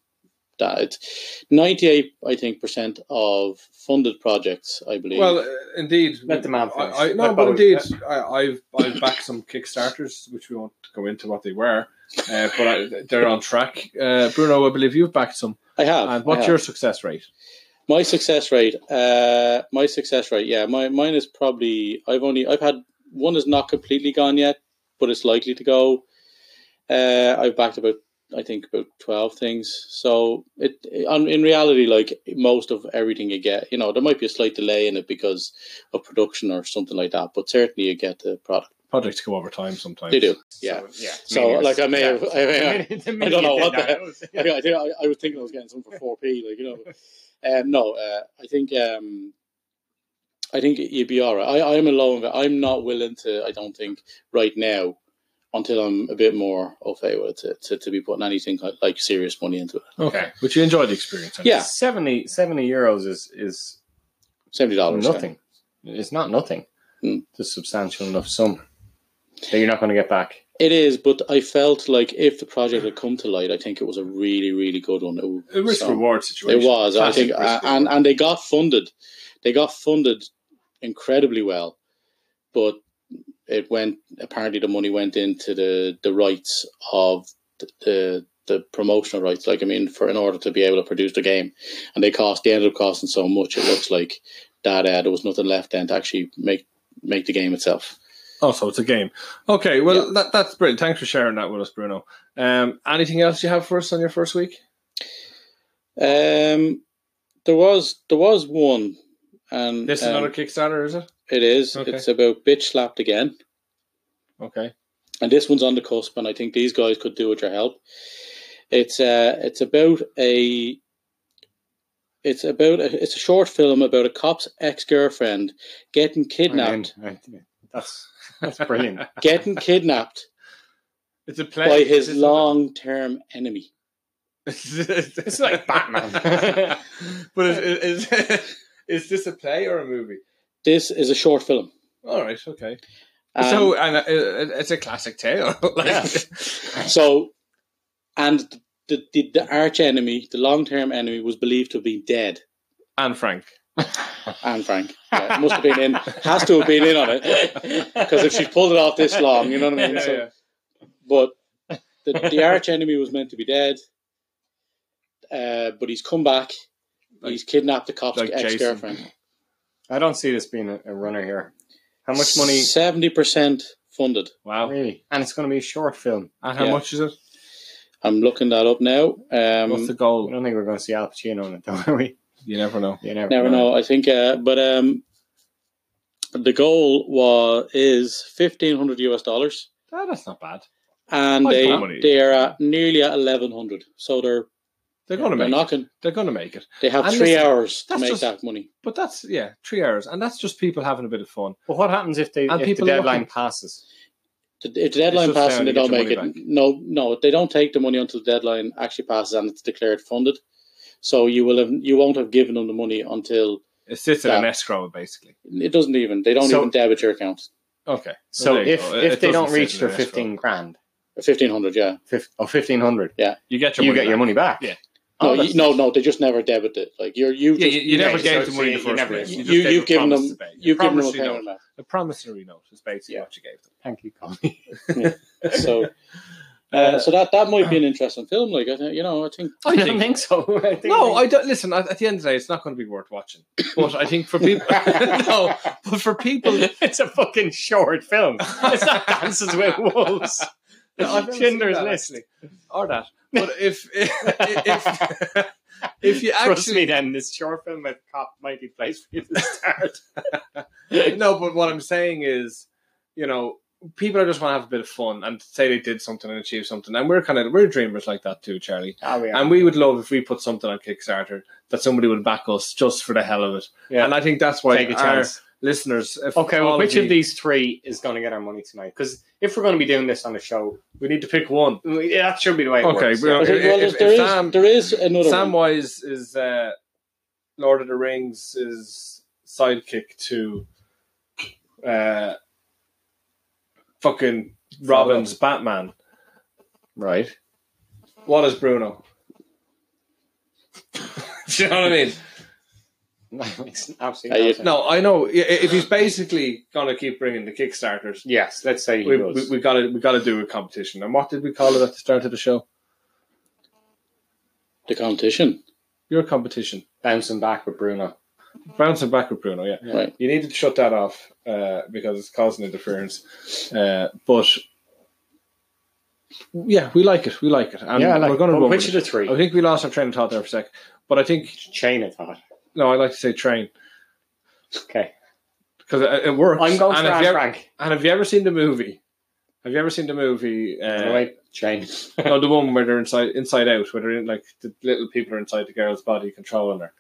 Speaker 3: that. It's ninety eight, I think, percent of funded projects, I believe.
Speaker 1: Well, uh, indeed.
Speaker 2: Let the man finish.
Speaker 1: I, I, no,
Speaker 2: Let
Speaker 1: but
Speaker 2: Bowie-
Speaker 1: indeed, I, I've I've backed some Kickstarters, which we won't go into what they were, uh, but I, they're on track. Uh, Bruno, I believe you've backed some.
Speaker 3: I have.
Speaker 1: And
Speaker 3: I
Speaker 1: what's
Speaker 3: have.
Speaker 1: your success rate?
Speaker 3: my success rate? Uh, my success rate, yeah, my mine is probably I've only I've had one is not completely gone yet, but it's likely to go. Uh, I've backed about I think about twelve things. So it on, in reality, like most of everything you get, you know, there might be a slight delay in it because of production or something like that, but certainly you get the product.
Speaker 1: Projects go over time sometimes.
Speaker 3: They do, yeah.
Speaker 2: So, yeah.
Speaker 3: So, like, I may have- I may have-
Speaker 2: I
Speaker 3: don't know what the hell. I, I, think I, I was thinking I was getting something for four p, like you know. Um, no, uh, I think um, I think you'd be all right. I, I'm a low. inv- I'm not willing to. I don't think right now until I'm a bit more au fait with it to, to, to be putting anything like, like serious money into it.
Speaker 1: Okay. But you enjoy the experience.
Speaker 3: Yeah.
Speaker 2: 70, 70 euros is, is
Speaker 3: Seventy dollars,
Speaker 2: nothing. It's not nothing.
Speaker 3: Hmm.
Speaker 2: It's a substantial enough sum that you're not going to get back.
Speaker 3: It is, but I felt like if the project had come to light, I think it was a really, really good one. It, was
Speaker 1: A risk
Speaker 3: so-
Speaker 1: reward situation.
Speaker 3: It was, I
Speaker 1: Classic
Speaker 3: think,
Speaker 1: risk
Speaker 3: uh, and
Speaker 1: reward.
Speaker 3: and they got funded. They got funded incredibly well, but it went. Apparently, the money went into the the rights of the. the the promotional rights, like I mean, for in order to be able to produce the game, and they cost they ended up costing so much. It looks like that uh, there was nothing left then to actually make make the game itself.
Speaker 1: Oh, so it's a game. Okay. Well, that, that's brilliant. Thanks for sharing that with us, Bruno. Um, anything else you have for us on your first week?
Speaker 3: Um, there was there was one, and
Speaker 1: This is
Speaker 3: um,
Speaker 1: another Kickstarter, is it?
Speaker 3: It is.
Speaker 1: Okay.
Speaker 3: It's about bitch slapped again.
Speaker 1: Okay.
Speaker 3: and this one's on the cusp, and I think these guys could do with your help. It's uh, it's about a it's about a, it's a short film about a cop's ex girlfriend getting kidnapped,
Speaker 2: I'm in. I- That's, that's brilliant.
Speaker 3: getting kidnapped
Speaker 1: It's a play.
Speaker 3: by his
Speaker 1: It's-
Speaker 3: long term enemy.
Speaker 1: it's
Speaker 2: like Batman.
Speaker 1: but is, is, is this a play or a movie?
Speaker 3: This is a short film.
Speaker 1: All right, okay.
Speaker 3: And
Speaker 1: so, and uh, it, it's a classic tale. like,
Speaker 3: Um, Yeah. so, and the the, the arch enemy, the long term enemy, was believed to be dead.
Speaker 1: Anne Frank.
Speaker 3: Anne Frank yeah, must have been in, has to have been in on it because if she pulled it off this long, you know what I mean.
Speaker 1: Yeah,
Speaker 3: So-
Speaker 1: yeah.
Speaker 3: But the, the arch enemy was meant to be dead. Uh, but he's come back.
Speaker 1: Like-
Speaker 3: he's kidnapped the cop's
Speaker 1: like Jason.
Speaker 3: ex girlfriend.
Speaker 2: I don't see this being a, a runner here. How much money?
Speaker 3: Seventy percent funded.
Speaker 1: Wow.
Speaker 2: Really? And it's going to be a short film.
Speaker 1: And how
Speaker 3: Yeah.
Speaker 1: much is it?
Speaker 3: I'm looking that up now.
Speaker 1: What's the
Speaker 3: Um,
Speaker 2: I
Speaker 1: goal?
Speaker 2: don't think we're going to see Al Pacino in it, though, are we?
Speaker 1: You never know.
Speaker 2: You never,
Speaker 3: never know. I think, uh, but um, the goal was is fifteen hundred US dollars,
Speaker 1: Ah, that's not bad.
Speaker 3: and
Speaker 1: Like
Speaker 3: they
Speaker 1: comedy.
Speaker 3: they are at nearly at eleven hundred. So they're
Speaker 1: They're going to
Speaker 3: they're
Speaker 1: make. It.
Speaker 3: knocking.
Speaker 1: They're going to make it.
Speaker 3: They have
Speaker 1: And
Speaker 3: three
Speaker 1: listen,
Speaker 3: hours to
Speaker 1: that's
Speaker 3: make
Speaker 1: just-
Speaker 3: that money.
Speaker 1: But that's yeah, three hours, and that's just people having a bit of fun.
Speaker 2: But what happens if, they,
Speaker 1: And
Speaker 2: if the
Speaker 1: people
Speaker 2: deadline
Speaker 1: looking-
Speaker 2: passes?
Speaker 3: The- If the deadline
Speaker 1: It's just
Speaker 3: passes
Speaker 1: down,
Speaker 3: and they
Speaker 1: you get
Speaker 3: don't
Speaker 1: your
Speaker 3: make it,
Speaker 1: money back.
Speaker 3: no, no, they don't take the money until the deadline actually passes and it's declared funded. So you will have, you won't have given them the money until
Speaker 1: It sits in an
Speaker 3: Yeah.
Speaker 1: escrow basically.
Speaker 3: it doesn't even they don't
Speaker 2: So-
Speaker 3: even debit your account.
Speaker 1: Okay. Well,
Speaker 2: So
Speaker 1: there you
Speaker 2: if,
Speaker 1: go. It-
Speaker 2: if
Speaker 1: it
Speaker 2: they
Speaker 1: doesn't
Speaker 2: don't
Speaker 1: sit
Speaker 2: reach
Speaker 1: in
Speaker 2: their
Speaker 1: an escrow.
Speaker 2: 15 grand
Speaker 3: Fifteen hundred, yeah.
Speaker 2: fif- or 1500,
Speaker 1: you get your
Speaker 2: you
Speaker 1: money
Speaker 2: get your
Speaker 1: back.
Speaker 2: money back.
Speaker 1: Yeah.
Speaker 3: No,
Speaker 2: Oh,
Speaker 3: you,
Speaker 2: that's-
Speaker 3: no, no, they just never debit it. Like you're you
Speaker 1: Yeah,
Speaker 3: just,
Speaker 1: you,
Speaker 3: you,
Speaker 1: you never
Speaker 2: yeah,
Speaker 1: gave
Speaker 2: so
Speaker 1: them money in the
Speaker 2: you
Speaker 1: first
Speaker 2: never-
Speaker 1: place.
Speaker 2: you
Speaker 1: just gave
Speaker 3: you've given
Speaker 1: promise
Speaker 3: them
Speaker 1: to pay. You
Speaker 3: you've given them a
Speaker 1: promised you
Speaker 3: payment back.
Speaker 1: A promissory note is basically
Speaker 3: Yeah.
Speaker 1: what you gave them.
Speaker 2: Thank you, Colin.
Speaker 3: So uh,
Speaker 1: Uh,
Speaker 3: so that that might be an interesting film. Like I think you know, I think
Speaker 2: I don't think so. I think
Speaker 1: no, I don't. Listen, at, at the end of the day, it's not going to be worth watching. But I think for people, no, but for people,
Speaker 2: it's a fucking short film. It's not Dances with Wolves.
Speaker 1: No, I've never
Speaker 2: It's
Speaker 1: seen
Speaker 2: Schindler's
Speaker 1: that,
Speaker 2: List.
Speaker 1: or that. But if if if, if you
Speaker 2: Trust
Speaker 1: actually
Speaker 2: me, then this short film with cop might be place for you to start.
Speaker 1: no, but what I'm saying is, you know, people are just want to have a bit of fun and say they did something and achieve something, and we're kind of we're dreamers like that too, Charlie.
Speaker 2: Ah, we
Speaker 1: And we would love if we put something on Kickstarter that somebody would back us just for the hell of it.
Speaker 2: Yeah.
Speaker 1: And I think that's why
Speaker 2: take a
Speaker 1: our,
Speaker 2: chance.
Speaker 1: listeners. If
Speaker 2: Okay,
Speaker 1: all
Speaker 2: well, which of
Speaker 1: the-
Speaker 2: these three is going to get our money tonight? Because if we're going to be doing this on the show,
Speaker 1: we need to pick one?
Speaker 2: we- yeah, that should be the way it
Speaker 1: Okay,
Speaker 2: works.
Speaker 1: well,
Speaker 2: yeah.
Speaker 3: Well, there-
Speaker 1: uh, if-
Speaker 3: well,
Speaker 1: if-
Speaker 3: there's-
Speaker 1: if
Speaker 3: there is
Speaker 1: Sam-
Speaker 3: there is another one.
Speaker 1: Samwise is uh, Lord of the Rings is sidekick to uh, fucking Robin's Batman.
Speaker 2: Right.
Speaker 1: What is Bruno? Do you know what I mean?
Speaker 2: Makes
Speaker 3: Are
Speaker 2: Absolutely.
Speaker 3: you-
Speaker 2: no sense.
Speaker 1: No, I know. i- If he's basically gonna keep bringing the kickstarters,
Speaker 2: Yes, let's say he
Speaker 1: we,
Speaker 2: does.
Speaker 1: we, we gotta we gotta do a competition. And what did we call it at the start of the show?
Speaker 3: The competition.
Speaker 1: Your competition.
Speaker 2: Bouncing back with Bruno.
Speaker 1: Bouncing back with Bruno, yeah.
Speaker 3: Right.
Speaker 1: You needed to shut that off uh, because it's causing interference. Uh, but yeah, we like it. We like it. And
Speaker 2: yeah, I like
Speaker 1: we're going to
Speaker 2: but
Speaker 1: run.
Speaker 2: Which of
Speaker 1: with
Speaker 2: the
Speaker 1: it.
Speaker 2: three?
Speaker 1: I think we lost our train of thought there for a sec. But I think,
Speaker 2: Chain of thought.
Speaker 1: no, I like to say train
Speaker 2: Okay.
Speaker 1: because it, it works.
Speaker 2: I'm going
Speaker 1: and
Speaker 2: for
Speaker 1: have you
Speaker 2: Anne
Speaker 1: ever,
Speaker 2: Frank.
Speaker 1: And have you ever seen the movie? Have you ever seen the movie?
Speaker 2: Uh,
Speaker 1: Uh,
Speaker 2: Wait, chain.
Speaker 1: no, the one where they're inside inside out, where they're in, like the little people are inside the girl's body, controlling her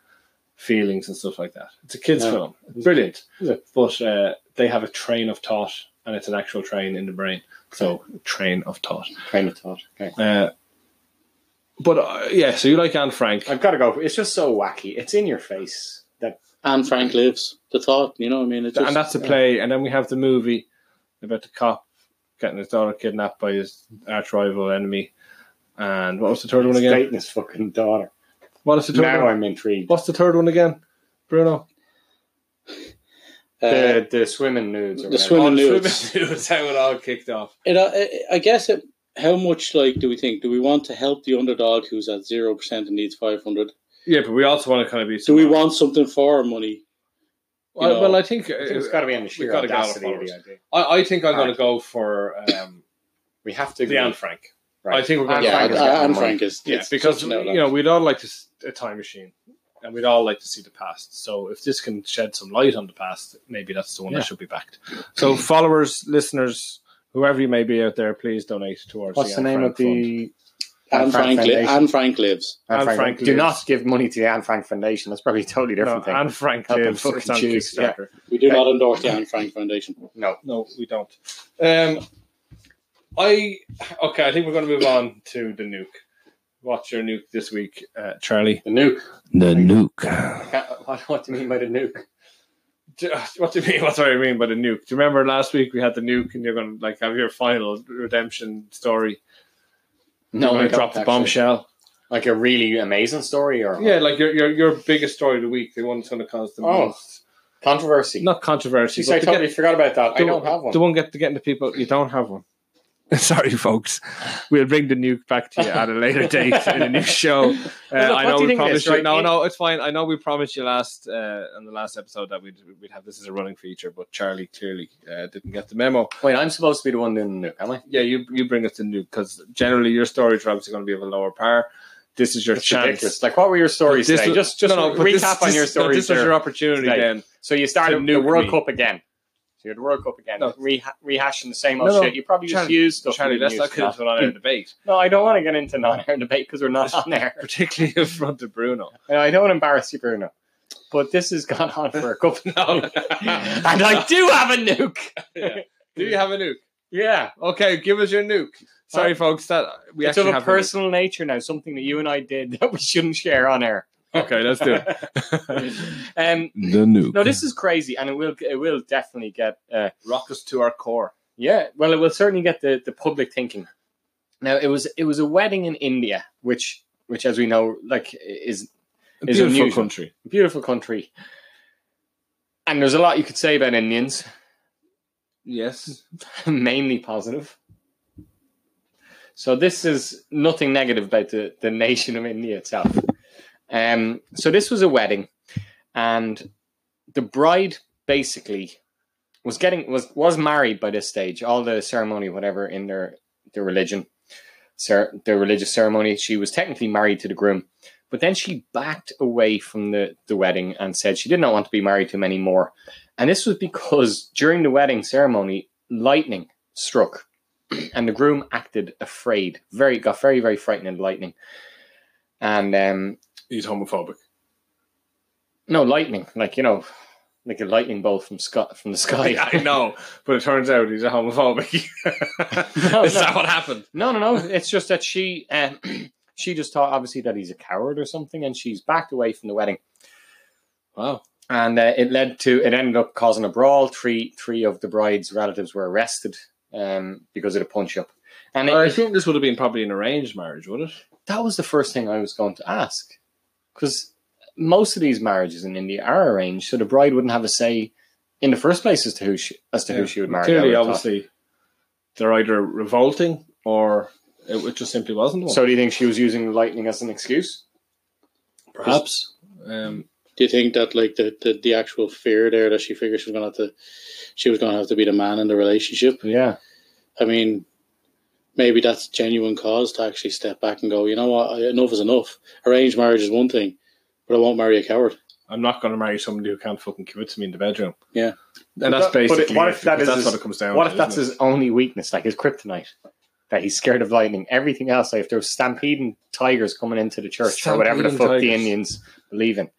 Speaker 1: feelings and stuff like that. It's a kids'
Speaker 2: No.
Speaker 1: film. It's brilliant,
Speaker 2: Is it?
Speaker 1: but uh, they have a train of thought, and it's an actual train in the brain. So train of thought.
Speaker 2: Train of thought. Okay.
Speaker 1: Uh, but uh, yeah, so you like Anne Frank?
Speaker 2: I've got to go. for- It's just so wacky. It's in your face. That
Speaker 3: Anne Frank lives. The thought, you know what I mean? It just, uh,
Speaker 1: and that's a play. And then we have the movie about the cop getting his daughter kidnapped by his arch rival enemy. And what was the third one again?
Speaker 2: dating his fucking daughter.
Speaker 1: What is the third
Speaker 2: Now
Speaker 1: one?
Speaker 2: I'm intrigued.
Speaker 1: What's the third one again, Bruno?
Speaker 3: uh,
Speaker 2: the the swimming nudes. Or
Speaker 3: the
Speaker 2: whatever.
Speaker 3: swimming nudes.
Speaker 1: That's how it all kicked off.
Speaker 3: It, uh, I- I guess it, how much like do we think? Do we want to help the underdog who's at zero percent and needs five hundred?
Speaker 1: Yeah, but we also want to kind of be.
Speaker 3: Do we want something for our money?
Speaker 1: Well,
Speaker 3: know-
Speaker 1: well, I think
Speaker 2: I think Oh, It's
Speaker 1: uh,
Speaker 2: got to be in the sheer
Speaker 1: gotta go
Speaker 2: audacity of
Speaker 1: forward.
Speaker 2: the idea.
Speaker 1: I, I think I'm going to go
Speaker 2: Alright.
Speaker 1: for um,
Speaker 2: We have
Speaker 1: the
Speaker 2: to. agree.
Speaker 1: Anne Frank.
Speaker 2: Right.
Speaker 1: I think we're
Speaker 2: Anne
Speaker 1: going
Speaker 3: yeah,
Speaker 2: Frank
Speaker 3: Anne
Speaker 1: to
Speaker 2: is getting
Speaker 3: Anne
Speaker 2: the
Speaker 3: Frank is.
Speaker 1: yeah,
Speaker 3: it's
Speaker 1: because
Speaker 3: such an outlier.
Speaker 1: you know we'd all like to s- a time machine, and we'd all like to see the past. So if this can shed some light on the past, maybe that's the one
Speaker 2: Yeah.
Speaker 1: that should be backed. So followers, listeners, whoever you may be out there, please donate towards.
Speaker 2: What's the
Speaker 1: Anne
Speaker 2: name
Speaker 1: Frank
Speaker 2: of the
Speaker 3: Anne Frank, li-
Speaker 2: Foundation?
Speaker 3: Anne Frank lives.
Speaker 2: Anne
Speaker 1: Anne
Speaker 2: Frank.
Speaker 1: Frank
Speaker 2: Do
Speaker 1: lives.
Speaker 2: not give money to the Anne Frank Foundation. That's probably a totally
Speaker 1: Fund.
Speaker 2: different
Speaker 1: No,
Speaker 2: thing.
Speaker 1: Anne Frank
Speaker 2: Help them
Speaker 1: lives.
Speaker 2: fucking
Speaker 1: It's on
Speaker 2: choose, yeah.
Speaker 1: Kickstarter.
Speaker 3: We do
Speaker 2: Okay.
Speaker 3: not endorse the Anne Frank Foundation.
Speaker 2: no.
Speaker 1: No, we don't. Um, I okay. I think we're going to move on to the nuke. What's your nuke this week, uh, Charlie?
Speaker 2: The nuke.
Speaker 4: The nuke.
Speaker 2: Uh, What, what do you mean by the nuke?
Speaker 1: Do- What do you mean? What do I mean by the nuke? Do you remember last week we had the nuke, and you're going to like have your final redemption story?
Speaker 2: No,
Speaker 1: You're
Speaker 2: I
Speaker 1: gonna drop the bombshell.
Speaker 2: Like a really amazing story or
Speaker 1: Yeah, like your your your biggest story of the week, the one that's going to cause the
Speaker 2: Oh.
Speaker 1: most
Speaker 2: controversy.
Speaker 1: not controversy.
Speaker 2: Jeez, I
Speaker 1: but to
Speaker 2: totally
Speaker 1: get-
Speaker 2: forgot about that. I
Speaker 1: the-
Speaker 2: don't have one.
Speaker 1: The one get to getting the people you don't have one. Sorry, folks. We'll bring the nuke back to you at a later date in a new show. Uh,
Speaker 2: Well, look,
Speaker 1: I
Speaker 2: what
Speaker 1: know
Speaker 2: do you
Speaker 1: we
Speaker 2: think it
Speaker 1: promised
Speaker 2: is,
Speaker 1: you.
Speaker 2: right?
Speaker 1: No,
Speaker 2: It-
Speaker 1: no, it's fine. I know we promised you last uh, on the last episode that we'd we'd have this as a running feature, but Charlie clearly uh, didn't get the memo.
Speaker 2: Wait, I'm supposed to be the one doing the nuke, am I?
Speaker 1: Yeah, you you bring us the nuke because generally your stories are obviously going to be of a lower par. This is your
Speaker 2: It's
Speaker 1: chance.
Speaker 2: ridiculous. Like, what were your stories
Speaker 1: This
Speaker 2: today?
Speaker 1: was-
Speaker 2: just, just
Speaker 1: no, no, but
Speaker 2: recap
Speaker 1: this-
Speaker 2: on
Speaker 1: this-
Speaker 2: your
Speaker 1: No,
Speaker 2: stories.
Speaker 1: this was
Speaker 2: there.
Speaker 1: your opportunity
Speaker 2: today.
Speaker 1: then.
Speaker 2: so you started
Speaker 1: to
Speaker 2: the
Speaker 1: nuke
Speaker 2: World
Speaker 1: me.
Speaker 2: Cup again. So you had the World Cup again,
Speaker 1: No.
Speaker 2: reha- rehashing the same old
Speaker 1: No, no.
Speaker 2: shit. You probably just
Speaker 1: Charlie-
Speaker 2: used stuff.
Speaker 1: Charlie,
Speaker 2: we
Speaker 1: let's
Speaker 2: used
Speaker 1: not get
Speaker 2: enough.
Speaker 1: into an on-air debate,
Speaker 2: No, I don't want to get into non-air debate because we're not on air.
Speaker 1: particularly in front of Bruno.
Speaker 2: And I don't want to embarrass you, Bruno. But this has gone on for a couple.
Speaker 1: No.
Speaker 2: and I do have a nuke.
Speaker 1: Do you have a nuke?
Speaker 2: Yeah,
Speaker 1: Okay, give us your nuke. Sorry, folks, that we
Speaker 2: it's of
Speaker 1: actually
Speaker 2: a
Speaker 1: have
Speaker 2: personal nature now. Something that you and I did that we shouldn't share on air.
Speaker 1: A nuke. Okay, let's do it.
Speaker 2: Um,
Speaker 4: The nuke.
Speaker 2: no, this is crazy, and it will it will definitely get uh,
Speaker 1: Rock us to our core.
Speaker 2: Yeah, well, it will certainly get the, the public thinking. Now, it was it was a wedding in India, which which, as we know, like is
Speaker 1: A
Speaker 2: It's
Speaker 1: beautiful
Speaker 2: unusual.
Speaker 1: country.
Speaker 2: a beautiful country, and there's a lot you could say about Indians,
Speaker 1: Yes.
Speaker 2: mainly positive. So this is nothing negative about the, the nation of India itself. Um, so this was a wedding, and the bride basically was getting was was married by this stage. All the ceremony, whatever in their their religion, cer- their religious ceremony, she was technically married to the groom, but then she backed away from the the wedding and said she did not want to be married to him anymore. And this was because during the wedding ceremony, lightning struck, and the groom acted afraid. Very got very very frightened of lightning, and um,
Speaker 1: He's homophobic.
Speaker 2: no lightning, like you know, like a lightning bolt from Scott from the sky.
Speaker 1: I know, but it turns out he's a homophobic. Is
Speaker 2: no.
Speaker 1: that what happened?
Speaker 2: No, no, no. It's just that she um, she just thought obviously that he's a coward or something, and she's backed away from the wedding.
Speaker 1: Wow.
Speaker 2: And uh, it led to it ended up causing a brawl. Three three of the bride's relatives were arrested um, because of the punch up, and it,
Speaker 1: I assume this would have been probably an arranged marriage, would it?
Speaker 2: that was the first thing I was going to ask because most of these marriages in India are arranged, so the bride wouldn't have a say in the first place as to who she, as to
Speaker 1: Yeah.
Speaker 2: who she would marry. I would
Speaker 1: Clearly,
Speaker 2: have thought.
Speaker 1: obviously, they're either revolting or it w- just simply wasn't one.
Speaker 2: So do you think she was using lightning as an excuse?
Speaker 1: perhaps. Um,
Speaker 3: Do you think that like the, the, the actual fear there that she figured she was gonna have to she was gonna have to be the man in the relationship?
Speaker 2: Yeah.
Speaker 3: I mean, maybe that's genuine cause to actually step back and go, you know what, enough is enough. Arranged marriage is one thing, but I won't marry a coward.
Speaker 1: I'm not going to marry somebody who can't fucking commit to me in the bedroom.
Speaker 3: Yeah.
Speaker 1: and that's
Speaker 2: But- but
Speaker 1: basically
Speaker 2: what
Speaker 1: it,
Speaker 2: if that
Speaker 1: because
Speaker 2: is
Speaker 1: that's
Speaker 2: his-
Speaker 1: what it comes down.
Speaker 2: What
Speaker 1: to,
Speaker 2: if that's
Speaker 1: isn't it?
Speaker 2: his only weakness, like his kryptonite? That he's scared of lightning. Everything else, like if there was stampeding tigers coming into the church or whatever the
Speaker 1: Stampeding
Speaker 2: fuck the
Speaker 1: tigers.
Speaker 2: Indians believe in,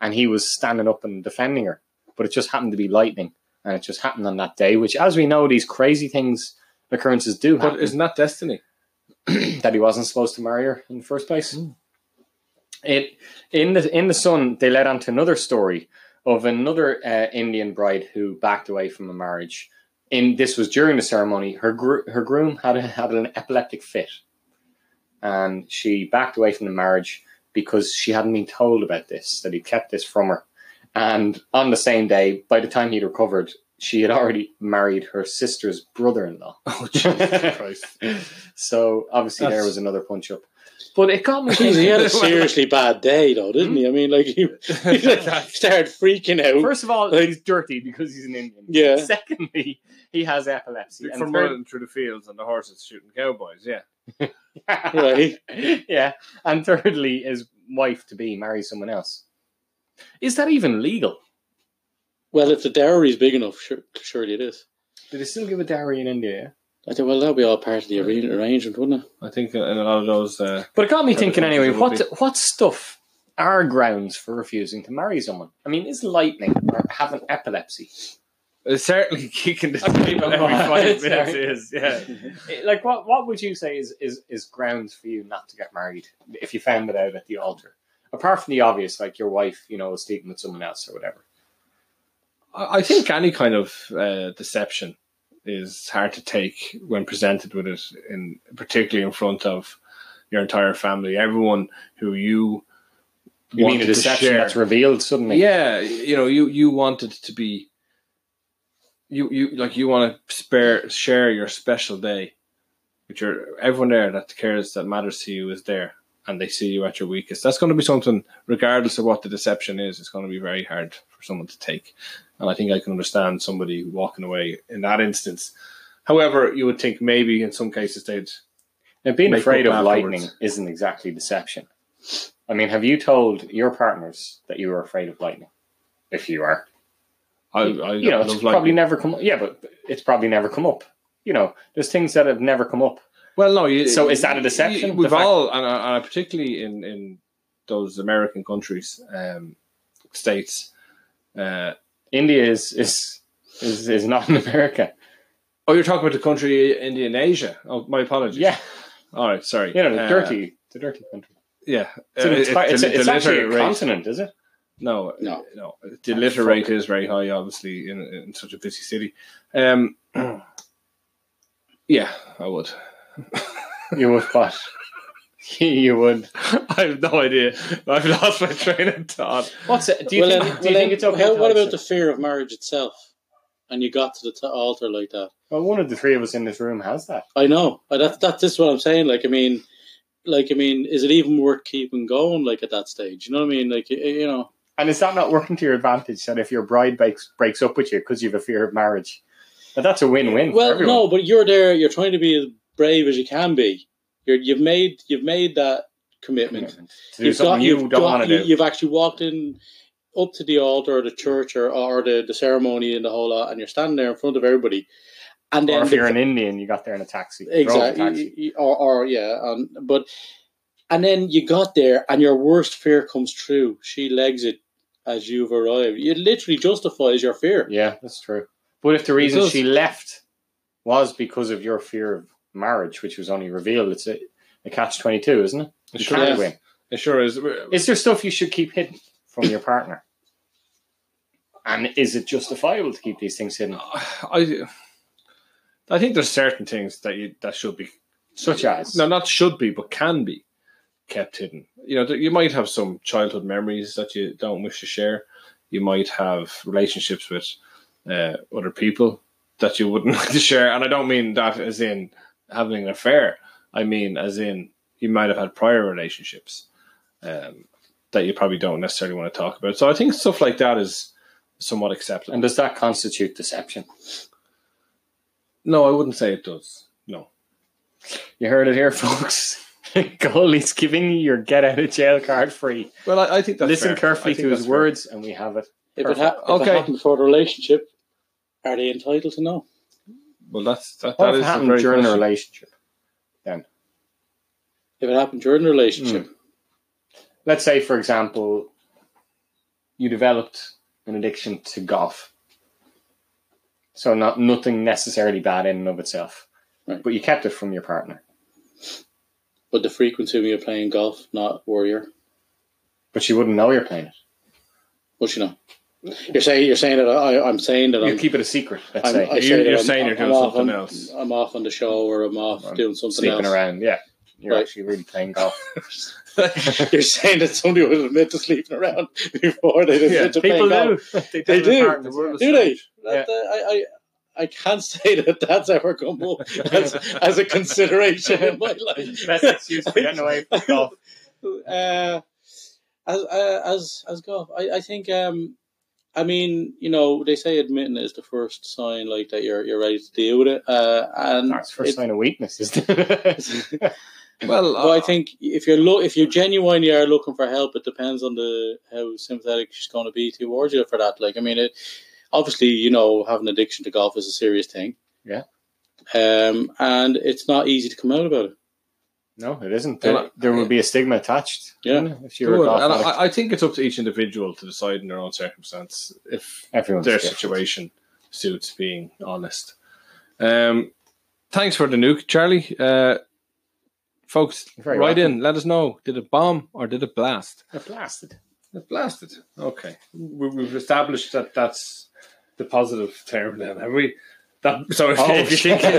Speaker 2: and he was standing up and defending her, but it just happened to be lightning, and it just happened on that day. Which, as we know, these crazy things occurrences do
Speaker 1: But
Speaker 2: happen.
Speaker 1: isn't that destiny?
Speaker 2: that he wasn't supposed to marry her in the first place. It in the in the sun they led on to another story of another uh, Indian bride who backed away from a marriage. In this was during the ceremony. Her gro- her groom had a, had an epileptic fit, and she backed away from the marriage because she hadn't been told about this. That he kept this from her, and on the same day, by the time he'd recovered, she had already married her sister's brother-in-law.
Speaker 1: Oh Jesus Christ!
Speaker 2: So obviously there
Speaker 1: That's-
Speaker 2: was another punch up. But it got me
Speaker 3: Jeez, he had
Speaker 2: thinking.
Speaker 3: a seriously bad day though, didn't he? I mean, like he, he started freaking out.
Speaker 2: First of all,
Speaker 3: Like-
Speaker 2: he's dirty because he's an Indian.
Speaker 3: Yeah.
Speaker 2: Secondly, he has epilepsy. And
Speaker 1: From
Speaker 2: third,
Speaker 1: running through the fields and the horses shooting cowboys, yeah.
Speaker 3: Right.
Speaker 2: yeah. And thirdly, his wife to be marries someone else. Is that even legal?
Speaker 3: Well, if the dowry is big enough, sure, surely it is.
Speaker 2: Do they still give a dowry in India?
Speaker 3: I think, well, that'll be all part of the arra- arrangement, wouldn't it?
Speaker 1: I think in a lot of those. Uh,
Speaker 2: But it got me
Speaker 1: Probably
Speaker 2: thinking anyway.
Speaker 1: it would
Speaker 2: What
Speaker 1: be.
Speaker 2: what stuff are grounds for refusing to marry someone? I mean, is lightning or having epilepsy?
Speaker 1: it's certainly kicking the
Speaker 2: Okay,
Speaker 1: table
Speaker 2: come
Speaker 1: every
Speaker 2: on.
Speaker 1: five minutes
Speaker 2: Sorry.
Speaker 1: is, yeah.
Speaker 2: It- Eh, like what what would you say is, is is grounds for you not to get married if you found it out at the altar apart from the obvious like your wife you know is sleeping with someone else or whatever
Speaker 1: I I think any kind of uh, deception is hard to take when presented with it, in particularly in front of your entire family, everyone who you
Speaker 2: you mean a
Speaker 1: wanted to
Speaker 2: deception
Speaker 1: share.
Speaker 2: that's revealed suddenly
Speaker 1: yeah, you know, you you wanted to be, you you like you want to spare share your special day, with your everyone there that cares that matters to you is there, and they see you at your weakest. That's going to be something, regardless of what the deception is. It's going to be very hard for someone to take, and I think I can understand somebody walking away in that instance. However, you would think maybe in some cases they'd
Speaker 2: now, being
Speaker 1: Make
Speaker 2: afraid of
Speaker 1: up
Speaker 2: lightning
Speaker 1: afterwards.
Speaker 2: isn't exactly deception i mean have you told your partners that you were afraid of lightning if you are
Speaker 1: I, I
Speaker 2: you know it's
Speaker 1: love
Speaker 2: probably
Speaker 1: like
Speaker 2: never come yeah but it's probably never come up you know there's things that have never come up
Speaker 1: Well, no. You,
Speaker 2: So is that a
Speaker 1: you-
Speaker 2: deception?
Speaker 1: you- we've
Speaker 2: The fact-
Speaker 1: all, and, uh, and particularly in in those American countries, um, states. Uh,
Speaker 2: india is is is, is not in america
Speaker 1: oh, you're talking about the country India and Asia. Oh, my apologies.
Speaker 2: yeah
Speaker 1: All right. Sorry.
Speaker 2: you know the
Speaker 1: Uh,
Speaker 2: dirty the dirty country
Speaker 1: Yeah.
Speaker 2: It's, an
Speaker 1: Uh,
Speaker 2: entire,
Speaker 1: it-
Speaker 2: it's,
Speaker 1: the-
Speaker 2: it's
Speaker 1: the
Speaker 2: actually a
Speaker 1: literate rate-
Speaker 2: continent, is it?
Speaker 1: No,
Speaker 3: No.
Speaker 1: no. The litter rate is very high, obviously, in, in such a busy city. Um, yeah, I would.
Speaker 2: You would what? you would.
Speaker 1: I have no idea. I've lost my train of thought.
Speaker 2: What's it? Do you
Speaker 3: Well,
Speaker 2: think? do
Speaker 3: then-
Speaker 2: you
Speaker 3: well,
Speaker 2: think
Speaker 3: then
Speaker 2: it's okay?
Speaker 3: how-
Speaker 2: to
Speaker 3: what about the
Speaker 2: accept-
Speaker 3: fear of marriage itself? And you got to the t- altar like that.
Speaker 2: Well, one of the three of us in this room has that.
Speaker 3: I know. Uh, That's that's just what I'm saying. Like, I mean, like, I mean, is it even worth keeping going? Like at that stage, you know what I mean? Like, y- you know,
Speaker 2: And is that not working to your advantage? That if your bride breaks breaks up with you because you have a fear of marriage, that that's a win win.
Speaker 3: well,
Speaker 2: for everyone.
Speaker 3: no, but you're there. You're trying to be as brave as you can be. You're, you've made you've made that commitment.
Speaker 2: to do something you
Speaker 3: you've
Speaker 2: don't
Speaker 3: got-
Speaker 2: want to do.
Speaker 3: You've actually walked in up to the altar or the church or, or the, the ceremony and the whole lot, and you're standing there in front of everybody. And then
Speaker 2: or if
Speaker 3: the-
Speaker 2: you're an Indian, you got there in a taxi. drove a taxi.
Speaker 3: exactly, or, or yeah, um, but and then you got there, and your worst fear comes true. She legs it, as you've arrived. It literally justifies your fear.
Speaker 2: Yeah, that's true. But if the reason
Speaker 3: does.
Speaker 2: she left was because of your fear of marriage, which was only revealed, it's a, a catch twenty two, isn't it?
Speaker 1: It
Speaker 2: You
Speaker 1: sure
Speaker 2: can't
Speaker 3: is.
Speaker 2: win.
Speaker 1: It sure is.
Speaker 2: Is there stuff you should keep hidden from your partner? And is it justifiable to keep these things hidden?
Speaker 1: I, I think there's certain things that you, that should be
Speaker 2: Such as
Speaker 1: no, not should be, but can be kept hidden. You know, th- you might have some childhood memories that you don't wish to share. You might have relationships with uh, other people that you wouldn't like to share, and I don't mean that as in having an affair. I mean as in you might have had prior relationships um, that you probably don't necessarily want to talk about. So I think stuff like that is somewhat acceptable.
Speaker 2: and does that constitute deception?
Speaker 1: no, I wouldn't say it does. No.
Speaker 2: You heard it here, folks. Goalie's giving you your get out of jail card free.
Speaker 1: Well, I, I think that's
Speaker 2: Listen
Speaker 1: fair. I
Speaker 2: carefully
Speaker 1: think
Speaker 2: to his
Speaker 1: that's fair.
Speaker 2: words, and we have it.
Speaker 3: If it,
Speaker 2: Perfect.
Speaker 3: ha- if
Speaker 1: Okay.
Speaker 3: it happened before the relationship, are they entitled to know?
Speaker 1: Well, that's that,
Speaker 2: What
Speaker 1: that
Speaker 2: if
Speaker 1: is
Speaker 2: it
Speaker 1: a
Speaker 2: happened
Speaker 1: very
Speaker 2: during a
Speaker 1: question.
Speaker 2: relationship?
Speaker 3: If it happened during the relationship,
Speaker 1: Hmm.
Speaker 2: let's say for example you developed an addiction to golf so not nothing necessarily bad in and of itself
Speaker 3: Right.
Speaker 2: but you kept it from your partner
Speaker 3: but the frequency when you're playing golf, not warrior,
Speaker 2: but she wouldn't know you're playing it
Speaker 3: what you know? You're saying you're saying that I, I'm saying that
Speaker 2: you
Speaker 3: I'm.
Speaker 2: keep it a secret let's
Speaker 3: I'm
Speaker 2: say
Speaker 3: I say
Speaker 1: You're-
Speaker 3: that
Speaker 1: you're
Speaker 3: I'm-
Speaker 1: Mm. saying you're
Speaker 3: I'm
Speaker 1: doing
Speaker 3: off
Speaker 1: something
Speaker 3: on-
Speaker 1: else.
Speaker 3: I'm off on the show, or I'm off
Speaker 2: I'm
Speaker 3: doing something
Speaker 2: sleeping
Speaker 3: else.
Speaker 2: around yeah you're
Speaker 3: Right.
Speaker 2: actually really playing golf
Speaker 3: You're saying that somebody would admit to sleeping around before they admit to playing golf.
Speaker 2: they,
Speaker 3: They do.
Speaker 1: The world is
Speaker 3: do they?
Speaker 1: strange.
Speaker 3: That, uh, I, I, I can't say that that's ever come up as, as a consideration in my life.
Speaker 2: best excuse to get away from golf
Speaker 3: Uh, as uh, as as golf, I, I think. Um, I mean, you know, they say admitting it is the first sign, like that you're you're ready to deal with it. Uh, and
Speaker 2: that's the first
Speaker 3: it-
Speaker 2: sign of weakness isn't it
Speaker 1: Well,
Speaker 3: Well,
Speaker 1: uh,
Speaker 3: I think if you're lo- if you genuinely are looking for help, it depends on the how sympathetic she's going to be towards you for that. Like, I mean, it obviously you know having an addiction to golf is a serious thing.
Speaker 2: Yeah.
Speaker 3: Um, and it's not easy to come out about it.
Speaker 2: no it isn't
Speaker 1: Well,
Speaker 2: there, there would be a stigma attached
Speaker 3: Yeah.
Speaker 2: wouldn't it, if you were a
Speaker 1: good.
Speaker 2: golf
Speaker 1: And
Speaker 2: addict?
Speaker 1: I, I think it's up to each individual to decide in their own circumstance if
Speaker 2: everyone's
Speaker 1: their
Speaker 2: different.
Speaker 1: situation suits being honest. Um, thanks for the nuke, Charlie. Uh, folks,
Speaker 2: You're very
Speaker 1: write
Speaker 2: welcome.
Speaker 1: in. Let us know. Did it bomb or did it blast?
Speaker 2: They're blasted.
Speaker 1: It blasted. Okay, we, we've established that that's the positive term. Then have we? That, so if,
Speaker 2: Oh,
Speaker 1: if you think so,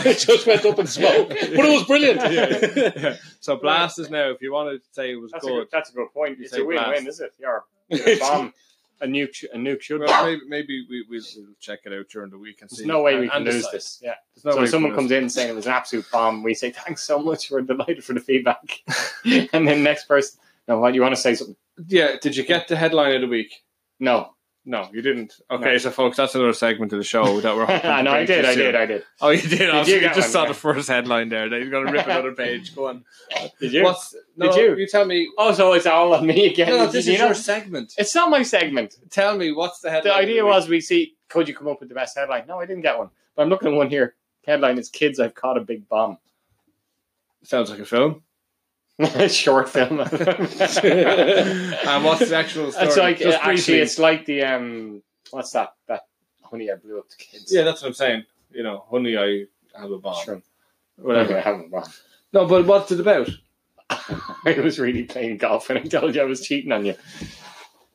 Speaker 3: it just went up in smoke, but it was brilliant.
Speaker 1: Yeah, yeah, yeah. So blast is now. If you want to say it was
Speaker 2: That's a
Speaker 1: good,
Speaker 2: good. That's a good point.
Speaker 1: You
Speaker 2: It's
Speaker 1: say
Speaker 2: a win-win,
Speaker 1: blast.
Speaker 2: is it? Yeah. A bomb, a nuke, sh- a nuke should.
Speaker 1: well,
Speaker 2: bomb.
Speaker 1: maybe, maybe we we'll, we'll check it out during the week and see.
Speaker 2: There's no way we
Speaker 1: and-
Speaker 2: can
Speaker 1: and
Speaker 2: lose
Speaker 1: decide.
Speaker 2: this. Yeah.
Speaker 1: There's no
Speaker 2: so
Speaker 1: way
Speaker 2: if someone
Speaker 1: we can
Speaker 2: comes
Speaker 1: lose
Speaker 2: in saying it was an absolute bomb, we say thanks so much. We're delighted for the feedback. and then next person, no, what you want to say something?
Speaker 1: this. Yeah. Did you get the headline of the week?
Speaker 2: No.
Speaker 1: No, you didn't. Okay,
Speaker 2: No.
Speaker 1: so folks, that's another segment of the show that we're. hoping to
Speaker 2: no,
Speaker 1: bring
Speaker 2: I
Speaker 1: to
Speaker 2: did. I
Speaker 1: soon.
Speaker 2: did. I did.
Speaker 1: Oh, you did. I was-
Speaker 2: you
Speaker 1: you
Speaker 2: get
Speaker 1: just
Speaker 2: one?
Speaker 1: saw
Speaker 2: Yeah.
Speaker 1: the first headline there. Now you've got to rip another page. Go on.
Speaker 2: Did you?
Speaker 1: What's, no,
Speaker 2: Did you?
Speaker 1: tell me.
Speaker 2: Oh, so it's all on me again.
Speaker 1: No, no,
Speaker 2: Did
Speaker 1: this
Speaker 2: you
Speaker 1: is
Speaker 2: know?
Speaker 1: your segment.
Speaker 2: It's not my segment.
Speaker 1: Tell me what's the headline.
Speaker 2: The
Speaker 1: of
Speaker 2: idea
Speaker 1: week?
Speaker 2: was we see could you come up with the best headline? No, I didn't get one. But I'm looking at one here. Headline is kids. I've caught a big bomb.
Speaker 1: sounds like a film.
Speaker 2: short film.
Speaker 1: And what's the actual story?
Speaker 2: It's like uh,
Speaker 1: Just
Speaker 2: actually,
Speaker 1: briefly.
Speaker 2: it's like the um, what's that? That honey, I blew up the kids.
Speaker 1: Yeah, that's what I'm saying. You know, honey, I have a bomb.
Speaker 2: Shrimp.
Speaker 1: Whatever.
Speaker 2: Okay, I haven't won.
Speaker 1: No, but what's it about?
Speaker 2: I was really playing golf, and I told you I was cheating on you.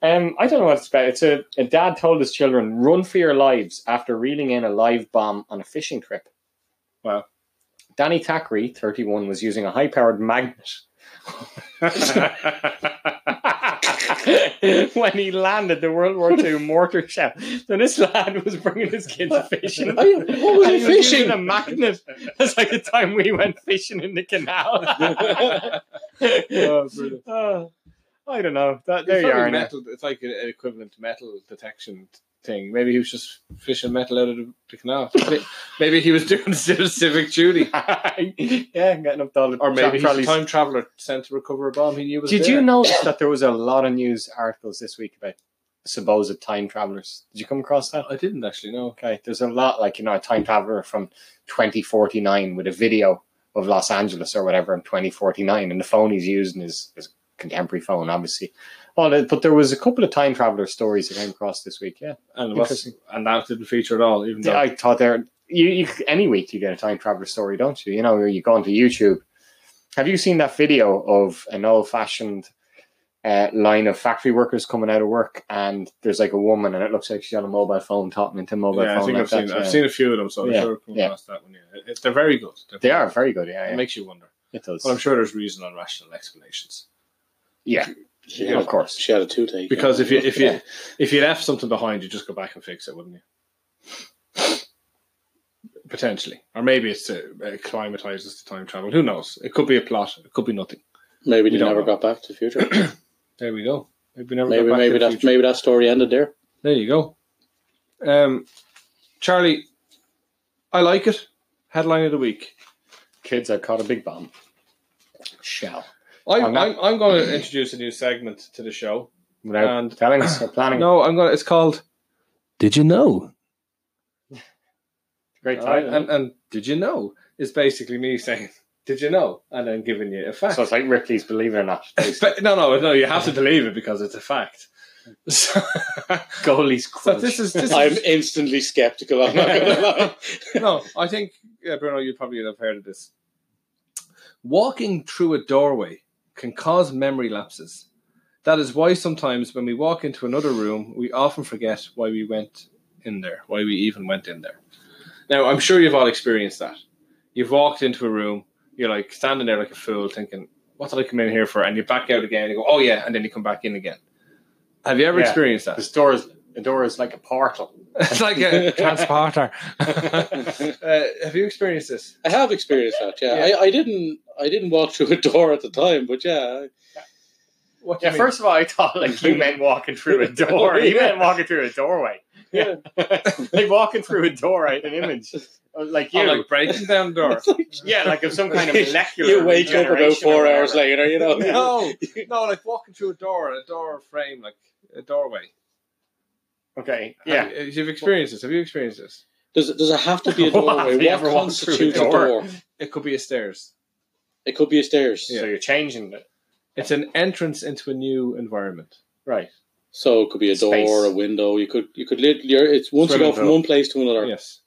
Speaker 2: Um, I don't know what it's about. It's a, a dad told his children, "Run for your lives!" after reeling in a live bomb on a fishing trip.
Speaker 1: Wow.
Speaker 2: Danny Thackeray, 31, was using a high-powered magnet when he landed the World War II mortar shell. So this lad was bringing his kids fishing.
Speaker 3: Are you- what was
Speaker 2: And
Speaker 3: he
Speaker 2: he was using
Speaker 3: fishing?
Speaker 2: a magnet. That's like the time we went fishing in the canal.
Speaker 1: Oh, brilliant.
Speaker 2: Oh, I don't know. That, there
Speaker 1: it's
Speaker 2: you
Speaker 1: probably
Speaker 2: are. now.
Speaker 1: metal. It's like an equivalent metal detection thing. Maybe he was just fishing metal out of the, the canal. maybe he was doing civ- civic duty,
Speaker 2: yeah, I'm getting up to all the
Speaker 1: or maybe he's a
Speaker 2: trolleys.
Speaker 1: time traveler sent to recover a bomb he knew was
Speaker 2: Did
Speaker 1: there.
Speaker 2: you notice that there was a lot of news articles this week about supposed time travelers? Did you come across that?
Speaker 1: I didn't actually know.
Speaker 2: Okay, there's a lot like you know a time traveler from 2049 with a video of Los Angeles or whatever in 2049, and the phone he's using is his contemporary phone, obviously, Well, but there was a couple of time traveler stories I came across this week. Yeah,
Speaker 1: And what's,
Speaker 2: Interesting.
Speaker 1: and that didn't feature at all, even though
Speaker 2: I thought there. You, you any week you get a time traveler story, don't you? You know, you go onto YouTube. Have you seen that video of an old fashioned uh, line of factory workers coming out of work, and there's like a woman, and it looks like she's on a mobile phone talking into a mobile
Speaker 1: yeah, I think
Speaker 2: phone. like
Speaker 1: I've seen
Speaker 2: that,
Speaker 1: I've
Speaker 2: yeah.
Speaker 1: seen a few of them, so
Speaker 2: Yeah,
Speaker 1: I'm sure I've come
Speaker 2: yeah.
Speaker 1: across that one. Yeah. It- they're very good. They're
Speaker 2: They
Speaker 1: very
Speaker 2: are
Speaker 1: good.
Speaker 2: very good. Yeah,
Speaker 1: It
Speaker 2: yeah.
Speaker 1: makes you wonder.
Speaker 2: it does.
Speaker 1: But I'm sure there's reason on rational explanations.
Speaker 2: yeah,
Speaker 3: She
Speaker 2: of
Speaker 3: had,
Speaker 2: course.
Speaker 3: she had a toothache.
Speaker 1: Because if you if you
Speaker 2: Yeah.
Speaker 1: if you left something behind, you just go back and fix it, wouldn't you? Potentially, or maybe it's to uh, acclimatize us to time travel. Who knows? It could be a plot. It could be nothing.
Speaker 3: maybe
Speaker 1: We
Speaker 3: they
Speaker 1: don't
Speaker 3: never
Speaker 1: know.
Speaker 3: got back to the future. maybe
Speaker 1: There we go. Maybe we never. got back
Speaker 3: maybe
Speaker 1: to the
Speaker 3: that
Speaker 1: future.
Speaker 3: maybe that story ended there.
Speaker 1: There you go. Um, Charlie, I like it. Headline of the week.
Speaker 2: Kids, I caught a big bomb. Shell.
Speaker 1: I,
Speaker 2: I'm
Speaker 1: I'm,
Speaker 2: not-
Speaker 1: I'm, going to introduce a new segment to the show.
Speaker 2: Without
Speaker 1: And-
Speaker 2: telling us or planning.
Speaker 1: No, I'm going. to It's called.
Speaker 4: Did you know?
Speaker 2: Great
Speaker 1: All right,
Speaker 2: time.
Speaker 1: and, and did you know? It's basically me saying, "Did you know?" and then giving you a fact.
Speaker 2: so it's like Ripley's Believe It or Not.
Speaker 1: But no, no, no. You have to believe it because it's a fact. So,
Speaker 2: Goalies
Speaker 1: so this is this
Speaker 3: I'm
Speaker 1: is
Speaker 3: instantly skeptical. I'm not gonna lie.
Speaker 1: no. I think yeah, Bruno, you probably have heard of this. Walking through a doorway can cause memory lapses. That is why sometimes when we walk into another room, we often forget why we went in there, why we even went in there. Now, I'm sure you've all experienced that. You've walked into a room, you're like standing there like a fool, thinking, "What did I come in here for?" And you back out again, and you go, "Oh yeah," and then you come back in again. Have you ever
Speaker 2: Yeah.
Speaker 1: experienced that?
Speaker 2: This door is, the door is like a portal.
Speaker 1: It's like a transporter. uh, have you experienced this?
Speaker 3: I have experienced that. Yeah, I, I didn't. I didn't walk through a door at the time, but yeah,
Speaker 1: What do
Speaker 2: Yeah,
Speaker 1: you mean?
Speaker 2: first of all, I thought like you meant walking through a door. You meant walking through a doorway. Yeah. like walking through a door, I, an image. Uh, Like you.
Speaker 1: Oh, like breaking down door.
Speaker 2: yeah, like of some kind of molecular.
Speaker 3: you wake up about
Speaker 2: regeneration
Speaker 3: four
Speaker 2: or
Speaker 3: hours
Speaker 2: whatever.
Speaker 3: later. You know,
Speaker 1: no, no, like walking through a door, a door frame, like a doorway.
Speaker 2: Okay,
Speaker 1: Have
Speaker 2: yeah.
Speaker 1: you, you've experienced this. Have you experienced this?
Speaker 3: Does it, does it have to be a
Speaker 2: Well,
Speaker 3: doorway?
Speaker 2: have you
Speaker 3: What
Speaker 2: ever walked through a
Speaker 3: constitutes a
Speaker 2: door?
Speaker 3: door?
Speaker 1: It could be a stairs.
Speaker 3: It could be a stairs.
Speaker 2: So you're changing it.
Speaker 1: It's an entrance into a new environment.
Speaker 2: Right.
Speaker 3: So it could be a door,
Speaker 2: Space.
Speaker 3: a window. You could you could lit- you're, it's once you go
Speaker 2: Swimming
Speaker 3: from
Speaker 2: pool.
Speaker 3: one place to another.
Speaker 1: Yes.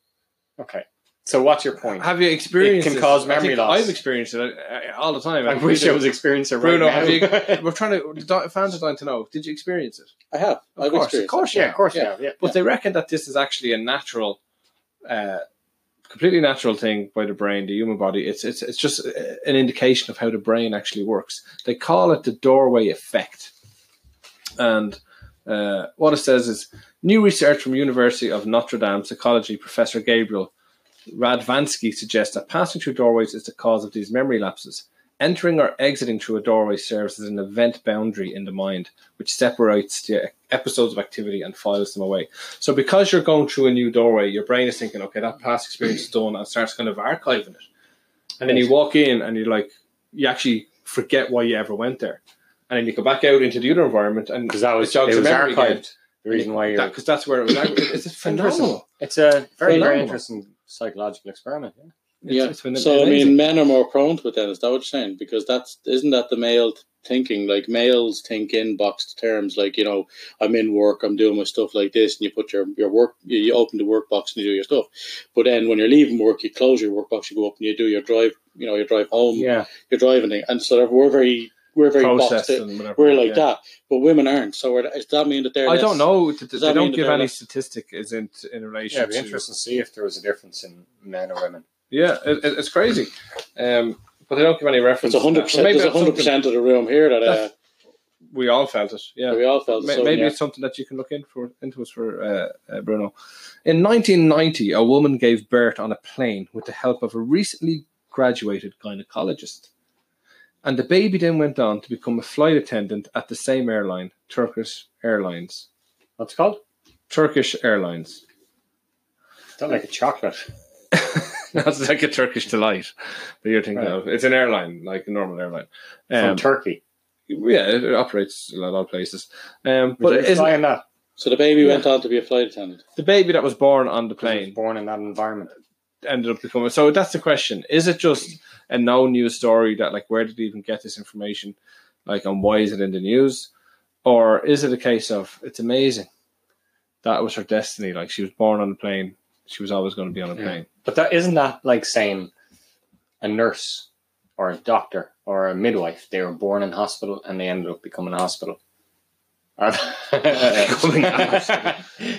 Speaker 2: Okay. So what's your point?
Speaker 1: Have you experienced?
Speaker 2: It can
Speaker 1: this?
Speaker 2: cause
Speaker 1: I
Speaker 2: memory
Speaker 1: think
Speaker 2: loss.
Speaker 1: I've experienced it uh, all the time.
Speaker 2: I
Speaker 1: And
Speaker 2: wish
Speaker 1: we
Speaker 2: I
Speaker 1: do.
Speaker 2: was experiencing right
Speaker 1: Bruno,
Speaker 2: now.
Speaker 1: have you- We're trying to. the do- Fans are dying to know. Did you experience it?
Speaker 3: I have.
Speaker 1: Of
Speaker 3: I've
Speaker 1: course, of
Speaker 3: experienced.
Speaker 1: course, you
Speaker 2: yeah,
Speaker 1: have.
Speaker 2: of course you
Speaker 3: Yeah.
Speaker 2: have. Yeah.
Speaker 1: But they reckon that this is actually a natural, uh, completely natural thing by the brain, the human body. It's it's it's just uh, an indication of how the brain actually works. They call it the doorway effect, and uh, what it says is new research from University of Notre Dame psychology professor Gabriel Radvansky suggests that passing through doorways is the cause of these memory lapses. Entering or exiting through a doorway serves as an event boundary in the mind, which separates the episodes of activity and files them away. So, because you're going through a new doorway, your brain is thinking, okay, that past experience is done, and starts kind of archiving it. And then you walk in and you're like, you actually forget why you ever went there. And then you go back out into the other environment and
Speaker 2: Because that was
Speaker 1: it jogs
Speaker 2: it
Speaker 1: your
Speaker 2: was
Speaker 1: memory
Speaker 2: archived.
Speaker 1: again.
Speaker 2: The reason why you're
Speaker 1: Because that's where it was. It's it's phenomenal.
Speaker 2: It's a very very
Speaker 1: Phenomenal.
Speaker 2: interesting psychological experiment. Yeah.
Speaker 1: It's- it's
Speaker 3: Yeah.
Speaker 1: phenom-
Speaker 3: So I
Speaker 1: amazing.
Speaker 3: mean, men are more prone to it. Then is that what you're saying? Because that's isn't that the male th- thinking? Like males think in boxed terms. Like you know, I'm in work. I'm doing my stuff like this, and you put your your work. You, you open the work box and you do your stuff. But then when you're leaving work, you close your work box. You go up and you do your drive. You know, your drive home.
Speaker 2: Yeah.
Speaker 3: Your driving thing. And so we're very we're very
Speaker 1: process
Speaker 3: boxed. in.
Speaker 1: and whatever.
Speaker 3: We're like
Speaker 1: yeah.
Speaker 3: that. But women aren't. So we're, does that mean that they're?
Speaker 1: I
Speaker 3: less-
Speaker 1: don't know. Th- th-
Speaker 3: that
Speaker 1: They don't
Speaker 3: mean that
Speaker 1: give
Speaker 3: they're
Speaker 1: any
Speaker 3: less-
Speaker 1: statistic is in in relation.
Speaker 2: Yeah, it'd be
Speaker 1: to-
Speaker 2: interesting to see if there was a difference in men or women.
Speaker 1: Yeah, it, it- it's crazy. Um, but they don't give any reference.
Speaker 3: There's a hundred
Speaker 1: to that. So
Speaker 3: percent. There's a
Speaker 1: that's something-
Speaker 3: hundred percent of the room here that uh,
Speaker 1: That's- We all felt it. Yeah.
Speaker 3: we all felt.
Speaker 1: Ma-
Speaker 3: so,
Speaker 1: Maybe
Speaker 3: yeah.
Speaker 1: it's something that you can look in for, into us for uh, uh, Bruno. In 1990, a woman gave birth on a plane with the help of a recently graduated gynecologist, and the baby then went on to become a flight attendant at the same airline, Turkish Airlines.
Speaker 2: What's it called?
Speaker 1: Turkish Airlines.
Speaker 2: Don't like a chocolate.
Speaker 1: That's like a Turkish delight that you're thinking
Speaker 2: Right.
Speaker 1: of. It's an airline, like a normal airline.
Speaker 2: From
Speaker 1: Um,
Speaker 2: Turkey.
Speaker 1: yeah, it operates a lot of places. Um,
Speaker 2: But
Speaker 1: but
Speaker 2: it's
Speaker 1: isn't
Speaker 2: flying that.
Speaker 3: so the baby
Speaker 1: Yeah.
Speaker 3: went on to be a flight attendant.
Speaker 1: the baby that was born on the
Speaker 2: Plane.
Speaker 1: plane
Speaker 2: Born in that environment.
Speaker 1: ended up becoming. So that's the question: Is it just a no news story that like where did they even get this information? Like, and why is it in the news? Or is it a case of it's amazing? That was her destiny. Like she was born on a plane. She was always going to be on a
Speaker 2: Yeah.
Speaker 1: plane.
Speaker 2: But that isn't that like saying a nurse or a doctor or a midwife? They were born in hospital and they ended up becoming a hospital. Or-
Speaker 1: Becoming a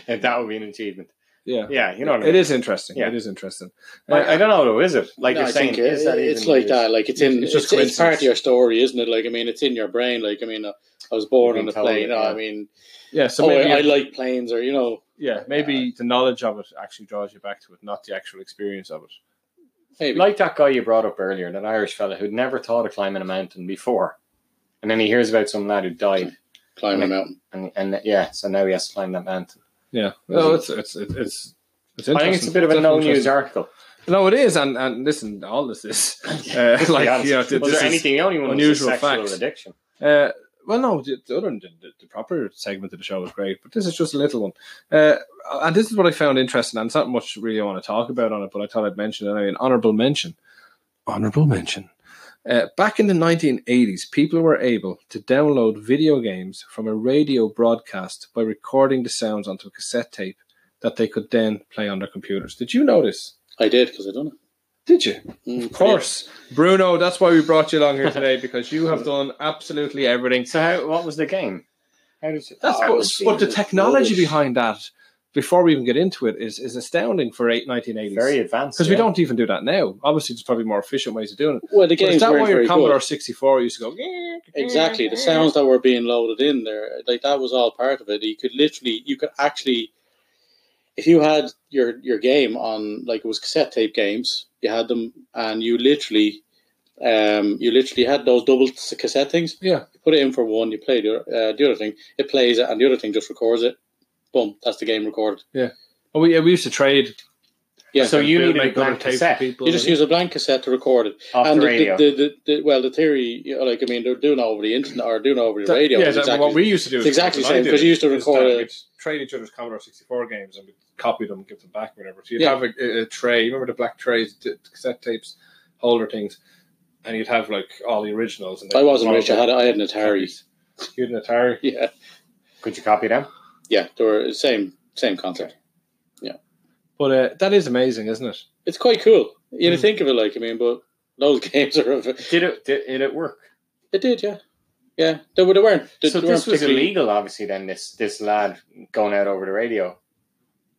Speaker 2: that would be an achievement.
Speaker 1: Yeah.
Speaker 2: Yeah, you know what I mean.
Speaker 1: It is interesting.
Speaker 2: Yeah.
Speaker 1: It is interesting. Uh,
Speaker 2: Like, I don't know though, is it? Like
Speaker 3: No,
Speaker 2: you're
Speaker 3: I
Speaker 2: saying,
Speaker 3: think it-
Speaker 2: is that
Speaker 3: it's
Speaker 2: even
Speaker 3: like
Speaker 2: news?
Speaker 3: that. Like it's
Speaker 1: It's
Speaker 3: in it's,
Speaker 1: just
Speaker 3: it's, part
Speaker 1: coincidence.
Speaker 3: of your story, isn't it? Like I mean, it's in your brain. Like I mean, uh, I was born
Speaker 2: You've
Speaker 3: on
Speaker 2: been
Speaker 3: a
Speaker 2: told it,
Speaker 3: plane.
Speaker 2: yeah.
Speaker 3: I mean,
Speaker 1: Yeah. So
Speaker 3: oh,
Speaker 1: maybe
Speaker 3: I, I like planes, or you know,
Speaker 1: yeah, maybe the knowledge of it actually draws you back to it, not the actual experience of it.
Speaker 3: maybe.
Speaker 2: Like that guy you brought up earlier, that Irish fella who'd never thought of climbing a mountain before, and then he hears about some lad who died,
Speaker 3: climb a
Speaker 2: like-
Speaker 3: mountain.
Speaker 2: and and yeah, so now he has to climb that mountain.
Speaker 1: Yeah. No, it's it's it's it's, it's
Speaker 2: I think it's a bit of a
Speaker 1: Definitely
Speaker 2: no news
Speaker 1: interesting.
Speaker 2: article.
Speaker 1: No, it is, and and listen, all this is uh,
Speaker 2: To be
Speaker 1: like
Speaker 2: honest.
Speaker 1: you know, th-
Speaker 2: was
Speaker 1: this
Speaker 2: there
Speaker 1: is-
Speaker 2: anything? The only one was
Speaker 1: unusual
Speaker 2: the sexual
Speaker 1: facts.
Speaker 2: addiction.
Speaker 1: Uh, well, no, the, the other the, the- the proper segment of the show was great, but this is just a little one. Uh, and this is what I found interesting, and it's not much really I want to talk about on it, but I thought I'd mention it anyway. An honourable mention.
Speaker 4: Honorable mention.
Speaker 1: Uh, back in the 1980s, people were able to download video games from a radio broadcast by recording the sounds onto a cassette tape that they could then play on their computers. Did you notice?
Speaker 3: I did because I done it.
Speaker 1: Did you?
Speaker 3: Mm,
Speaker 1: Of course. Bruno, that's why we brought you along here today because you have done absolutely everything.
Speaker 2: So how? What was the game? How did you?
Speaker 1: That's
Speaker 3: Oh,
Speaker 1: but,
Speaker 3: it's
Speaker 1: but the
Speaker 3: been
Speaker 1: technology
Speaker 3: rubbish.
Speaker 1: behind that, before we even get into it, is is astounding for eight nineteen eighties.
Speaker 2: very advanced.
Speaker 1: because we
Speaker 2: yeah.
Speaker 1: don't even do that now. Obviously, there's probably more efficient ways of doing it.
Speaker 3: Well, the
Speaker 1: But
Speaker 3: games
Speaker 1: is that
Speaker 3: weren't
Speaker 1: why your
Speaker 3: very
Speaker 1: Commodore
Speaker 3: good.
Speaker 1: sixty four used to go? "Eh, eh,
Speaker 3: Exactly,
Speaker 1: eh."
Speaker 3: the sounds that were being loaded in there, like that was all part of it. You could literally, you could actually, if you had your your game on, like it was cassette tape games, you had them, and you literally, um, you literally had those double s- cassette things.
Speaker 1: Yeah.
Speaker 3: You put it in for one, you play the uh, the other thing, it plays it, and the other thing just records it. Boom, that's the game recorded.
Speaker 1: Oh, we, we used to trade.
Speaker 3: Yeah,
Speaker 2: So you needed a blank
Speaker 1: tape
Speaker 2: cassette.
Speaker 1: people.
Speaker 3: you just use a blank cassette to record it.
Speaker 2: off
Speaker 3: and
Speaker 2: the
Speaker 3: the,
Speaker 2: radio.
Speaker 3: The, the, the, well, the theory, you know, like I mean, they're doing it over the internet or doing it over the
Speaker 1: That-
Speaker 3: radio.
Speaker 1: Yeah,
Speaker 3: is
Speaker 1: that-
Speaker 3: exactly
Speaker 1: what we used to do.
Speaker 3: it's
Speaker 1: is-
Speaker 3: exactly
Speaker 1: what
Speaker 3: the
Speaker 1: I
Speaker 3: same,
Speaker 1: did
Speaker 3: 'cause you used to
Speaker 1: is that
Speaker 3: record a-
Speaker 1: we'd trade each other's Commodore sixty four games and we'd copy them, and give them back, whatever. So you'd
Speaker 3: Yeah.
Speaker 1: have a, a tray. Remember the black trays, the cassette tapes, holder things, and you'd have like all the originals. And
Speaker 3: I wasn't rich. I had
Speaker 1: a
Speaker 3: I had an Atari.
Speaker 1: You had an Atari.
Speaker 3: Yeah,
Speaker 2: Could you copy them?
Speaker 3: yeah, they were same same concept.
Speaker 1: But uh, that is amazing, isn't it?
Speaker 3: It's quite cool. You know,
Speaker 1: Mm.
Speaker 3: think of it like I mean, but those games are. Of,
Speaker 2: Did it? Did, did it work?
Speaker 3: it did, yeah, yeah. They were. They weren't. They,
Speaker 2: so
Speaker 3: they weren't
Speaker 2: this was
Speaker 3: particularly-
Speaker 2: illegal, obviously. Then this this lad going out over the radio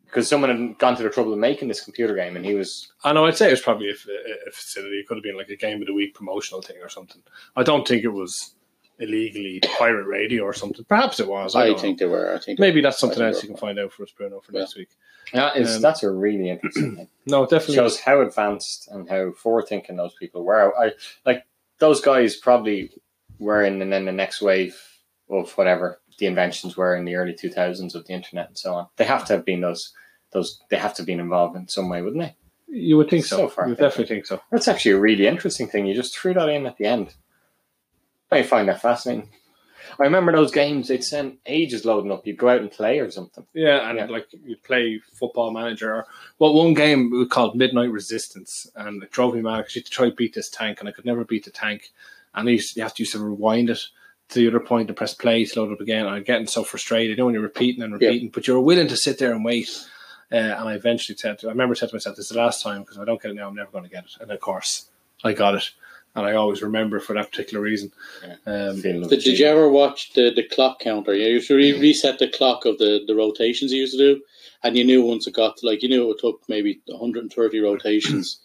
Speaker 2: because someone had gone to the trouble of making this computer game, and he was
Speaker 1: I know. I'd say it was probably a, f- a- a facility. It could have been like a game of the week promotional thing or something. I don't think it was illegally pirate radio or something. Perhaps it was. I,
Speaker 3: I
Speaker 1: don't
Speaker 3: think they were. I think
Speaker 1: Maybe that's something
Speaker 3: I think
Speaker 1: else
Speaker 3: it
Speaker 1: you can find out for us, Bruno, for next week.
Speaker 2: that is
Speaker 1: Um,
Speaker 2: that's a really interesting thing.
Speaker 1: No,
Speaker 2: It
Speaker 1: definitely.
Speaker 2: shows how advanced and how forward thinking those people were. I like those guys probably were in and then the next wave of whatever the inventions were in the early two thousands of the internet and so on. They have to have been those those they have to have been involved in some way, wouldn't they?
Speaker 1: you would think so.
Speaker 2: So far,
Speaker 1: you would
Speaker 2: I think.
Speaker 1: definitely think so.
Speaker 2: That's actually a really interesting thing. You just threw that in at the end. I find that fascinating. I remember those games, they'd send ages loading up. You'd go out and play or something.
Speaker 1: Yeah, and
Speaker 2: Yeah.
Speaker 1: like you play football manager. Or, well, one game we called Midnight Resistance, and it drove me mad because you had to try to beat this tank, and I could never beat the tank. And I used, you have to used to rewind it to the other point to press play to load up again. And I'm getting so frustrated, you know, when you're repeating and
Speaker 3: Yeah.
Speaker 1: repeating, but you're willing to sit there and wait. Uh, and I eventually said, to, I remember saying to myself, "This is the last time because if I don't get it now, I'm never going to get it." And of course, I got it, and I always remember for that particular reason. Um,
Speaker 2: Feeling of
Speaker 3: Did, did you
Speaker 2: achievement.
Speaker 3: ever watch the, the clock counter? You used to re- reset the clock of the, the rotations you used to do, and you knew once it got to like you knew it took maybe 130 rotations.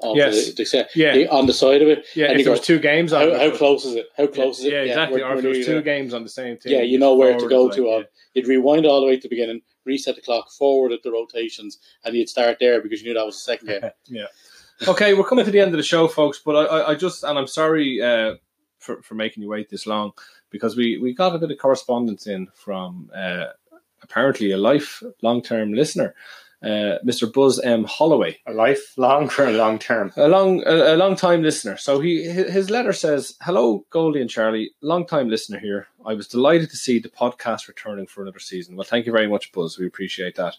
Speaker 3: Of
Speaker 1: Yes.
Speaker 3: the, the set,
Speaker 1: Yeah.
Speaker 3: the- on the side of it.
Speaker 1: yeah,
Speaker 3: And
Speaker 1: if
Speaker 3: you
Speaker 1: there
Speaker 3: go,
Speaker 1: was two games on
Speaker 3: How,
Speaker 1: it,
Speaker 3: how close is it? How close is it?
Speaker 1: Yeah, exactly.
Speaker 3: we're-
Speaker 1: or
Speaker 3: we're
Speaker 1: if there was
Speaker 3: nearly
Speaker 1: two
Speaker 3: there.
Speaker 1: games on the same team,
Speaker 3: Yeah, you
Speaker 1: you'd
Speaker 3: know where to
Speaker 1: forward
Speaker 3: go
Speaker 1: it,
Speaker 3: to. uh,
Speaker 1: like,
Speaker 3: On you'd rewind all the way to the beginning, reset the clock, forward at the rotations, and you'd start there because you knew that was the second game.
Speaker 1: yeah. Okay, we're coming to the end of the show, folks. But I, I, I just and I'm sorry uh, for for making you wait this long because we we got a bit of correspondence in from uh, apparently a life long term listener, uh, Mr. Buzz M Holloway.
Speaker 2: a lifelong or a long term?
Speaker 1: a long a, a long time listener. So he hi- his letter says, "Hello, Goldie and Charlie, long time listener here. I was delighted to see the podcast returning for another season. Well, thank you very much, Buzz. We appreciate that."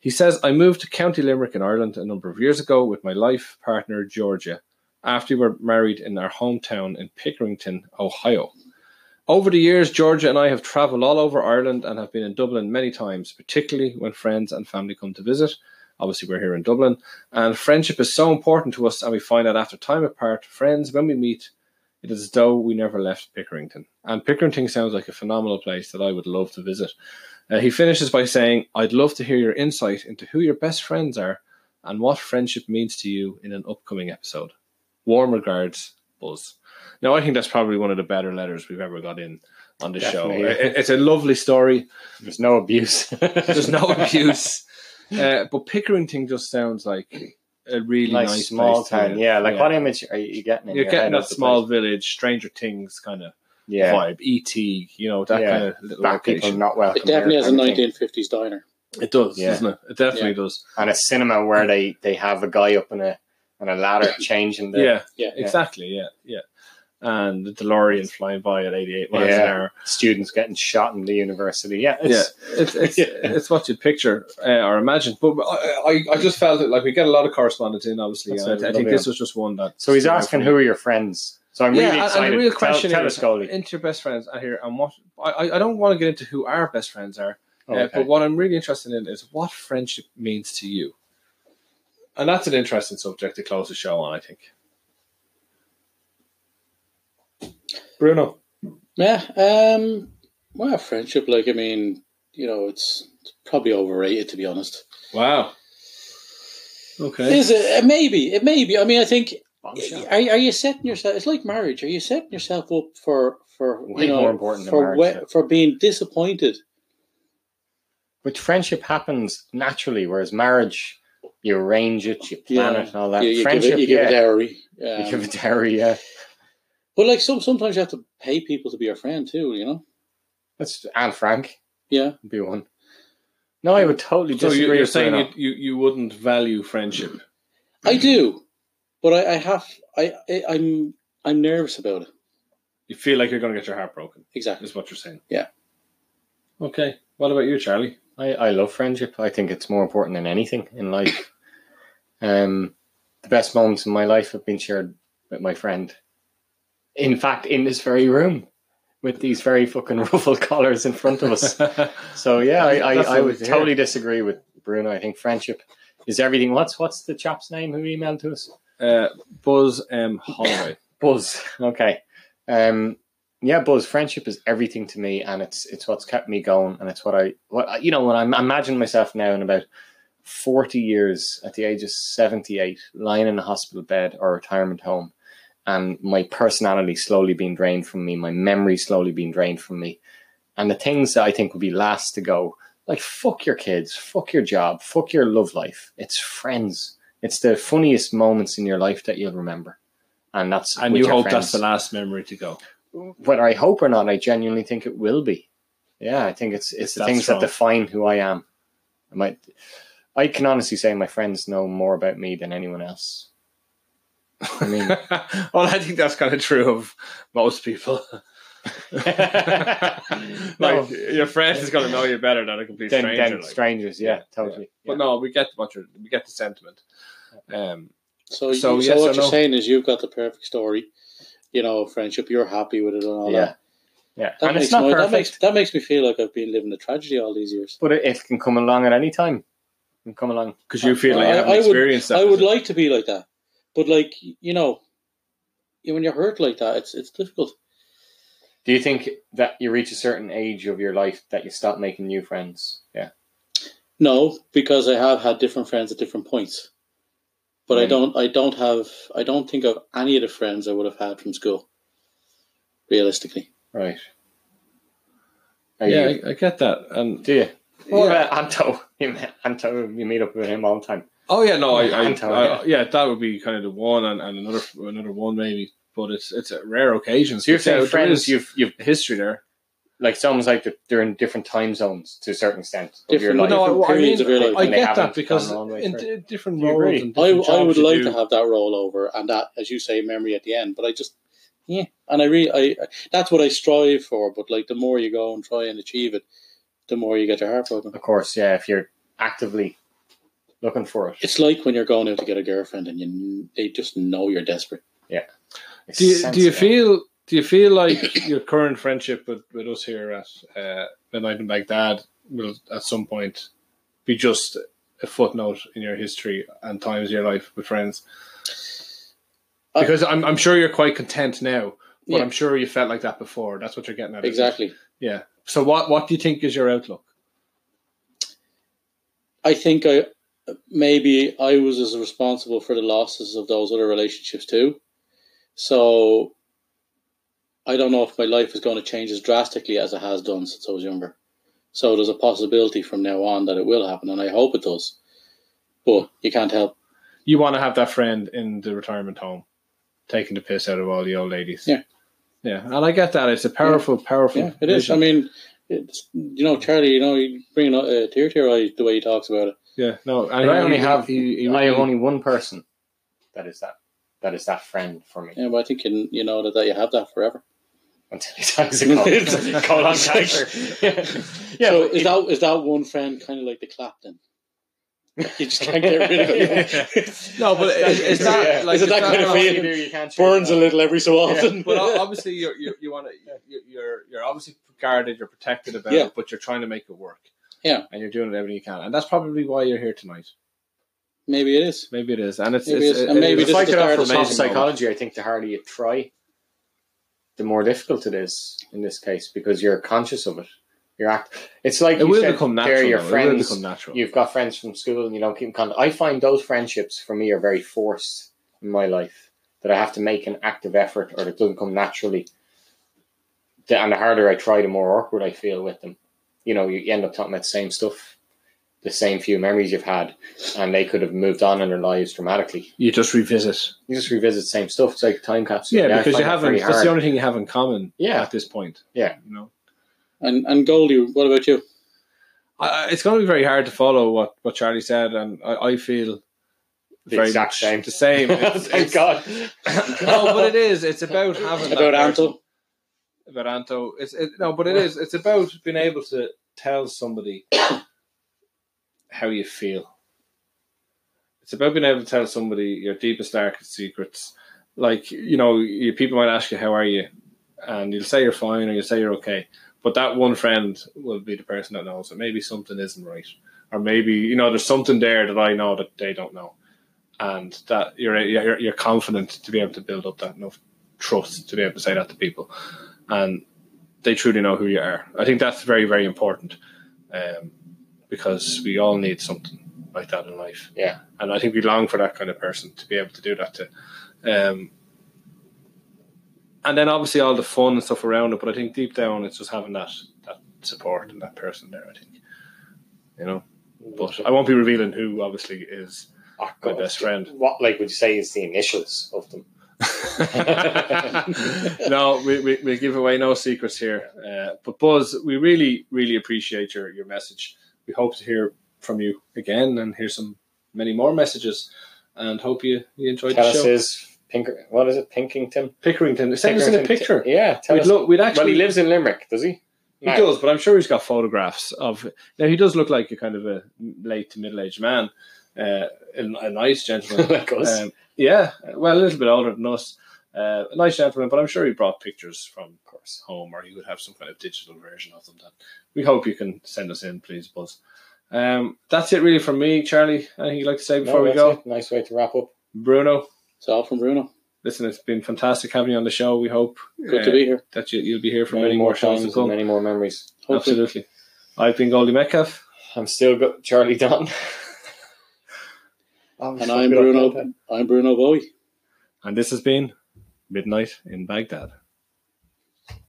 Speaker 1: He says, "I moved to County Limerick in Ireland a number of years ago with my life partner Georgia. After we were married in our hometown in Pickerington, Ohio." Over the years, Georgia and I have travelled all over Ireland and have been in Dublin many times, particularly when friends and family come to visit. Obviously, we're here in Dublin, and friendship is so important to us, and we find that after time apart, friends, when we meet, it is as though we never left Pickerington. And Pickerington sounds like a phenomenal place that I would love to visit. Uh, he finishes by saying, I'd love to hear your insight into who your best friends are and what friendship means to you in an upcoming episode. Warm regards, Buzz. Now, I think that's probably one of the better letters we've ever got in on the show.
Speaker 2: Definitely, yeah.
Speaker 1: It- it's a lovely story.
Speaker 2: There's no abuse.
Speaker 1: There's no abuse. Uh, but Pickerington just sounds like a really
Speaker 2: nice,
Speaker 1: nice,
Speaker 2: small
Speaker 1: place to
Speaker 2: town.
Speaker 1: live.
Speaker 2: Yeah, like what image are you getting? In
Speaker 1: You're
Speaker 2: your
Speaker 1: getting
Speaker 2: head
Speaker 1: that
Speaker 2: of the
Speaker 1: small
Speaker 2: place?
Speaker 1: village, Stranger Things kind of
Speaker 2: yeah,
Speaker 1: vibe, ET, you know, that
Speaker 2: Yeah.
Speaker 1: kind of little
Speaker 2: black people
Speaker 1: location.
Speaker 2: not welcome.
Speaker 3: It definitely
Speaker 2: here
Speaker 3: has a
Speaker 2: kind of thing.
Speaker 3: 1950s diner.
Speaker 1: It does,
Speaker 2: Yeah.
Speaker 1: doesn't it? It definitely does.
Speaker 2: and a cinema where they they have a guy up in a on a ladder changing the
Speaker 1: Yeah,
Speaker 3: Yeah.
Speaker 1: exactly. Yeah, yeah. And the DeLorean flying by at 88 miles
Speaker 2: Yeah.
Speaker 1: an hour.
Speaker 2: students getting shot in the university. Yeah,
Speaker 1: yeah,
Speaker 2: it's,
Speaker 1: it's it's, it's what you picture uh, or imagine. But I, I, I just felt it like we get a lot of correspondence in, obviously.
Speaker 2: That's
Speaker 1: and
Speaker 2: it,
Speaker 1: I, I think
Speaker 2: lovely.
Speaker 1: this was just one that.
Speaker 2: So he's asking who are your friends. So I'm
Speaker 1: Yeah,
Speaker 2: really
Speaker 1: and-
Speaker 2: excited.
Speaker 1: and the real
Speaker 2: Tell-
Speaker 1: question
Speaker 2: tell,
Speaker 1: is-
Speaker 2: us, Goldie.
Speaker 1: Into your best friends are here, and what I, I- I don't want to get into who our best friends are, uh,
Speaker 2: Oh, Okay.
Speaker 1: but what I'm really interested in is what friendship means to you, and that's an interesting subject to close the show on. I think. Bruno,
Speaker 3: Yeah. Um, well, friendship, like, I mean, you know, it's, it's probably overrated, to be honest.
Speaker 1: wow, okay,
Speaker 3: Is it? Uh, Maybe. It may be. I mean, I think,
Speaker 2: Bombshell.
Speaker 3: are, are you setting yourself, it's like marriage, are you setting yourself up for, for
Speaker 2: Way
Speaker 3: you know,
Speaker 2: more important than
Speaker 3: for,
Speaker 2: marriage, yeah.
Speaker 3: we- for being disappointed?
Speaker 2: Which friendship happens naturally, whereas marriage, you arrange it, you plan
Speaker 3: Yeah.
Speaker 2: it, and all that.
Speaker 3: You, you
Speaker 2: friendship,
Speaker 3: give it, you give
Speaker 2: yeah,
Speaker 3: a dowry.
Speaker 2: you give
Speaker 3: Um,
Speaker 2: it dowry. Yeah,
Speaker 3: but, like, some sometimes you have to pay people to be your friend, too, you know?
Speaker 2: that's Anne Frank
Speaker 3: Yeah.
Speaker 2: would be one. No, I would totally
Speaker 1: so
Speaker 2: disagree.
Speaker 1: you, you're
Speaker 2: with
Speaker 1: saying
Speaker 2: Bruno.
Speaker 1: you, you you wouldn't value friendship?
Speaker 3: I do, but I, I have I, I I'm I'm nervous about it.
Speaker 1: You feel like you're going to get your heart broken,
Speaker 3: Exactly.
Speaker 1: is what you're saying?
Speaker 3: Yeah.
Speaker 1: Okay. What about you, Charlie?
Speaker 2: I, I love friendship. I think it's more important than anything in life. Um, the best moments in my life have been shared with my friend. In fact, in this very room, with these very fucking ruffled collars in front of us. So yeah, I, I,
Speaker 1: That's
Speaker 2: I would
Speaker 1: lovely to hear.
Speaker 2: totally disagree with Bruno. I think friendship is everything. What's what's the chap's name who emailed to us?
Speaker 1: Uh, Buzz M. Holloway.
Speaker 2: Buzz. Okay. Um yeah, Buzz, friendship is everything to me and it's it's what's kept me going and it's what I what I- you know, when I imagine myself now in about 40 years at the age of 78 lying in a hospital bed or retirement home and my personality slowly being drained from me, my memory slowly being drained from me. And the things that I think would be last to go, like fuck your kids, fuck your job, fuck your love life. It's friends. It's the funniest moments in your life that you'll remember. And that's
Speaker 1: And
Speaker 2: with
Speaker 1: you
Speaker 2: your
Speaker 1: hope
Speaker 2: friends.
Speaker 1: that's the last memory to go.
Speaker 2: whether I hope or not, I genuinely think it will be. Yeah, I think it's it's the
Speaker 1: That's
Speaker 2: things
Speaker 1: strong.
Speaker 2: that define who I am. I might I can honestly say my friends know more about me than anyone else. I mean
Speaker 1: well, I think that's kind of true of most people. like
Speaker 2: No.
Speaker 1: your friend is going to know you better than a complete
Speaker 2: than,
Speaker 1: stranger.
Speaker 2: than
Speaker 1: like.
Speaker 2: strangers, yeah, totally.
Speaker 1: But no, we get what you're, we get the sentiment. Um,
Speaker 3: So you-
Speaker 1: So
Speaker 3: so,
Speaker 1: yes or
Speaker 3: what you're
Speaker 1: no?
Speaker 3: saying is you've got the perfect story, you know, friendship. You're happy with it and all
Speaker 2: Yeah.
Speaker 3: that.
Speaker 2: Yeah.
Speaker 3: That
Speaker 2: and
Speaker 3: makes
Speaker 2: it's not
Speaker 3: my-
Speaker 2: perfect,
Speaker 3: that makes that makes me feel like I've been living a tragedy all these years.
Speaker 2: but it, it can come along at any time. It can come along.
Speaker 1: because you feel like
Speaker 3: I-
Speaker 1: you haven't
Speaker 3: I would-
Speaker 1: experienced that.
Speaker 3: I would
Speaker 1: is it?
Speaker 3: like to be like that, but like you know, you- when you're hurt like that, it's it's difficult.
Speaker 2: Do you think that you reach a certain age of your life that you stop making new friends? Yeah.
Speaker 3: No, because I have had different friends at different points, but I
Speaker 1: Mm.
Speaker 2: Right.
Speaker 3: don't. I don't have. I don't think of any of the friends I would have had from school. Realistically,
Speaker 2: Right. Are you-
Speaker 1: Yeah, I, I get that. And
Speaker 2: Do you?
Speaker 1: Or,
Speaker 2: Or
Speaker 1: uh,
Speaker 2: Anto. Anto, you meet up with him all the time.
Speaker 1: oh yeah, no, I, I,
Speaker 2: I'm telling
Speaker 1: I- yeah, that would be kind of the one, and, and another another one maybe. But it's it's a rare occasion.
Speaker 2: So you're
Speaker 1: But
Speaker 2: saying
Speaker 1: yeah, there
Speaker 2: friends,
Speaker 1: is
Speaker 2: you've you've
Speaker 1: history there.
Speaker 2: like it's almost like they're- they're in different time zones to a certain extent of your
Speaker 3: Different-
Speaker 2: life.
Speaker 3: Well,
Speaker 1: no, I, I
Speaker 3: periods of your
Speaker 1: mean,
Speaker 3: life
Speaker 1: I, I
Speaker 2: when they
Speaker 1: get that
Speaker 2: haven't
Speaker 1: because
Speaker 2: gone all the way
Speaker 1: in
Speaker 2: through.
Speaker 1: di- different
Speaker 2: Do you
Speaker 1: roles
Speaker 2: agree?
Speaker 1: and
Speaker 3: I,
Speaker 1: different
Speaker 3: I
Speaker 1: jobs
Speaker 3: would
Speaker 1: you
Speaker 3: like
Speaker 1: do.
Speaker 3: to have that rollover and that, as you say, memory at the end. But I just, yeah, and I really, I that's what I strive for. But like, the more you go and try and achieve it, the more you get your heart broken.
Speaker 2: Of course, yeah. If you're actively looking for it,
Speaker 3: It's like when you're going out to get a girlfriend and you, they just know you're desperate.
Speaker 2: It's
Speaker 1: Do you, do
Speaker 2: sensible.
Speaker 1: you feel Do you feel like your current friendship with, with us here at uh, Midnight in Baghdad will at some point be just a footnote in your history and times of your life with friends?
Speaker 3: Uh,
Speaker 1: Because I'm, I'm sure you're quite content now, but
Speaker 3: Yeah.
Speaker 1: I'm sure you felt like that before. That's what you're getting at. isn't it?
Speaker 3: Exactly.
Speaker 1: Yeah. So what what do you think is your outlook?
Speaker 3: I think I maybe I was as responsible for the losses of those other relationships too. So I don't know if my life is going to change as drastically as it has done since I was younger. So there's a possibility from now on that it will happen, and I hope it does. But you can't help.
Speaker 1: You want to have that friend in the retirement home, taking the piss out of all the old ladies.
Speaker 3: Yeah.
Speaker 1: Yeah, and I get that. It's a powerful, powerful.
Speaker 3: Yeah, it is. I
Speaker 1: vision.
Speaker 3: mean, it's, you know, Charlie. You know, you bring a tear to your eye the way he talks about it.
Speaker 1: yeah, no.
Speaker 2: But I only have
Speaker 1: He, he
Speaker 2: I
Speaker 1: really-
Speaker 2: have only one person that is that that is that friend for me
Speaker 3: Yeah, but I think you you know that, that you have that forever.
Speaker 2: until he dies of colon, colon cancer. yeah,
Speaker 3: so
Speaker 2: but
Speaker 3: is
Speaker 2: it-
Speaker 3: that is that one friend kind of like the Clapton? You just can't get rid of it.
Speaker 1: No, but
Speaker 2: That's-
Speaker 1: it- it's
Speaker 2: that's-
Speaker 1: not
Speaker 2: yeah.
Speaker 1: like
Speaker 3: Is it
Speaker 1: it's
Speaker 3: that
Speaker 1: not-
Speaker 3: kind of
Speaker 1: no,
Speaker 3: feeling?
Speaker 2: You do, you can't shake
Speaker 3: Burns
Speaker 2: it
Speaker 3: a
Speaker 2: off.
Speaker 3: little every so often.
Speaker 1: But o- obviously, you're, you you want to you're you're obviously guarded, you're protected about
Speaker 3: Yeah.
Speaker 1: it, but you're trying to make it work.
Speaker 3: Yeah.
Speaker 1: and you're doing whatever you can, and that's probably why you're here tonight.
Speaker 3: maybe it is.
Speaker 1: Maybe it is, and it's
Speaker 3: Maybe
Speaker 1: it's,
Speaker 3: it's- and
Speaker 1: it-
Speaker 3: maybe
Speaker 1: it's
Speaker 2: If
Speaker 3: this
Speaker 2: I
Speaker 3: is
Speaker 2: could
Speaker 3: the start
Speaker 2: offer
Speaker 3: of
Speaker 2: top
Speaker 3: amazing
Speaker 2: psychology, I think the harder you try, the more difficult it is in this case because you're conscious of it. You're act. It's like
Speaker 1: it
Speaker 2: you
Speaker 1: will
Speaker 2: said,
Speaker 1: become
Speaker 2: they're
Speaker 1: natural.
Speaker 2: Your
Speaker 1: though.
Speaker 2: friends,
Speaker 1: it will become natural.
Speaker 2: You've got friends from school and you don't keep in contact. I find those friendships for me are very forced in my life that I have to make an active effort or it doesn't come naturally. The, and the harder I try, the more awkward I feel with them. You know, you end up talking about the same stuff, the same few memories you've had, and they could have moved on in their lives dramatically.
Speaker 1: you just revisit.
Speaker 2: You just revisit the same stuff. It's like a time capsule.
Speaker 1: Yeah,
Speaker 2: I
Speaker 1: because
Speaker 2: find
Speaker 1: you
Speaker 2: that
Speaker 1: haven't.
Speaker 2: very
Speaker 1: That's
Speaker 2: hard.
Speaker 1: the only thing you have in common.
Speaker 2: Yeah.
Speaker 1: at this point.
Speaker 2: Yeah.
Speaker 1: you know,
Speaker 3: And and Goldie, what about you?
Speaker 1: I, I- it's going to be very hard to follow what what Charlie said, and I, I feel
Speaker 2: The
Speaker 1: very
Speaker 2: exact
Speaker 1: much
Speaker 2: same.
Speaker 1: The same. It's-
Speaker 2: Thank
Speaker 1: it's-
Speaker 2: God.
Speaker 1: no, but it is. It's about having that
Speaker 3: About
Speaker 1: person.
Speaker 3: Anto?
Speaker 1: About Anto. It's it, no, but it is. It's about being able to tell somebody how you feel. It's about being able to tell somebody your deepest darkest secrets. Like you know, you, people might ask you how are you, and you'll say you're fine or you'll say you're okay. But that one friend will be the person that knows that maybe something isn't right, or maybe you know there's something there that I know that they don't know, and that you're you're, you're confident to be able to build up that enough trust to be able to say that to people, and they truly know who you are. I think that's very very important, um, because we all need something like that in life.
Speaker 2: Yeah.
Speaker 1: and I think we long for that kind of person to be able to do that to. Um, and then obviously all the fun and stuff around it. But I think deep down, it's just having that that support and that person there. I think, you know. But I won't be revealing who obviously is
Speaker 2: Oh,
Speaker 1: my
Speaker 2: God.
Speaker 1: best friend.
Speaker 2: What, like, would you say is the initials of them?
Speaker 1: no, we, we, we give away no secrets here. Uh, but Buzz, we really, really appreciate your, your message. We hope to hear from you again and hear some many more messages. And hope you, you enjoyed
Speaker 2: Tell
Speaker 1: the
Speaker 2: us
Speaker 1: show.
Speaker 2: his Pinker. What is it? Pinkington.
Speaker 1: Pickerington, send us in a
Speaker 2: Pickerington-
Speaker 1: picture.
Speaker 2: Yeah. Tell
Speaker 1: We'd,
Speaker 2: us.
Speaker 1: look, we'd
Speaker 2: well,
Speaker 1: actually
Speaker 2: he lives in Limerick, does he?
Speaker 1: He does, but I'm sure he's got photographs of. Now he does look like a kind of a late to middle aged man, uh, a, a nice gentleman.
Speaker 2: like us.
Speaker 1: Um, yeah, well, a little bit older than us. Uh, a nice gentleman, but I'm sure he brought pictures from of course, home, or he would have some kind of digital version of them. That we hope you can send us in, please, Buzz. Um, that's it really from me, Charlie. Anything you'd like to say
Speaker 2: No,
Speaker 1: before we
Speaker 2: that's
Speaker 1: go,
Speaker 2: it. Nice way to wrap up.
Speaker 1: Bruno?
Speaker 3: It's all from Bruno.
Speaker 1: Listen, it's been fantastic having you on the show. We hope
Speaker 3: Good
Speaker 1: uh,
Speaker 3: to be here.
Speaker 1: that you, you'll be here for many, more shows to
Speaker 2: times
Speaker 1: come.
Speaker 2: and many more memories.
Speaker 3: Hopefully.
Speaker 1: Absolutely. I've been Goldie Metcalf.
Speaker 2: I'm still got Charlie Don.
Speaker 3: And I'm Bruno. I'm Bruno Bowie.
Speaker 1: And this has been Midnight in Baghdad.